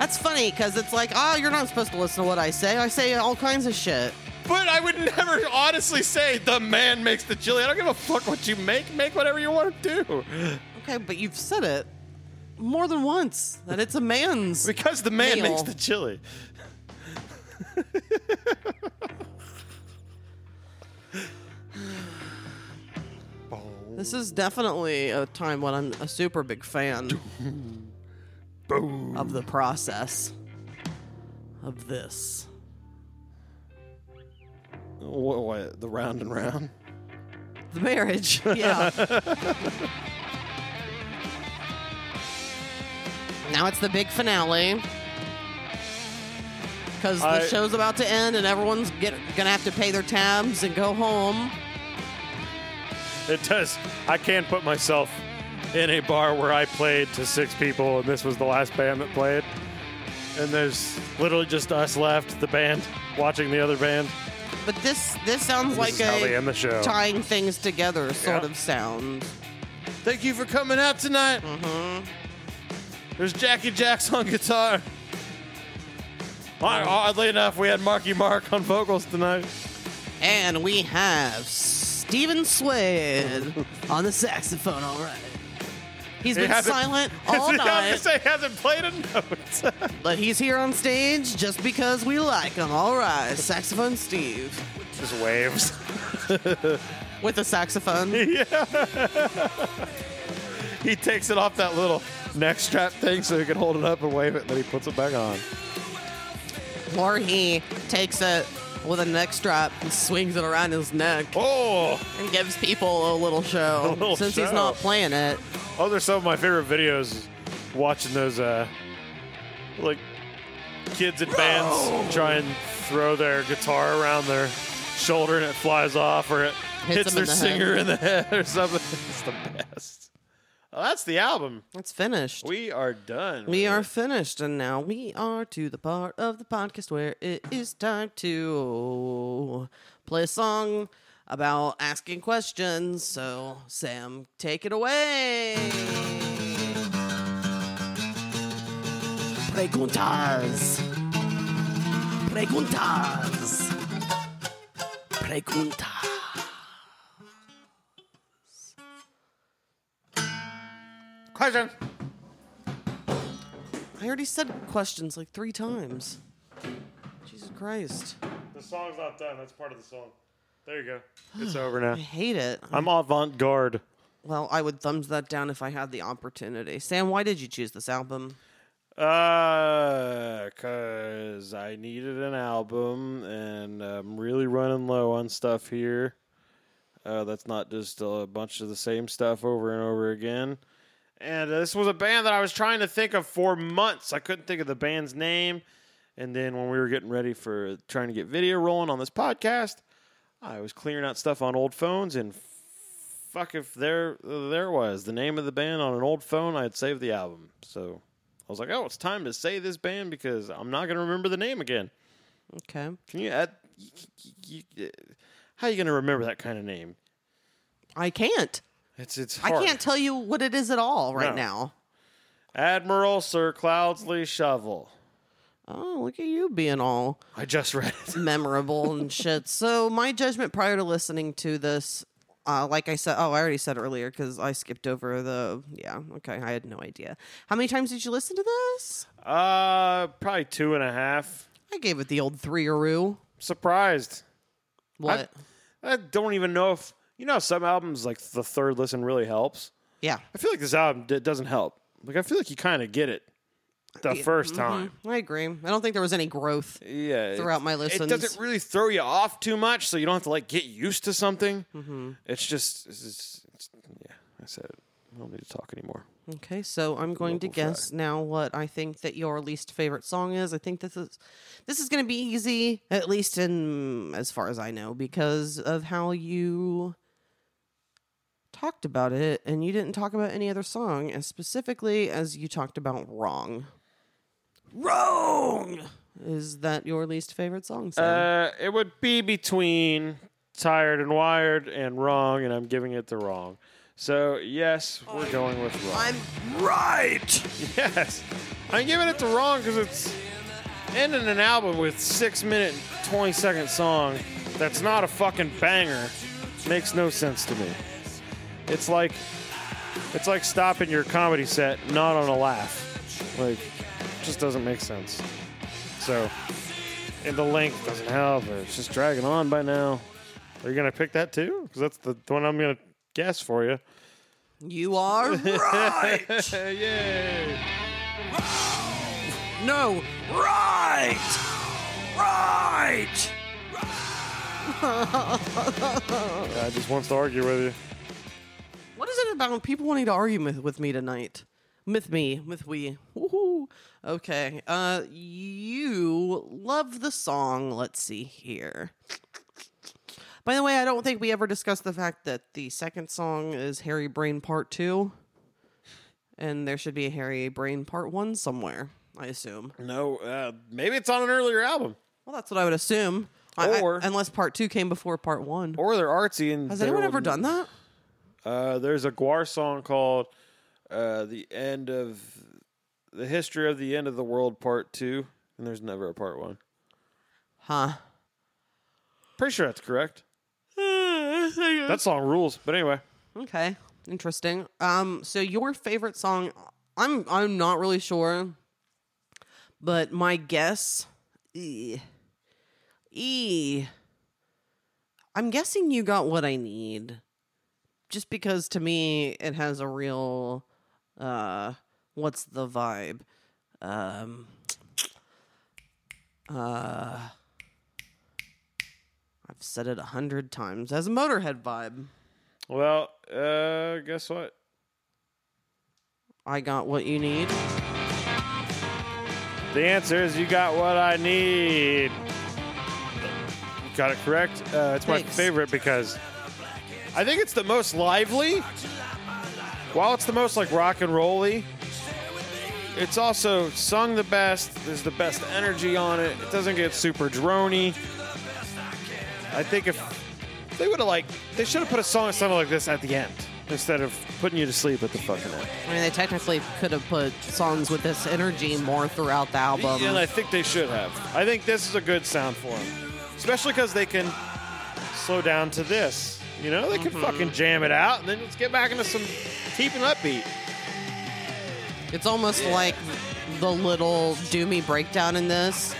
[SPEAKER 2] That's funny because it's like, oh, you're not supposed to listen to what I say. I say all kinds of shit.
[SPEAKER 5] But I would never honestly say the man makes the chili. I don't give a fuck what you make. Make whatever you want to do.
[SPEAKER 2] Okay, but you've said it more than once that it's a man's.
[SPEAKER 5] Because the man
[SPEAKER 2] Meal.
[SPEAKER 5] makes the chili.
[SPEAKER 2] This is definitely a time when I'm a super big fan of the process of this.
[SPEAKER 5] What, what? The round and round?
[SPEAKER 2] The marriage. Yeah. now it's the big finale. Because the
[SPEAKER 5] I-
[SPEAKER 2] show's about to end and everyone's get, gonna have to pay their tabs and go home.
[SPEAKER 5] It does. I can put myself in a bar where I played to six people, and this was the last band that played. And there's literally just us left, the band, watching the other band.
[SPEAKER 2] but this this sounds
[SPEAKER 5] This
[SPEAKER 2] like
[SPEAKER 5] is
[SPEAKER 2] a
[SPEAKER 5] how they end the show.
[SPEAKER 2] tying things together sort
[SPEAKER 5] Yeah.
[SPEAKER 2] of sound.
[SPEAKER 6] Thank you for coming out tonight. Mm-hmm. There's Jackie Jacks on guitar.
[SPEAKER 5] Odd- Oddly enough, we had Marky Mark on vocals tonight.
[SPEAKER 2] And we have Steven Swade on the saxophone. All right, he's
[SPEAKER 5] He
[SPEAKER 2] been
[SPEAKER 5] hasn't-
[SPEAKER 2] silent all
[SPEAKER 5] I
[SPEAKER 2] night,
[SPEAKER 5] was gonna say, hasn't played a note.
[SPEAKER 2] but he's here on stage just because we like him. All right, saxophone Steve
[SPEAKER 5] Just waves.
[SPEAKER 2] with the saxophone.
[SPEAKER 5] He takes it off that little neck strap thing so he can hold it up and wave it, and then he puts it back on.
[SPEAKER 2] or he takes it with a neck strap and swings it around his neck
[SPEAKER 5] Oh,
[SPEAKER 2] and gives people a little show.
[SPEAKER 5] little
[SPEAKER 2] Since
[SPEAKER 5] show.
[SPEAKER 2] he's not playing it,
[SPEAKER 5] oh, there's some of my favorite videos. Watching those, uh, like kids in
[SPEAKER 2] Oh.
[SPEAKER 5] bands try and throw their guitar around their shoulder and it flies off, or it hits,
[SPEAKER 2] Hits 'em
[SPEAKER 5] their
[SPEAKER 2] in the head.
[SPEAKER 5] singer in the head or something. It's the best. Well, that's the album.
[SPEAKER 2] it's finished.
[SPEAKER 5] We are done.
[SPEAKER 2] We
[SPEAKER 5] with
[SPEAKER 2] are
[SPEAKER 5] it.
[SPEAKER 2] finished, and now we are to the part of the podcast where it is time to play a song about asking questions. So, Sam, take it away. Preguntas. Preguntas. Preguntas.
[SPEAKER 5] question.
[SPEAKER 2] I already said questions like three times. Jesus Christ.
[SPEAKER 5] The song's not done. That's part of the song. There you go. It's over now.
[SPEAKER 2] I hate it.
[SPEAKER 5] I'm avant garde.
[SPEAKER 2] Well, I would thumbs that down if I had the opportunity. Sam, why did you choose this album?
[SPEAKER 5] Uh, cause I needed an album, and I'm really running low on stuff here. Uh, that's not just a bunch of the same stuff over and over again. And uh, this was a band that I was trying to think of for months. I couldn't think of the band's name. And then when we were getting ready for trying to get video rolling on this podcast, I was clearing out stuff on old phones, and fuck if there there was the name of the band on an old phone, I'd saved the album. So I was like, oh, it's time to say this band because I'm not going to remember the name again.
[SPEAKER 2] Okay.
[SPEAKER 5] Can you add? y- y- y- how are you going to remember that kind of name?
[SPEAKER 2] I can't.
[SPEAKER 5] It's it's
[SPEAKER 2] I
[SPEAKER 5] hard.
[SPEAKER 2] can't tell you what it is at all right
[SPEAKER 5] No.
[SPEAKER 2] now.
[SPEAKER 5] Admiral Sir Cloudsley Shovel.
[SPEAKER 2] Oh, look at you being all
[SPEAKER 5] I just read it.
[SPEAKER 2] memorable and shit. So, my judgment prior to listening to this, uh, like I said, oh, I already said earlier because I skipped over the, yeah, okay, I had no idea. How many times did you listen to this?
[SPEAKER 5] Uh, probably two and a half.
[SPEAKER 2] I gave it the old three aroo.
[SPEAKER 5] Surprised.
[SPEAKER 2] What?
[SPEAKER 5] I don't even know if you know. Some albums like the third listen really helps.
[SPEAKER 2] yeah,
[SPEAKER 5] I feel like this album d- doesn't help. Like I feel like you kind of get it the first
[SPEAKER 2] mm-hmm.
[SPEAKER 5] time.
[SPEAKER 2] I agree. I don't think there was any growth.
[SPEAKER 5] yeah
[SPEAKER 2] throughout
[SPEAKER 5] it-
[SPEAKER 2] my
[SPEAKER 5] It
[SPEAKER 2] listens.
[SPEAKER 5] doesn't really throw you off too much, so you don't have to like get used to something.
[SPEAKER 2] Mm-hmm.
[SPEAKER 5] It's just, it's just it's, yeah. I said it. I don't need to talk anymore.
[SPEAKER 2] Okay, so I'm going to
[SPEAKER 5] Local fry.
[SPEAKER 2] guess now what I think that your least favorite song is. I think this is this is going to be easy, at least in as far as I know, because of how you talked about it, and you didn't talk about any other song as specifically as you talked about "Wrong." Wrong is that your least favorite song? Sam?
[SPEAKER 5] Uh, it would be between tired and wired and wrong, and I'm giving it the wrong. So yes, we're going with wrong.
[SPEAKER 2] I'm right.
[SPEAKER 5] Yes. I'm giving it the wrong because it's ending an album with six minute and 20 second song that's not a fucking banger makes no sense to me. It's like it's like stopping your comedy set not on a laugh. Like just doesn't make sense. So and the length doesn't help. Or it's just dragging on by now. Are you gonna pick that too? Because that's the the one I'm gonna guess for you.
[SPEAKER 2] You are right.
[SPEAKER 5] Yay!
[SPEAKER 2] No. Right. Right.
[SPEAKER 5] God just wants to argue with you.
[SPEAKER 2] What is it about people wanting to argue with, with me tonight? With me, with we. Woohoo. Okay. Uh you love the song. Let's see here. By the way, I don't think we ever discussed the fact that the second song is Harry Brain Part 2. And there should be a Harry Brain Part 1 somewhere, I assume.
[SPEAKER 5] No, uh, maybe it's on an earlier album.
[SPEAKER 2] Well, that's what I would assume. I- I-
[SPEAKER 5] Or-
[SPEAKER 2] unless part two came before part one.
[SPEAKER 5] Or they're artsy and
[SPEAKER 2] Has
[SPEAKER 5] they're
[SPEAKER 2] anyone
[SPEAKER 5] old
[SPEAKER 2] ever
[SPEAKER 5] and-
[SPEAKER 2] done that?
[SPEAKER 5] Uh, there's a Guar song called uh, "The End of the History of the End of the World Part 2, and there's never a Part One.
[SPEAKER 2] Huh.
[SPEAKER 5] Pretty sure that's correct. That song rules. But anyway,
[SPEAKER 2] Okay, interesting. Um, so your favorite song? I'm I'm not really sure, but my guess, e, e. I'm guessing you got what I need, just because to me it has a real, uh, what's the vibe? Um, uh, I've said it a hundred times as a Motorhead vibe.
[SPEAKER 5] well, uh, guess what?
[SPEAKER 2] I got what you need.
[SPEAKER 5] The answer is you got what I need. You got it correct. Uh, it's my
[SPEAKER 2] Thanks.
[SPEAKER 5] favorite because I think it's the most lively. While it's the most like rock and rolly, it's also sung the best. There's the best energy on it. It doesn't get super drony. I think if they would have like, they should have put a song that sounded like this at the end instead of putting you to sleep at the fucking end.
[SPEAKER 2] I mean, they technically could have put songs with this energy more throughout the album.
[SPEAKER 5] And I think they should have. I think this is a good sound for them, especially because they can slow down to this. You know, they can fucking jam it out, and then let's get back into some deep and upbeat.
[SPEAKER 2] It's almost like the little doomy breakdown in this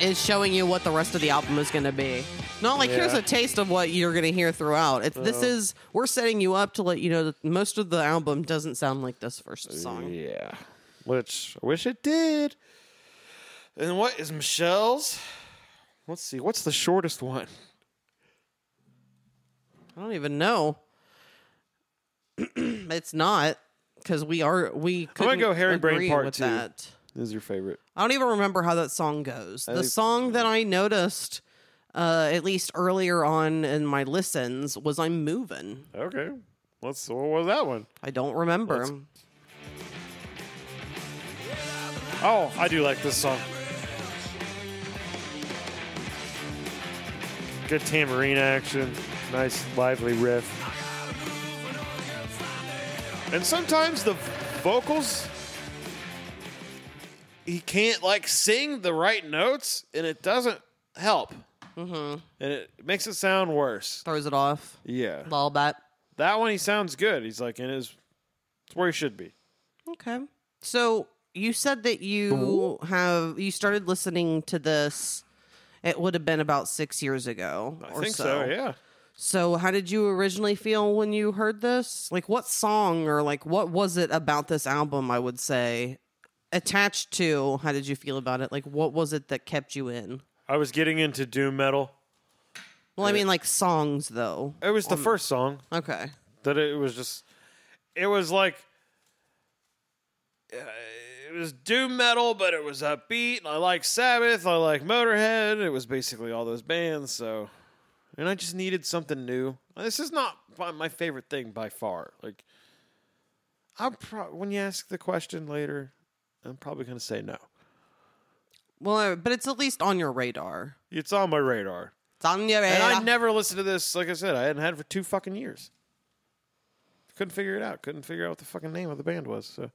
[SPEAKER 2] is showing you what the rest of the album is going to be. Not like here's
[SPEAKER 5] Yeah. Uh-huh.
[SPEAKER 2] a taste of what you're going to hear throughout. It's, this is we're setting you up to let you know that most of the album doesn't sound like this first song.
[SPEAKER 5] Yeah, which I wish it did. And what is Michelle's? Let's see. What's the shortest one?
[SPEAKER 2] I don't even know. it's not because we are we.
[SPEAKER 5] gonna
[SPEAKER 2] couldn't
[SPEAKER 5] go Harry Brain
[SPEAKER 2] agree
[SPEAKER 5] Part
[SPEAKER 2] with
[SPEAKER 5] Two.
[SPEAKER 2] That.
[SPEAKER 5] This is your favorite.
[SPEAKER 2] I don't even remember how that song goes. the
[SPEAKER 5] think-
[SPEAKER 2] song that I noticed, uh, at least earlier on in my listens, was I'm Moving.
[SPEAKER 5] Okay. What's what was that one?
[SPEAKER 2] I don't remember.
[SPEAKER 5] Oh, I do like this song. Good tambourine action, nice lively riff. And sometimes the vocals he can't like sing the right notes and it doesn't help. And it makes it sound worse.
[SPEAKER 2] Throws it off
[SPEAKER 5] Yeah.
[SPEAKER 2] a little bit.
[SPEAKER 5] That one he sounds good. He's like in his it's where he should be.
[SPEAKER 2] Okay. So you said that you have you started listening to this. It would have been about six years ago.
[SPEAKER 5] I
[SPEAKER 2] or
[SPEAKER 5] think
[SPEAKER 2] so.
[SPEAKER 5] so, yeah.
[SPEAKER 2] So, how did you originally feel when you heard this? Like, what song or like what was it about this album? I would say attached to how did you feel about it? Like, what was it that kept you in?
[SPEAKER 5] I was getting into doom metal.
[SPEAKER 2] Well,
[SPEAKER 5] Uh,
[SPEAKER 2] I mean, like songs though.
[SPEAKER 5] It was the first song
[SPEAKER 2] Okay,
[SPEAKER 5] that it was just. It was like. uh, It was doom metal, but it was upbeat. And I like Sabbath. I like Motorhead. It was basically all those bands. So, and I just needed something new. This is not by- my favorite thing by far. Like, I'm pro- when you ask the question later, I'm probably gonna say no.
[SPEAKER 2] well, uh, but it's at least on your radar.
[SPEAKER 5] It's on my radar,
[SPEAKER 2] It's on your
[SPEAKER 5] and
[SPEAKER 2] radar.
[SPEAKER 5] I never listened to this. Like I said, I hadn't had it for two fucking years. Couldn't figure it out. Couldn't figure out what the fucking name of the band was. So.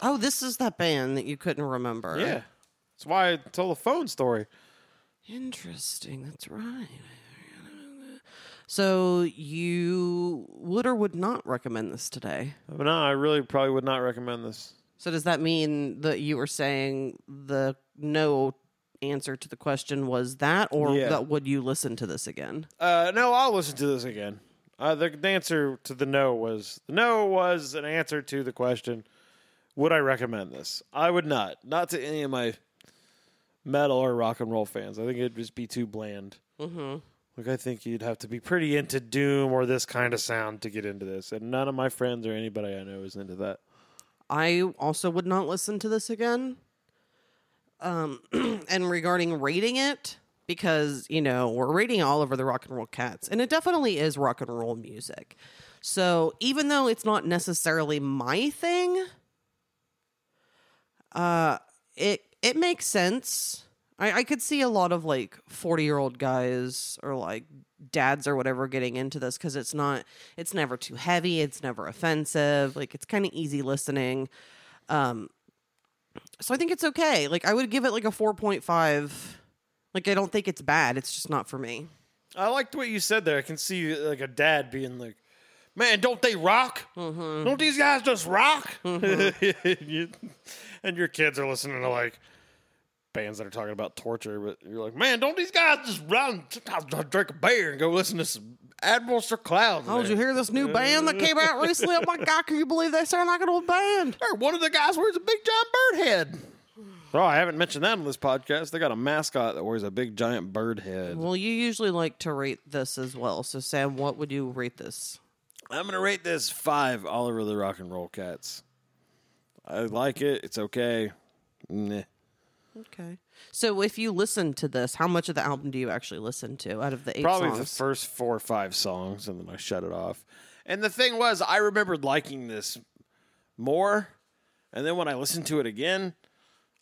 [SPEAKER 2] oh, this is that band that you couldn't remember.
[SPEAKER 5] Yeah. That's why I told the phone story.
[SPEAKER 2] interesting. That's right. So you would or would not recommend this today?
[SPEAKER 5] But no, I really probably would not recommend this.
[SPEAKER 2] So does that mean that you were saying the no answer to the question was that, or
[SPEAKER 5] Yeah.
[SPEAKER 2] that would you listen to this again?
[SPEAKER 5] Uh, no, I'll listen to this again. Uh, the, the answer to the no was the no was an answer to the question. Would I recommend this? I would not. Not to any of my metal or rock and roll fans. I think it'd just be too bland. Mm-hmm. Like I think you'd have to be pretty into doom or this kind of sound to get into this, and none of my friends or anybody I know is into that.
[SPEAKER 2] I also would not listen to this again. Um, and regarding rating it, because you know we're rating all over the rock and roll cats, and it definitely is rock and roll music. So even though it's not necessarily my thing, uh, it it makes sense. I, I could see a lot of like 40 year old guys or like dads or whatever getting into this because it's not, it's never too heavy. It's never offensive. Like it's kind of easy listening. Um, so I think it's okay. Like I would give it like a 4.5. Like I don't think it's bad. It's just not for me.
[SPEAKER 7] I liked what you said there. I can see like a dad being like, "Man, don't they rock?
[SPEAKER 5] Mm-hmm.
[SPEAKER 7] Don't these guys just rock?"
[SPEAKER 5] You- and your kids are listening to like bands that are talking about torture, but you're like, man,
[SPEAKER 7] Man, don't these guys just run? Sometimes I drink a beer and go listen to some Admiral Sir Cloud.
[SPEAKER 2] Oh, did you hear this new band that came out recently? Oh my God, can you believe they sound like an old band?
[SPEAKER 7] One of the guys wears a big John Bird head.
[SPEAKER 5] oh, I haven't mentioned that on this podcast. They got a mascot that wears a big giant bird head.
[SPEAKER 2] Well, you usually like to rate this as well. So, Sam, what would you rate this?
[SPEAKER 5] I'm gonna rate this five Oliver the Rock and Roll Cats. I like it. It's okay. Nah.
[SPEAKER 2] Okay. So, if you listen to this, how much of the album do you actually listen to out of the eight
[SPEAKER 5] Probably the
[SPEAKER 2] songs?
[SPEAKER 5] first four or five songs, and then I shut it off. And the thing was, I remembered liking this more, and then when I listened to it again,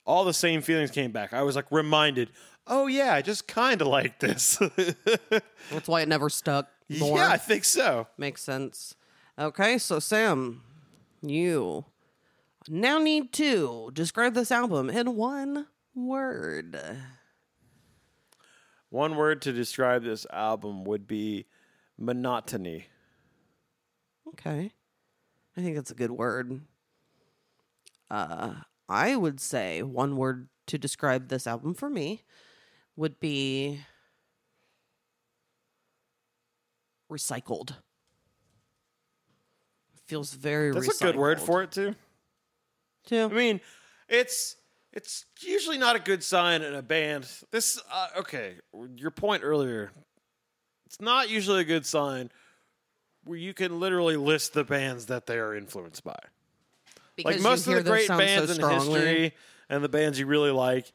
[SPEAKER 5] all the same feelings came back. I was like reminded, oh yeah, I just kind of like this.
[SPEAKER 2] That's why it never stuck. More.
[SPEAKER 5] yeah, I think so.
[SPEAKER 2] Makes sense. Okay, so Sam, you now need to describe this album in one word.
[SPEAKER 5] One word to describe this album would be monotony.
[SPEAKER 2] Okay. I think that's a good word. Uh, I would say one word to describe this album for me would be recycled. Feels very
[SPEAKER 5] That's a good word
[SPEAKER 2] recycled,
[SPEAKER 5] for it too.
[SPEAKER 2] too.
[SPEAKER 5] I mean, it's it's usually not a good sign in a band. This uh, okay, your point earlier. It's not usually a good sign where you can literally list the bands that they are influenced by.
[SPEAKER 2] because
[SPEAKER 5] Like
[SPEAKER 2] you
[SPEAKER 5] most of
[SPEAKER 2] hear
[SPEAKER 5] the
[SPEAKER 2] those
[SPEAKER 5] great
[SPEAKER 2] sounds so
[SPEAKER 5] bands in
[SPEAKER 2] strongly.
[SPEAKER 5] history and the bands you really like,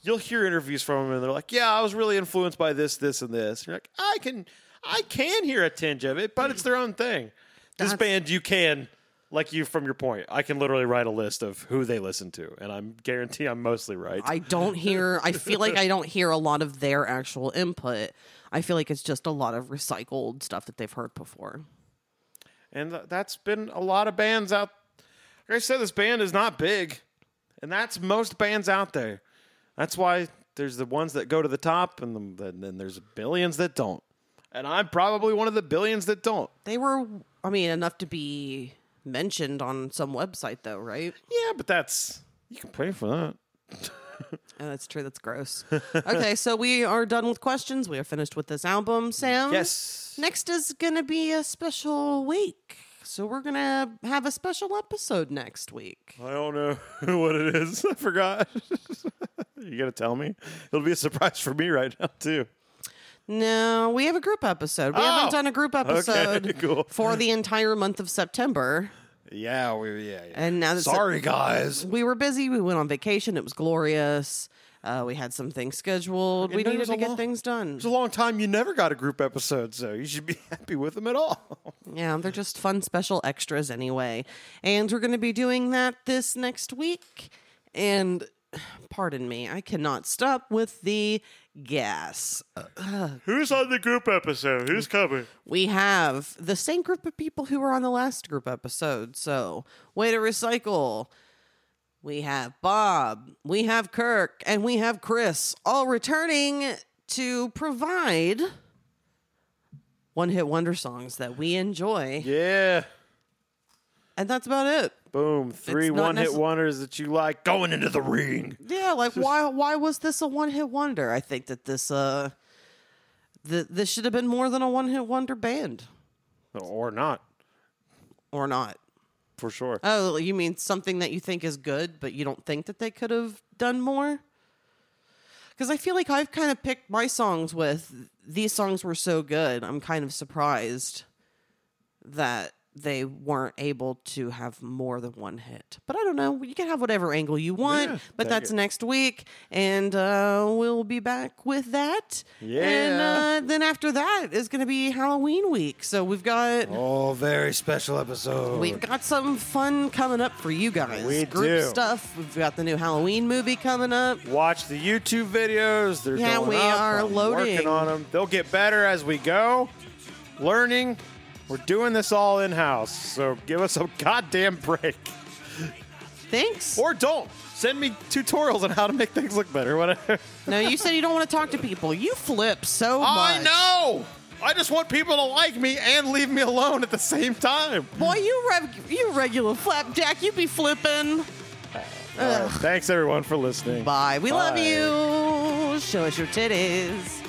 [SPEAKER 5] you'll hear interviews from them and they're like, "Yeah, I was really influenced by this, this, and this." And you're like, "I can, I can hear a tinge of it, but it's their own thing." This band, you can, like you from your point, I can literally write a list of who they listen to, and I'm guarantee I'm mostly right.
[SPEAKER 2] I don't hear. I feel like I don't hear a lot of their actual input. I feel like it's just a lot of recycled stuff that they've heard before.
[SPEAKER 5] and th- that's been a lot of bands out. Like I said, this band is not big, and that's most bands out there. That's why there's the ones that go to the top, and the- then then there's billions that don't. And I'm probably one of the billions that don't.
[SPEAKER 2] They were, I mean, enough to be mentioned on some website, though, right?
[SPEAKER 5] Yeah, but that's you can pay for that.
[SPEAKER 2] Oh, that's true. That's gross. okay, so we are done with questions. We are finished with this album, Sam.
[SPEAKER 5] Yes.
[SPEAKER 2] Next is going to be a special week. So we're going to have a special episode next week.
[SPEAKER 5] I don't know what it is. I forgot. you gotta tell me. It'll be a surprise for me right now too.
[SPEAKER 2] No, we have a group episode. We
[SPEAKER 5] Oh,
[SPEAKER 2] haven't done a group episode
[SPEAKER 5] cool.
[SPEAKER 2] for the entire month of September.
[SPEAKER 5] Yeah, we yeah. yeah.
[SPEAKER 2] And now that Sep-
[SPEAKER 7] Sorry, guys.
[SPEAKER 2] we were busy, we went on vacation. It was glorious. Uh, we had some things scheduled. we
[SPEAKER 5] there
[SPEAKER 2] needed
[SPEAKER 5] was
[SPEAKER 2] to
[SPEAKER 5] a
[SPEAKER 2] get
[SPEAKER 5] long-
[SPEAKER 2] things done.
[SPEAKER 5] It's a long time you never got a group episode, so you should be happy with them at all.
[SPEAKER 2] Yeah, they're just fun special extras anyway. And we're going to be doing that this next week. And pardon me, I cannot stop with the gas.
[SPEAKER 5] Who's on the group episode? Who's coming?
[SPEAKER 2] We have the same group of people who were on the last group episode. So, way to recycle. We have Bob, we have Kirk, and we have Chris all returning to provide one hit wonder songs that we enjoy.
[SPEAKER 5] Yeah.
[SPEAKER 2] And that's about it.
[SPEAKER 5] Boom. Three
[SPEAKER 2] It's not
[SPEAKER 5] one hit
[SPEAKER 2] necess-
[SPEAKER 5] wonders that you like going into the ring.
[SPEAKER 2] Yeah, like why why was this a one hit wonder? I think that this uh th- this should have been more than a one hit wonder band
[SPEAKER 5] Or not,
[SPEAKER 2] or not.
[SPEAKER 5] for sure.
[SPEAKER 2] Oh, you mean something that you think is good, but you don't think that they could have done more? Because I feel like I've kind of picked my songs with these songs were so good. I'm kind of surprised that they weren't able to have more than one hit. But I don't know. You can have whatever angle you want, but that's next week. And uh, we'll be back with that. And
[SPEAKER 8] Yeah.
[SPEAKER 2] uh, then after that is going to be Halloween week. So we've got.
[SPEAKER 8] Oh, very special episode.
[SPEAKER 2] We've got some fun coming up for you guys.
[SPEAKER 5] We
[SPEAKER 2] Group
[SPEAKER 5] do.
[SPEAKER 2] stuff. We've got the new Halloween movie coming up.
[SPEAKER 5] Watch the YouTube videos. They're
[SPEAKER 2] Yeah,
[SPEAKER 5] going
[SPEAKER 2] we
[SPEAKER 5] up.
[SPEAKER 2] are
[SPEAKER 5] I'm
[SPEAKER 2] loading.
[SPEAKER 5] working on them. They'll get better as we go. Learning. We're doing this all in house, so give us a goddamn break.
[SPEAKER 2] Thanks.
[SPEAKER 5] Or don't. Send me tutorials on how to make things look better. Whatever.
[SPEAKER 2] no, you said you don't want to talk to people. You flip so
[SPEAKER 5] I
[SPEAKER 2] much.
[SPEAKER 5] know. I just want people to like me and leave me alone at the same time.
[SPEAKER 2] Boy, you rev- you regular flapjack. You be flipping.
[SPEAKER 5] All right, thanks everyone for listening.
[SPEAKER 2] Bye. We love
[SPEAKER 5] Bye.
[SPEAKER 2] you. Show us your titties.